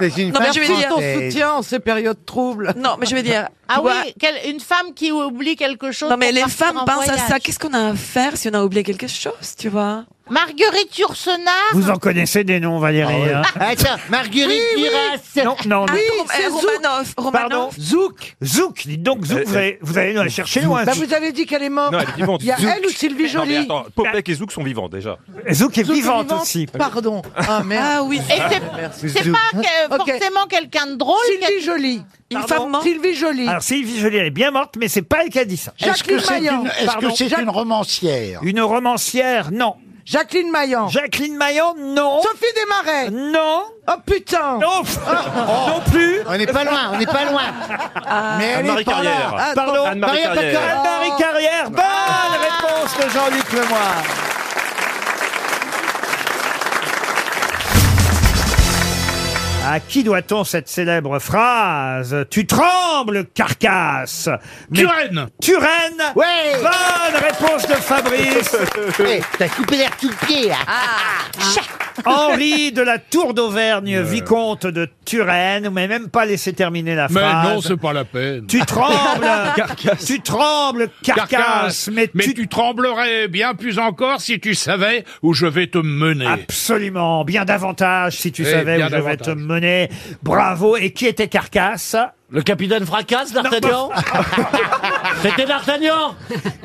une
Non, mais je vais dire.
en ces périodes troubles.
Non, mais je vais dire.
Ah
tu vois,
oui, quelle- une femme qui oublie quelque chose.
Non, mais
pour
les
partir
femmes
en
pensent à
voyage.
ça. Qu'est-ce qu'on a à faire si on a oublié quelque chose, tu vois
Marguerite Yourcenar.
Vous en connaissez des noms,
Ah
Valérie. hein.
Attends, Marguerite
Oui, oui.
Duras.
Non, non, non.
Ah, Rom-
eh,
euh, Romanov.
Pardon
Romanov.
Zouk. Zouk, dites donc, Zouk,
Euh,
vous allez, vous allez la chercher loin.
Bah, vous avez dit qu'elle est morte.
Non, elle est vivante.
Il y a
Zouk.
elle ou Sylvie
Non, mais
Joly
attends, Popek et Zouk sont vivants déjà.
Zouk est
Zouk est
vivante aussi.
Pardon. Ah merde.
Ah oui.
Et c'est- c'est pas que-
Ok.
forcément quelqu'un de drôle.
Sylvie Joly.
Une femme morte.
Sylvie Joly.
Alors, Sylvie Joly, elle est bien morte, mais c'est pas elle qui a dit ça.
Est-ce que
Jacqueline
c'est
Maillan.
une, est-ce que
Pardon.
c'est
Jacques-
une romancière
Une romancière, non.
Jacqueline Maillan.
Jacqueline Maillan, non.
Sophie Desmarais.
Non.
Oh putain.
Non,
Oh.
non plus.
On n'est pas loin, on n'est pas loin. Mais elle
Anne-Marie
est pas
Carrière.
là.
Pardon
Anne-Marie
Maria
Carrière.
Packer.
Anne-Marie Carrière, bonne réponse de Jean-Luc Lemoyne. À qui doit-on cette célèbre phrase Tu trembles, carcasse Turenne Turenne
Ouais.
Bonne réponse de Fabrice
Eh, T'as coupé l'air tout le pied, là.
Henri de la Tour d'Auvergne,
Euh.
vicomte de Turenne, vous m'avez même pas laissé terminer la
Mais
phrase.
non, c'est pas la peine.
Tu trembles, tu trembles, carcasse, mais, tu...
tremblerais bien plus encore si tu savais où je vais te mener.
Absolument, bien davantage si tu
Eh,
savais
bien
où je vais te
davantage.
mener. Bravo. Et qui était Carcasse
Le capitaine fracasse, D'Artagnan C'était D'Artagnan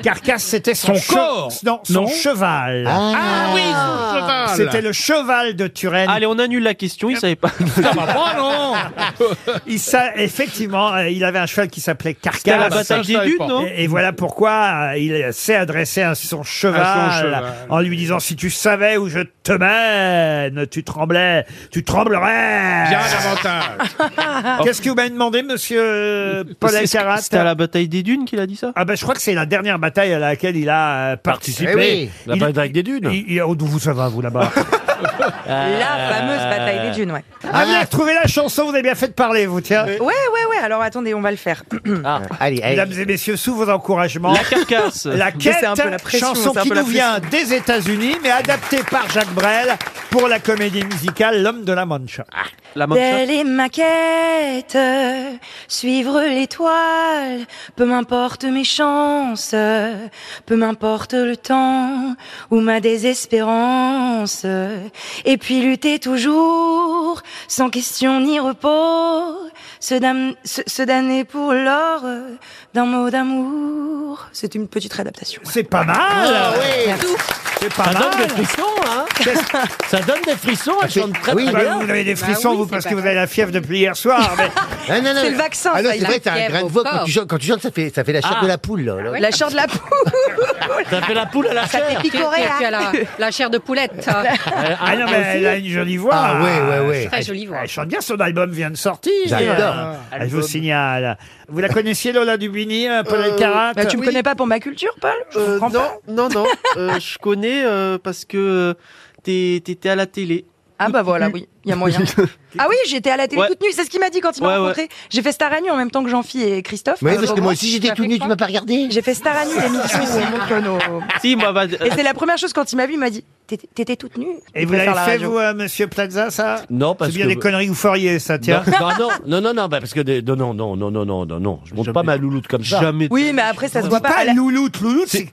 Carcasse, c'était son,
Son
che-
corps
non, son
Non
cheval.
Ah oui,
son cheval.
C'était le cheval de Turenne.
Allez, on annule la question, il savait pas.
Ah,
Il sa- effectivement, euh, il avait un cheval qui s'appelait Carcasse.
C'était la bataille des dunes, non
Et, et voilà pourquoi euh, il s'est adressé à son cheval,
cheval.
en lui disant si tu savais où je te mène, tu tremblais, tu tremblerais.
Bien davantage.
Qu'est-ce que vous m'avez demandé, monsieur euh, Paul
Ah. C'est- c'est-
Alcarat
C'était à la bataille des dunes qu'il a dit ça
Ah ben je crois que c'est la dernière bataille à laquelle il a euh, participé.
Eh oui, la
Il-
bataille des dunes.
il- il- oh, D'où vous ça va vous là-bas
La fameuse bataille des dunes, ouais.
Ah vous avez retrouvé la chanson, vous avez bien fait de parler vous tiens. Ah.
Ouais, ouais, ouais, alors attendez, on va le faire.
Allez,
Mesdames et messieurs, sous vos encouragements.
Ah. La carcasse.
La
Mais c'est
quête,
un peu la pression,
chanson
c'est un
qui
peu la
nous vient
pression.
des États-Unis, mais adaptée par Jacques Brel pour la comédie musicale L'homme de la Mancha.
Ah, La
Telle est ma quête, suivre l'étoile, peu m'importe mes chances, peu m'importe le temps ou ma désespérance, et puis lutter toujours, sans question ni repos, se, dam- se- se damner pour l'or d'un mot d'amour. C'est une petite réadaptation.
C'est pas mal.
Ah ouais.
C'est pas
Ça donne
mal.
des
hein.
Ça donne des frissons, elle chante très
Oui,
très
bah,
bien.
vous avez des
Bah
frissons,
oui,
vous,
c'est
parce que
pas
vous avez la fièvre depuis hier soir. mais-
Non, non, non.
C'est le vaccin,
Ah non,
ça,
c'est
il a
vrai,
la
t'as un
fièvre
grain de
au
voix. Quand
corps.
tu, chantes, quand tu chantes, ça fait, ça fait la chair
Ah.
de la poule. là, là.
La chair de la poule.
Ça fait la poule à la chair.
pique au réa.
hein.
la, la chair de poulette.
Euh,
Ah non, mais elle a une jolie voix.
Ah ouais, ouais, ouais.
Très jolie voix.
Elle chante bien, son album vient de sortir.
J'adore.
Euh, Je vous signale. Vous la connaissiez, Lola Dubini, euh, Paul Alcarat
Bah, tu me connais pas pour ma culture, Paul Je
Euh,
comprends
non,
pas.
non, non, euh, je connais euh, parce que euh, t'es- t'étais à la télé.
Ah bah voilà, oui. Il y a moyen. ah oui, j'étais à la télé
Ouais.
toute nue. C'est ce qu'il m'a dit quand il m'a
Ouais, ouais.
rencontré. J'ai fait Star à nu en même temps que Jean-Phi et Christophe. Euh,
Oui, parce que moi aussi, j'étais tout nu, tu m'as Ah,
pas regardé. J'ai fait Star à nu l'émission où on montre nos-
Si, moi,
bah,
va-
Et c'est la première chose quand il m'a vu, il m'a dit T'étais- T'étais toute nue.
Et vous
Pour faire
l'avez
la
fait,
radio.
vous, euh, monsieur Plaza, ça
Non, parce
C'est bien
que- bah-
des conneries que vous feriez, ça, tiens.
Non, non, non, non, non, bah, parce que des- non, non, non, non, non, non, non, non, je monte pas ma louloute comme ça.
Jamais. Oui, mais après, ça se voit pas.
Pas
Elle a-
Louloute, Louloute, c'est.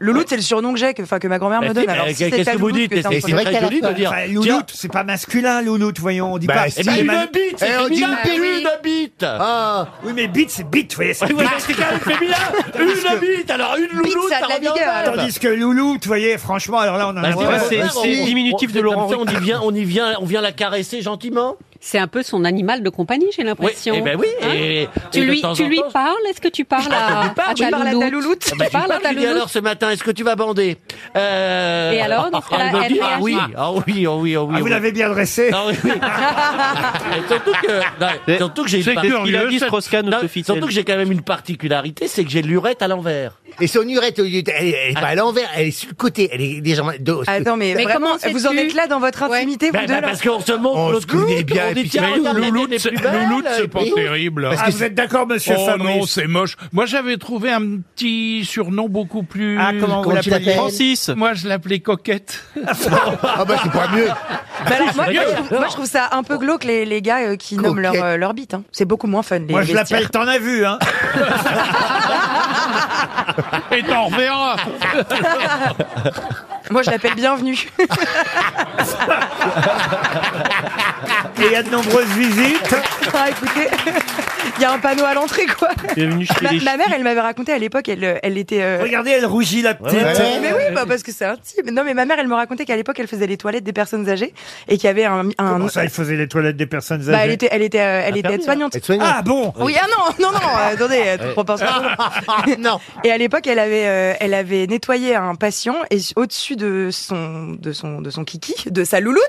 Louloute, c'est le surnom que j'ai, que, enfin, que ma grand-mère me
Bah,
donne.
si,
Alors,
mais
si c'est
qu'est-ce
ta
que vous
Louloute
dites
que t'es en
Et
train
c'est
de
vrai qu'elle a
dire.
de dire,
Enfin, Louloute, c'est pas masculin, Louloute, voyons, on dit
Bah,
pas.
si. Eh ben, une
man-
bite, c'est Eh, on dit féminin. une bite, une bite.
Ah Oui, mais bite, c'est bite, vous voyez, Eh, c'est
Oui, oui,
bite.
mais c'est quand même féminin.
Tandis
Une
que-
bite, alors une louloute, Bite, ça a de la ça revient au vigueur, même.
Tandis que Louloute, vous voyez, franchement, alors là, on en
Bah,
a
je dirais, c'est-
vraiment-
c'est diminutif de
Comme
Laurent
ça, on
Ruquier.
dit bien,
on y vient, on vient la caresser gentiment.
C'est un peu son animal de compagnie, j'ai l'impression.
eh ben oui,
Hein
et- et
tu
de
lui,
temps
tu
en
lui
temps-
parles Est-ce que tu parles à,
Ah, tu parles,
à
oui.
ta louloute
Ah, bah,
Tu parles à ta
lui dis, alors
louloute
ce matin, est-ce que tu vas bander Euh,
Et alors, dans ce cas-là,
elle me
elle
dit, ah
réagit.
oui, ah oui, ah oui, ah oui.
Ah, vous l'avez bien dressé.
Ah oui, oui. Et surtout que, non,
C'est-
surtout que j'ai
c'est
une partie-
curieux,
il a dit
cette-
Strauss-Kahn ou
Non,
Sofitel. Surtout que j'ai quand même une particularité, c'est que j'ai l'urette à l'envers.
Et son urette, elle, elle, elle est pas à l'envers, elle est sur le côté, elle est légèrement dos.
Attends, mais, vraiment, vous en êtes là dans votre intimité,
Bah,
vous
bah,
deux là
parce qu'on se montre
On
notre
se
cul,
connaît
puis
bien,
on
et
dit
puis-
tiens,
Mais
regarde, la mienne
Louloute,
est
c'est
plus belle.
Louloute, c'est
et
pas
puis-
terrible.
Parce que c'est-
d'accord, monsieur
oh
Fabrice
non, c'est moche. Moi, j'avais trouvé un petit surnom beaucoup plus.
Ah, comment vous Comment tu l'appelez l'appelles
Francis. Moi, je l'appelais Coquette.
ah, bah, c'est pas mieux.
Bah, alors, moi, moi, je trouve, moi, je trouve ça un peu glauque les, les gars euh, qui nomment leur, euh, leur bite. hein. C'est beaucoup moins fun. Les
Moi, je
vestiaires.
l'appelle T'en as vu, hein
Et t'en reverras.
Moi, je l'appelle bienvenue.
Et il y a de nombreuses visites.
Ah, écoutez, il y a un panneau à l'entrée, quoi.
Bienvenue chez
ma,
les
ma mère, elle m'avait raconté à l'époque, elle, euh, elle était. euh,
Regardez, elle rougit la petite.
Mais oui, bah, parce que c'est intime. Non, mais ma mère, elle me racontait qu'à l'époque, elle faisait les toilettes des personnes âgées et qu'il y avait un. un-
Comment ça, il faisait les toilettes des personnes âgées
bah, elle était, elle était, euh, elle était soignante.
Ah bon
Oui, ah non, non, non, euh, attendez, euh, toute
Ouais.
proportion. non. Et à l'époque, elle avait, euh, elle avait nettoyé un patient et s- au-dessus de son, de son, de son kiki, de sa louloute,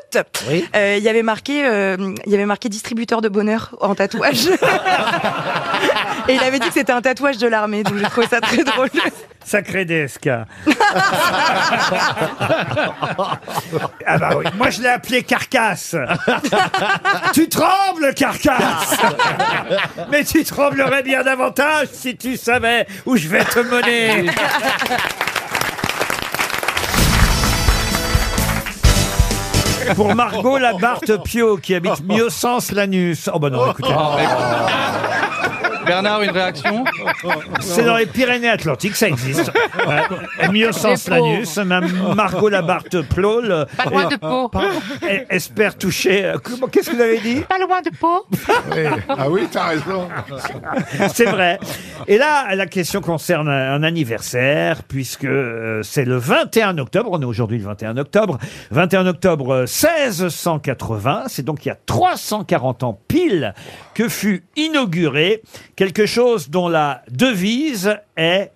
euh, il y avait marqué, euh, il y avait marqué distributeur de bonheur en tatouage. et il avait dit que c'était un tatouage de l'armée, donc j'ai trouvé ça très drôle.
Sacré DSK. ah bah oui, moi je l'ai appelé carcasse. tu trembles, carcasse. Mais tu tremblerais bien davantage si tu savais où je vais te mener. Pour Margot Labarthe Pio qui habite mieux sens l'anus. Oh bah non, écoutez.
Bernard, une réaction
C'est dans les Pyrénées-Atlantiques, ça existe. Euh, Ouais. Mieux sens
Les pauvres.
l'anus, même Margot euh, Labarthe Plaul.
Pas loin
Ah,
de Pau.
Espère toucher. euh, comment- Qu'est-ce que vous avez dit
Pas loin de Pau.
Ah oui, t'as raison. C'est vrai. Et là, la question concerne un anniversaire, puisque euh, c'est le 21 octobre. On est aujourd'hui le 21 octobre. 21 octobre euh, 1680. C'est donc il y a 340 ans pile que fut inauguré quelque chose dont la devise est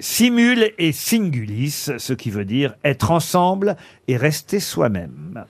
simul et singulis, ce qui veut dire être ensemble et rester soi-même.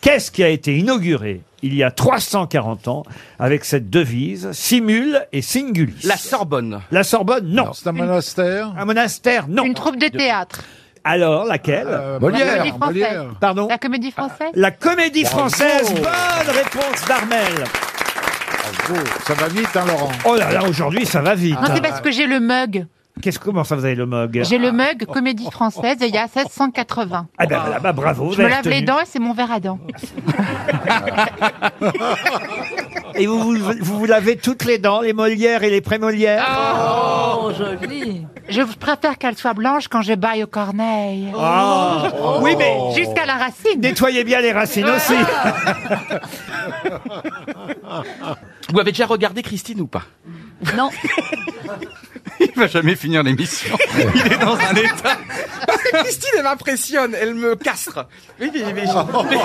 Qu'est-ce qui a été inauguré il y a 340 ans avec cette devise simul et singulis La Sorbonne. La Sorbonne, non. C'est un monastère Un monastère, non. Une troupe de
théâtre. Euh,
Alors, laquelle
La comédie française.
Pardon
La comédie française.
La comédie
Bravo.
française. Bonne réponse d'Armel. Ah, Ça va vite, hein, Laurent Oh là là, aujourd'hui, ça va vite.
Non, c'est
hein.
parce que j'ai le mug.
Qu'est-ce comment ça vous avez le mug
J'ai le mug comédie française et il y a 1680.
Ah ben là-bas, bravo. vous
Je me
avez
lave les
retenu.
dents et c'est mon verre à dents.
Et vous vous, vous vous lavez toutes les dents, les molières et les prémolières
Oh, joli. Je préfère qu'elle soit blanche quand je baille au corneille.
Ah. Oui, mais-
Oh. Jusqu'à la racine. Ah.
Nettoyez bien les racines aussi.
Vous avez déjà regardé Christine ou pas
Non.
Il va jamais finir l'émission. Il est dans un
Ah,
état.
Parce que Christine, elle m'impressionne, elle me castre. Oui, mais, mais- mais-
Ah, ouais.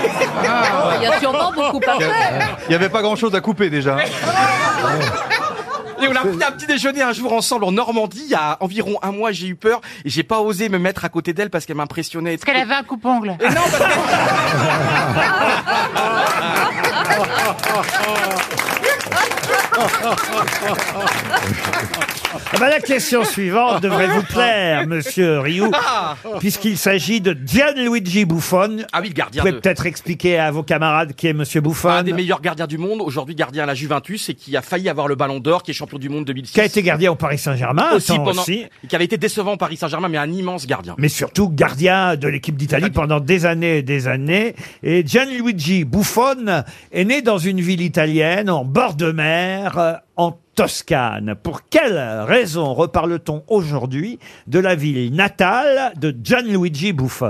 Il y a sûrement beaucoup à faire.
Il n'y avait pas grand chose à couper déjà.
Et on a pris un petit déjeuner un jour ensemble en Normandie. Il y a environ un mois, j'ai eu peur et j'ai pas osé me mettre à côté d'elle parce qu'elle m'impressionnait.
Parce qu'elle avait un coupe-ongle.
Ah bah, la question suivante devrait vous plaire, monsieur Rioux, puisqu'il s'agit de Gianluigi Buffon.
Ah oui, le
Vous
gardien
pouvez
de-
peut-être expliquer à vos camarades qui est monsieur Buffon.
Un des meilleurs gardiens du monde, aujourd'hui gardien à la Juventus et qui a failli avoir le ballon d'or, qui est champion du monde 2006.
qui a été gardien au Paris Saint-Germain,
aussi
attends,
pendant,
aussi,
qui avait été décevant au Paris Saint-Germain, mais un immense gardien.
mais surtout gardien de l'équipe d'Italie pendant des années et des années. Et Gianluigi Buffon est né dans une ville italienne en bord de mer, euh, en Toscane. Pour quelle raison reparle-t-on aujourd'hui de la ville natale de Gianluigi Buffon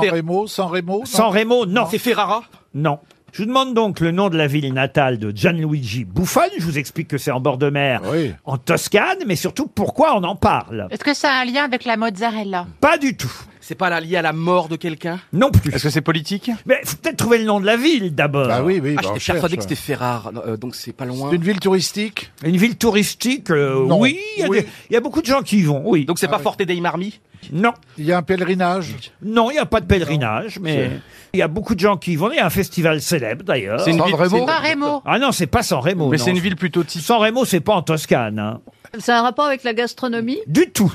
Remo, San Remo.
San Remo, non. C'est Ferrara Non. Je vous demande donc le nom de la ville natale de Gianluigi Buffon. Je vous explique que c'est en bord de mer, en Toscane, mais surtout pourquoi on en parle.
Est-ce que ça a un lien avec la mozzarella
Pas du tout.
C'est pas là lié à la mort de quelqu'un
Non plus.
Est-ce que c'est politique
Mais faut peut-être trouver le nom de la ville d'abord.
Ah
oui, oui,
Ah,
bah, on
j'étais persuadé
cherche,
que c'était Ferrare, non, euh, donc c'est pas loin.
ville touristique Une ville touristique, euh,
Non.
oui. Il y a
Oui.
des- il y, a beaucoup de gens qui y vont, oui.
Donc c'est
Ah,
pas Forte dei Marmi
Non. Il y a un pèlerinage Non, il n'y a pas de pèlerinage, mais
C'est-
il y a beaucoup de gens qui y vont. Il y a un festival célèbre d'ailleurs.
C'est une San ville- Remo c'est une- San Remo.
Ah non, c'est pas San Remo.
Mais c'est une
ville plutôt type. San Remo, c'est pas en Toscane. hein.
C'est un rapport avec la gastronomie
Du tout.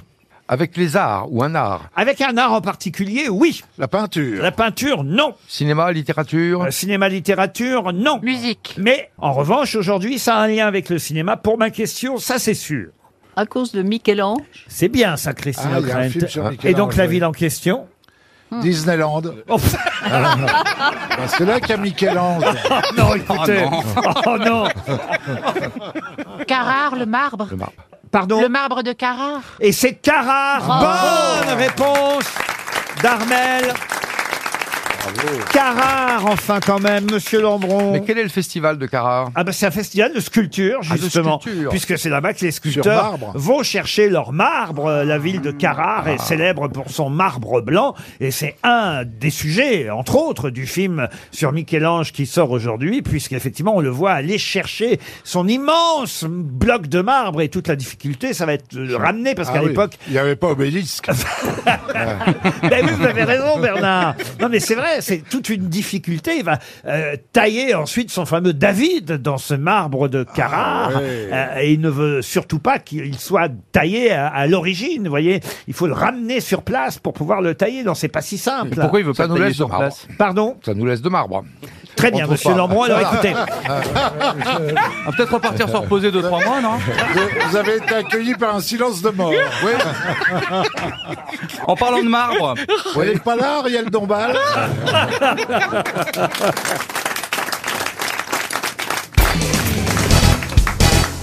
Avec les arts ou un art Avec un art en particulier, oui. La peinture La peinture, non. Cinéma, littérature Cinéma, littérature, non. Musique Mais en revanche, aujourd'hui, ça a un lien avec le cinéma. Pour ma question, ça c'est sûr.
à cause de Michel-Ange.
C'est bien ça, Christina
Ah, il y a un
Ockrent.
film sur Michel-Ange,
Et donc la
oui.
ville en question Oh,
Disneyland. Ah,
Ah,
Bah, c'est là qu'il y a Michel-Ange.
non, écoutez. Oh non.
Carrare, le marbre.
Pardon
Le marbre de Carrare.
Et c'est Carrare.
Bravo.
Bonne réponse d'Armel. Carrare, enfin quand même, Monsieur Lambron. Mais quel est le festival de Carrare Ah ben c'est un festival de sculpture
Ah, de
justement,
sculpture.
puisque c'est là-bas que les sculpteurs
marbre.
vont chercher leur marbre. Euh, La ville de
Ah.
Carrare est célèbre pour son marbre blanc et c'est un des sujets, entre autres, du film sur Michel-Ange qui sort aujourd'hui, puisqu'effectivement on le voit aller chercher son immense bloc de marbre et toute la difficulté, ça va être de le ramener parce
Ah
qu'à
oui.
l'époque
Il n'y avait pas obélisque.
ben oui, vous avez raison, Bernard. Non, mais c'est vrai, c'est toute une difficulté. Il va euh, tailler ensuite son fameux David dans ce marbre de Carrare.
Ah ouais.
Euh, et il ne veut surtout pas qu'il soit taillé à, à l'origine. Vous voyez, il faut le ramener sur place pour pouvoir le tailler. Non, c'est pas si simple.
Pourquoi il veut pas tailler sur place
Pardon
Ça nous laisse de marbre.
Très bien, monsieur Lambron. Alors écoutez.
On va peut-être repartir se reposer deux, trois mois, non
Vous- Vous avez été accueilli par un silence de mort.
En parlant de marbre.
Vous n'êtes pas là, Ariel Dombal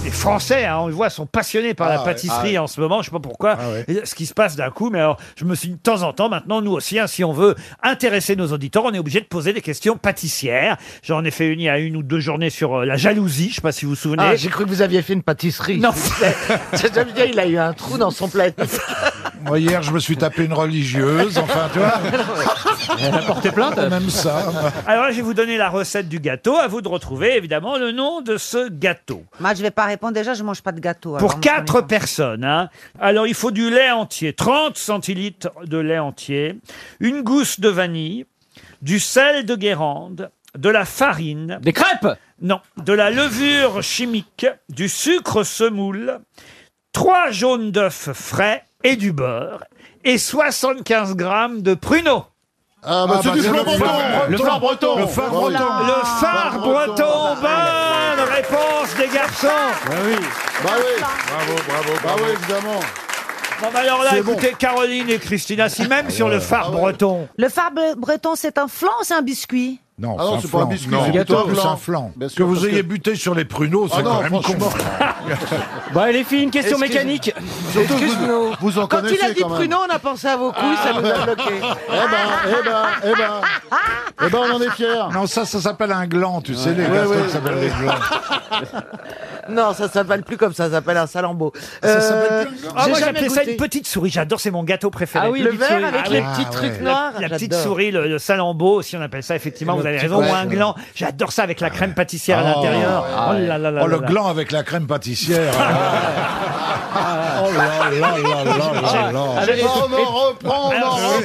Les Français, hein, on le voit, sont passionnés par
Ah
la
ouais,
pâtisserie
ah ouais. Ah
en ce moment. Je sais pas pourquoi. Et Ce qui se passe d'un coup, mais alors, je me suis dit, de temps en temps, maintenant, nous aussi, hein, si on veut intéresser nos auditeurs, on est obligé de poser des questions pâtissières. J'en ai fait une il y a une ou deux journées sur euh, la jalousie. Je sais pas si vous vous souvenez.
Ah, j'ai cru que vous aviez fait une pâtisserie.
Non.
J'aime bien, il a eu un trou dans son plat.
Moi, hier, je me suis tapé une religieuse. Enfin, tu vois.
Elle a porté plainte
Même ça.
Alors là, je vais vous donner la recette du gâteau. À vous de retrouver, évidemment, le nom de ce gâteau.
Moi, je vais pas répondre. Déjà, je mange pas de gâteau. alors,
Pour
moi,
quatre personnes. hein. Alors, il faut du lait entier, 30 centilitres de lait entier, une gousse de vanille, du sel de Guérande, de la farine. Des crêpes Non, de la levure chimique, du sucre semoule, trois jaunes d'œufs frais et du beurre, et 75 grammes de pruneaux. Ah,
bah, Ah, c'est bah, du c'est flan le breton, phare- le breton. phare breton.
Le phare
Voilà.
breton. Le phare breton. Bonne réponse des garçons. Bah oui.
Bah oui. Bravo, bravo. Bah oui, évidemment.
Bon, bah alors là,
C'est bon.
écoutez, Caroline et Christina, si même
Ah
sur le phare breton.
Le phare bre- breton, c'est un flan ou c'est un biscuit
Non,
Ah non,
c'est
c'est
un
pas
flan.
un biscuit,
Non,
c'est
plutôt
gâteau
que
blanc.
un flan.
Bien sûr,
que vous
parce
ayez
que-
buté sur les pruneaux,
Ah
Oh
c'est
non,
quand même con.
franchement.
bah, les filles, une
question Excuse- mécanique.
Surtout, que vous,
excuse-nous.
vous en
Quand
connaissez
il a dit
quand même. Ah.
pruneaux,
Non, on a pensé à vos couilles, ça nous a bloqué.
Eh ben, eh ben, eh ben. Eh ben, on en est fiers.
Non, ça, ça s'appelle un gland, tu sais, les
Ouais,
gars,
ouais.
ça s'appelle les glands.
Non, ça s'appelle plus comme ça, ça s'appelle un salambeau.
Ça s'appelle plus- Ah, moi
j'ai
j'appelais
jamais
ça
goûté.
une petite souris, j'adore, c'est mon gâteau préféré.
Ah oui, le
Petite
verre
souris.
avec
Ah
les
oui.
petits
Ah
trucs
ouais.
noirs,
La, la petite
j'adore.
souris, le, le salambeau, si on appelle ça effectivement,
Le
vous avez
petit
raison, ou
ouais.
un gland. J'adore ça avec la crème pâtissière à l'intérieur.
Ah,
Oh là là là
oh, le
là.
gland avec la crème pâtissière. oh là là là là là là.
Avec- Alors,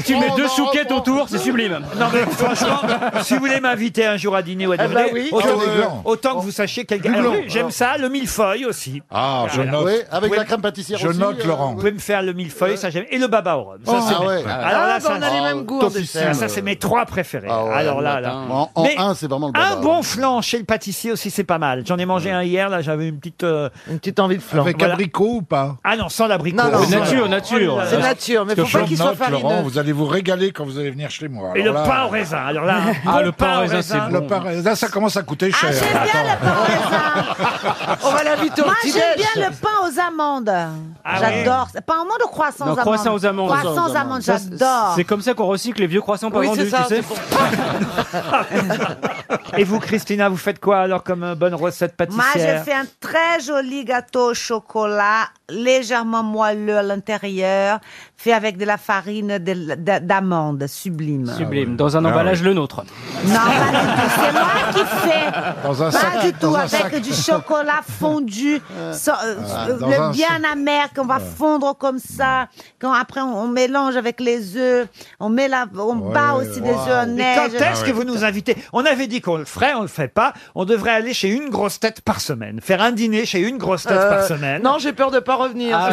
Tu mets deux souquettes autour, c'est sublime.
Non mais franchement, si vous voulez m'inviter un jour à dîner ou à
Eh
dîner,
ben oui.
autant,
Ah ouais.
Oh.
autant que vous sachiez quel
blanc.
Alors, J'aime ça, le millefeuille aussi. Ah,
je note. Oui, avec la crème
pâtissière
Je aussi, note, euh, Laurent.
Vous pouvez me faire le millefeuille, ça j'aime. Et le baba au rhum. Ça,
Oh,
c'est
ah
mes-
ouais.
Alors là,
Ah, bah,
ça- Ah,
on a les mêmes goûts en Topissime. dessert.
Ça, c'est mes trois préférés.
Ah ouais,
Alors là,
le
là.
matin. En- en
Mais
un, c'est vraiment le
Un
baba,
bon flan chez le pâtissier aussi, c'est pas mal. J'en ai mangé un hier, là, j'avais une petite. euh, Une petite envie de flan.
Avec abricot ou pas
Ah non, sans l'abricot.
Non, non,
Oh là
nature,
là.
nature.
Oh là là.
C'est
nature,
Parce que je note,
farineux.
Laurent, vous allez vous régaler quand vous allez venir chez moi.
Et le
Alors là-
pain au raisin. Alors là, un
Ah,
bon
le pain au raisin,
c'est
Le
bon.
pain au raisin, ça commence à coûter
Ah,
cher.
On va l'inviter
au
Moi,
petit
j'aime
déj.
bien le pain aux amandes.
Ah
ouais.
J'adore. ça. Pain aux amandes ou croissant
Non,
aux amandes
croissant aux amandes.
Croissant aux amandes,
Ça,
j'adore.
C'est comme ça qu'on recycle les vieux croissants pas
Ah. Oui,
vendus,
c'est ça,
tu sais.
c'est pour-
Et vous, Christina, vous faites quoi alors comme euh, bonne recette
Moi, j'ai
pâtissière
fait un très joli gâteau au chocolat, légèrement moelleux à l'intérieur, fait avec de la farine de- d'a- d'amande, sublime.
Sublime,
Ah
dans un emballage le nôtre.
C'est moi qui fais.
Dans un
pas
sac-
du tout,
dans un
avec
sac.
du chocolat fondu, so- euh,
Ah,
euh,
dans
le
un
bien amer qu'on va fondre comme ça. Quand après on, on mélange avec les œufs, on met la, on bat aussi des œufs en
Et quand
neige.
est-ce que vous nous invitez On avait dit qu'on le ferait, on le fait pas. On devrait aller chez une grosse tête par semaine. Faire un dîner chez une grosse tête par
Euh,
semaine.
Euh, Non, j'ai peur de pas revenir.
Ah,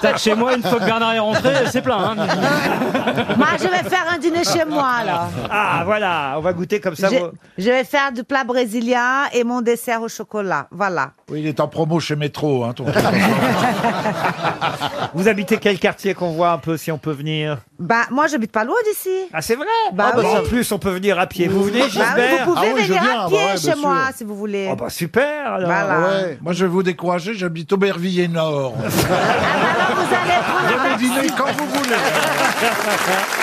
Tac, chez moi, une fois que Bernard est rentré, c'est plein. hein.
Moi, je vais faire un dîner chez moi alors.
Ah, voilà, on va goûter comme ça.
Je,
vous-
je vais faire du plat brésilien et mon dessert au chocolat. Voilà.
Oui, il est en promo chez Métro. Hein, ton-
Vous habitez quel quartier qu'on voit un peu si on peut venir
Bah, moi, j'habite pas loin d'ici.
Ah, c'est vrai
Bah
Ah, bah,
oui.
En plus, on peut venir à pied. Vous venez,
Bah oui,
Gisbert
vous
Ah
Ah
pouvez venir à pied chez moi si vous voulez.
Oh, bah super alors.
Voilà.
Ouais. Moi, je vais vous décourager, j'habite Aubervilliers Nord.
Vous allez prendre un
Venez
taxi.
dîner quand vous voulez.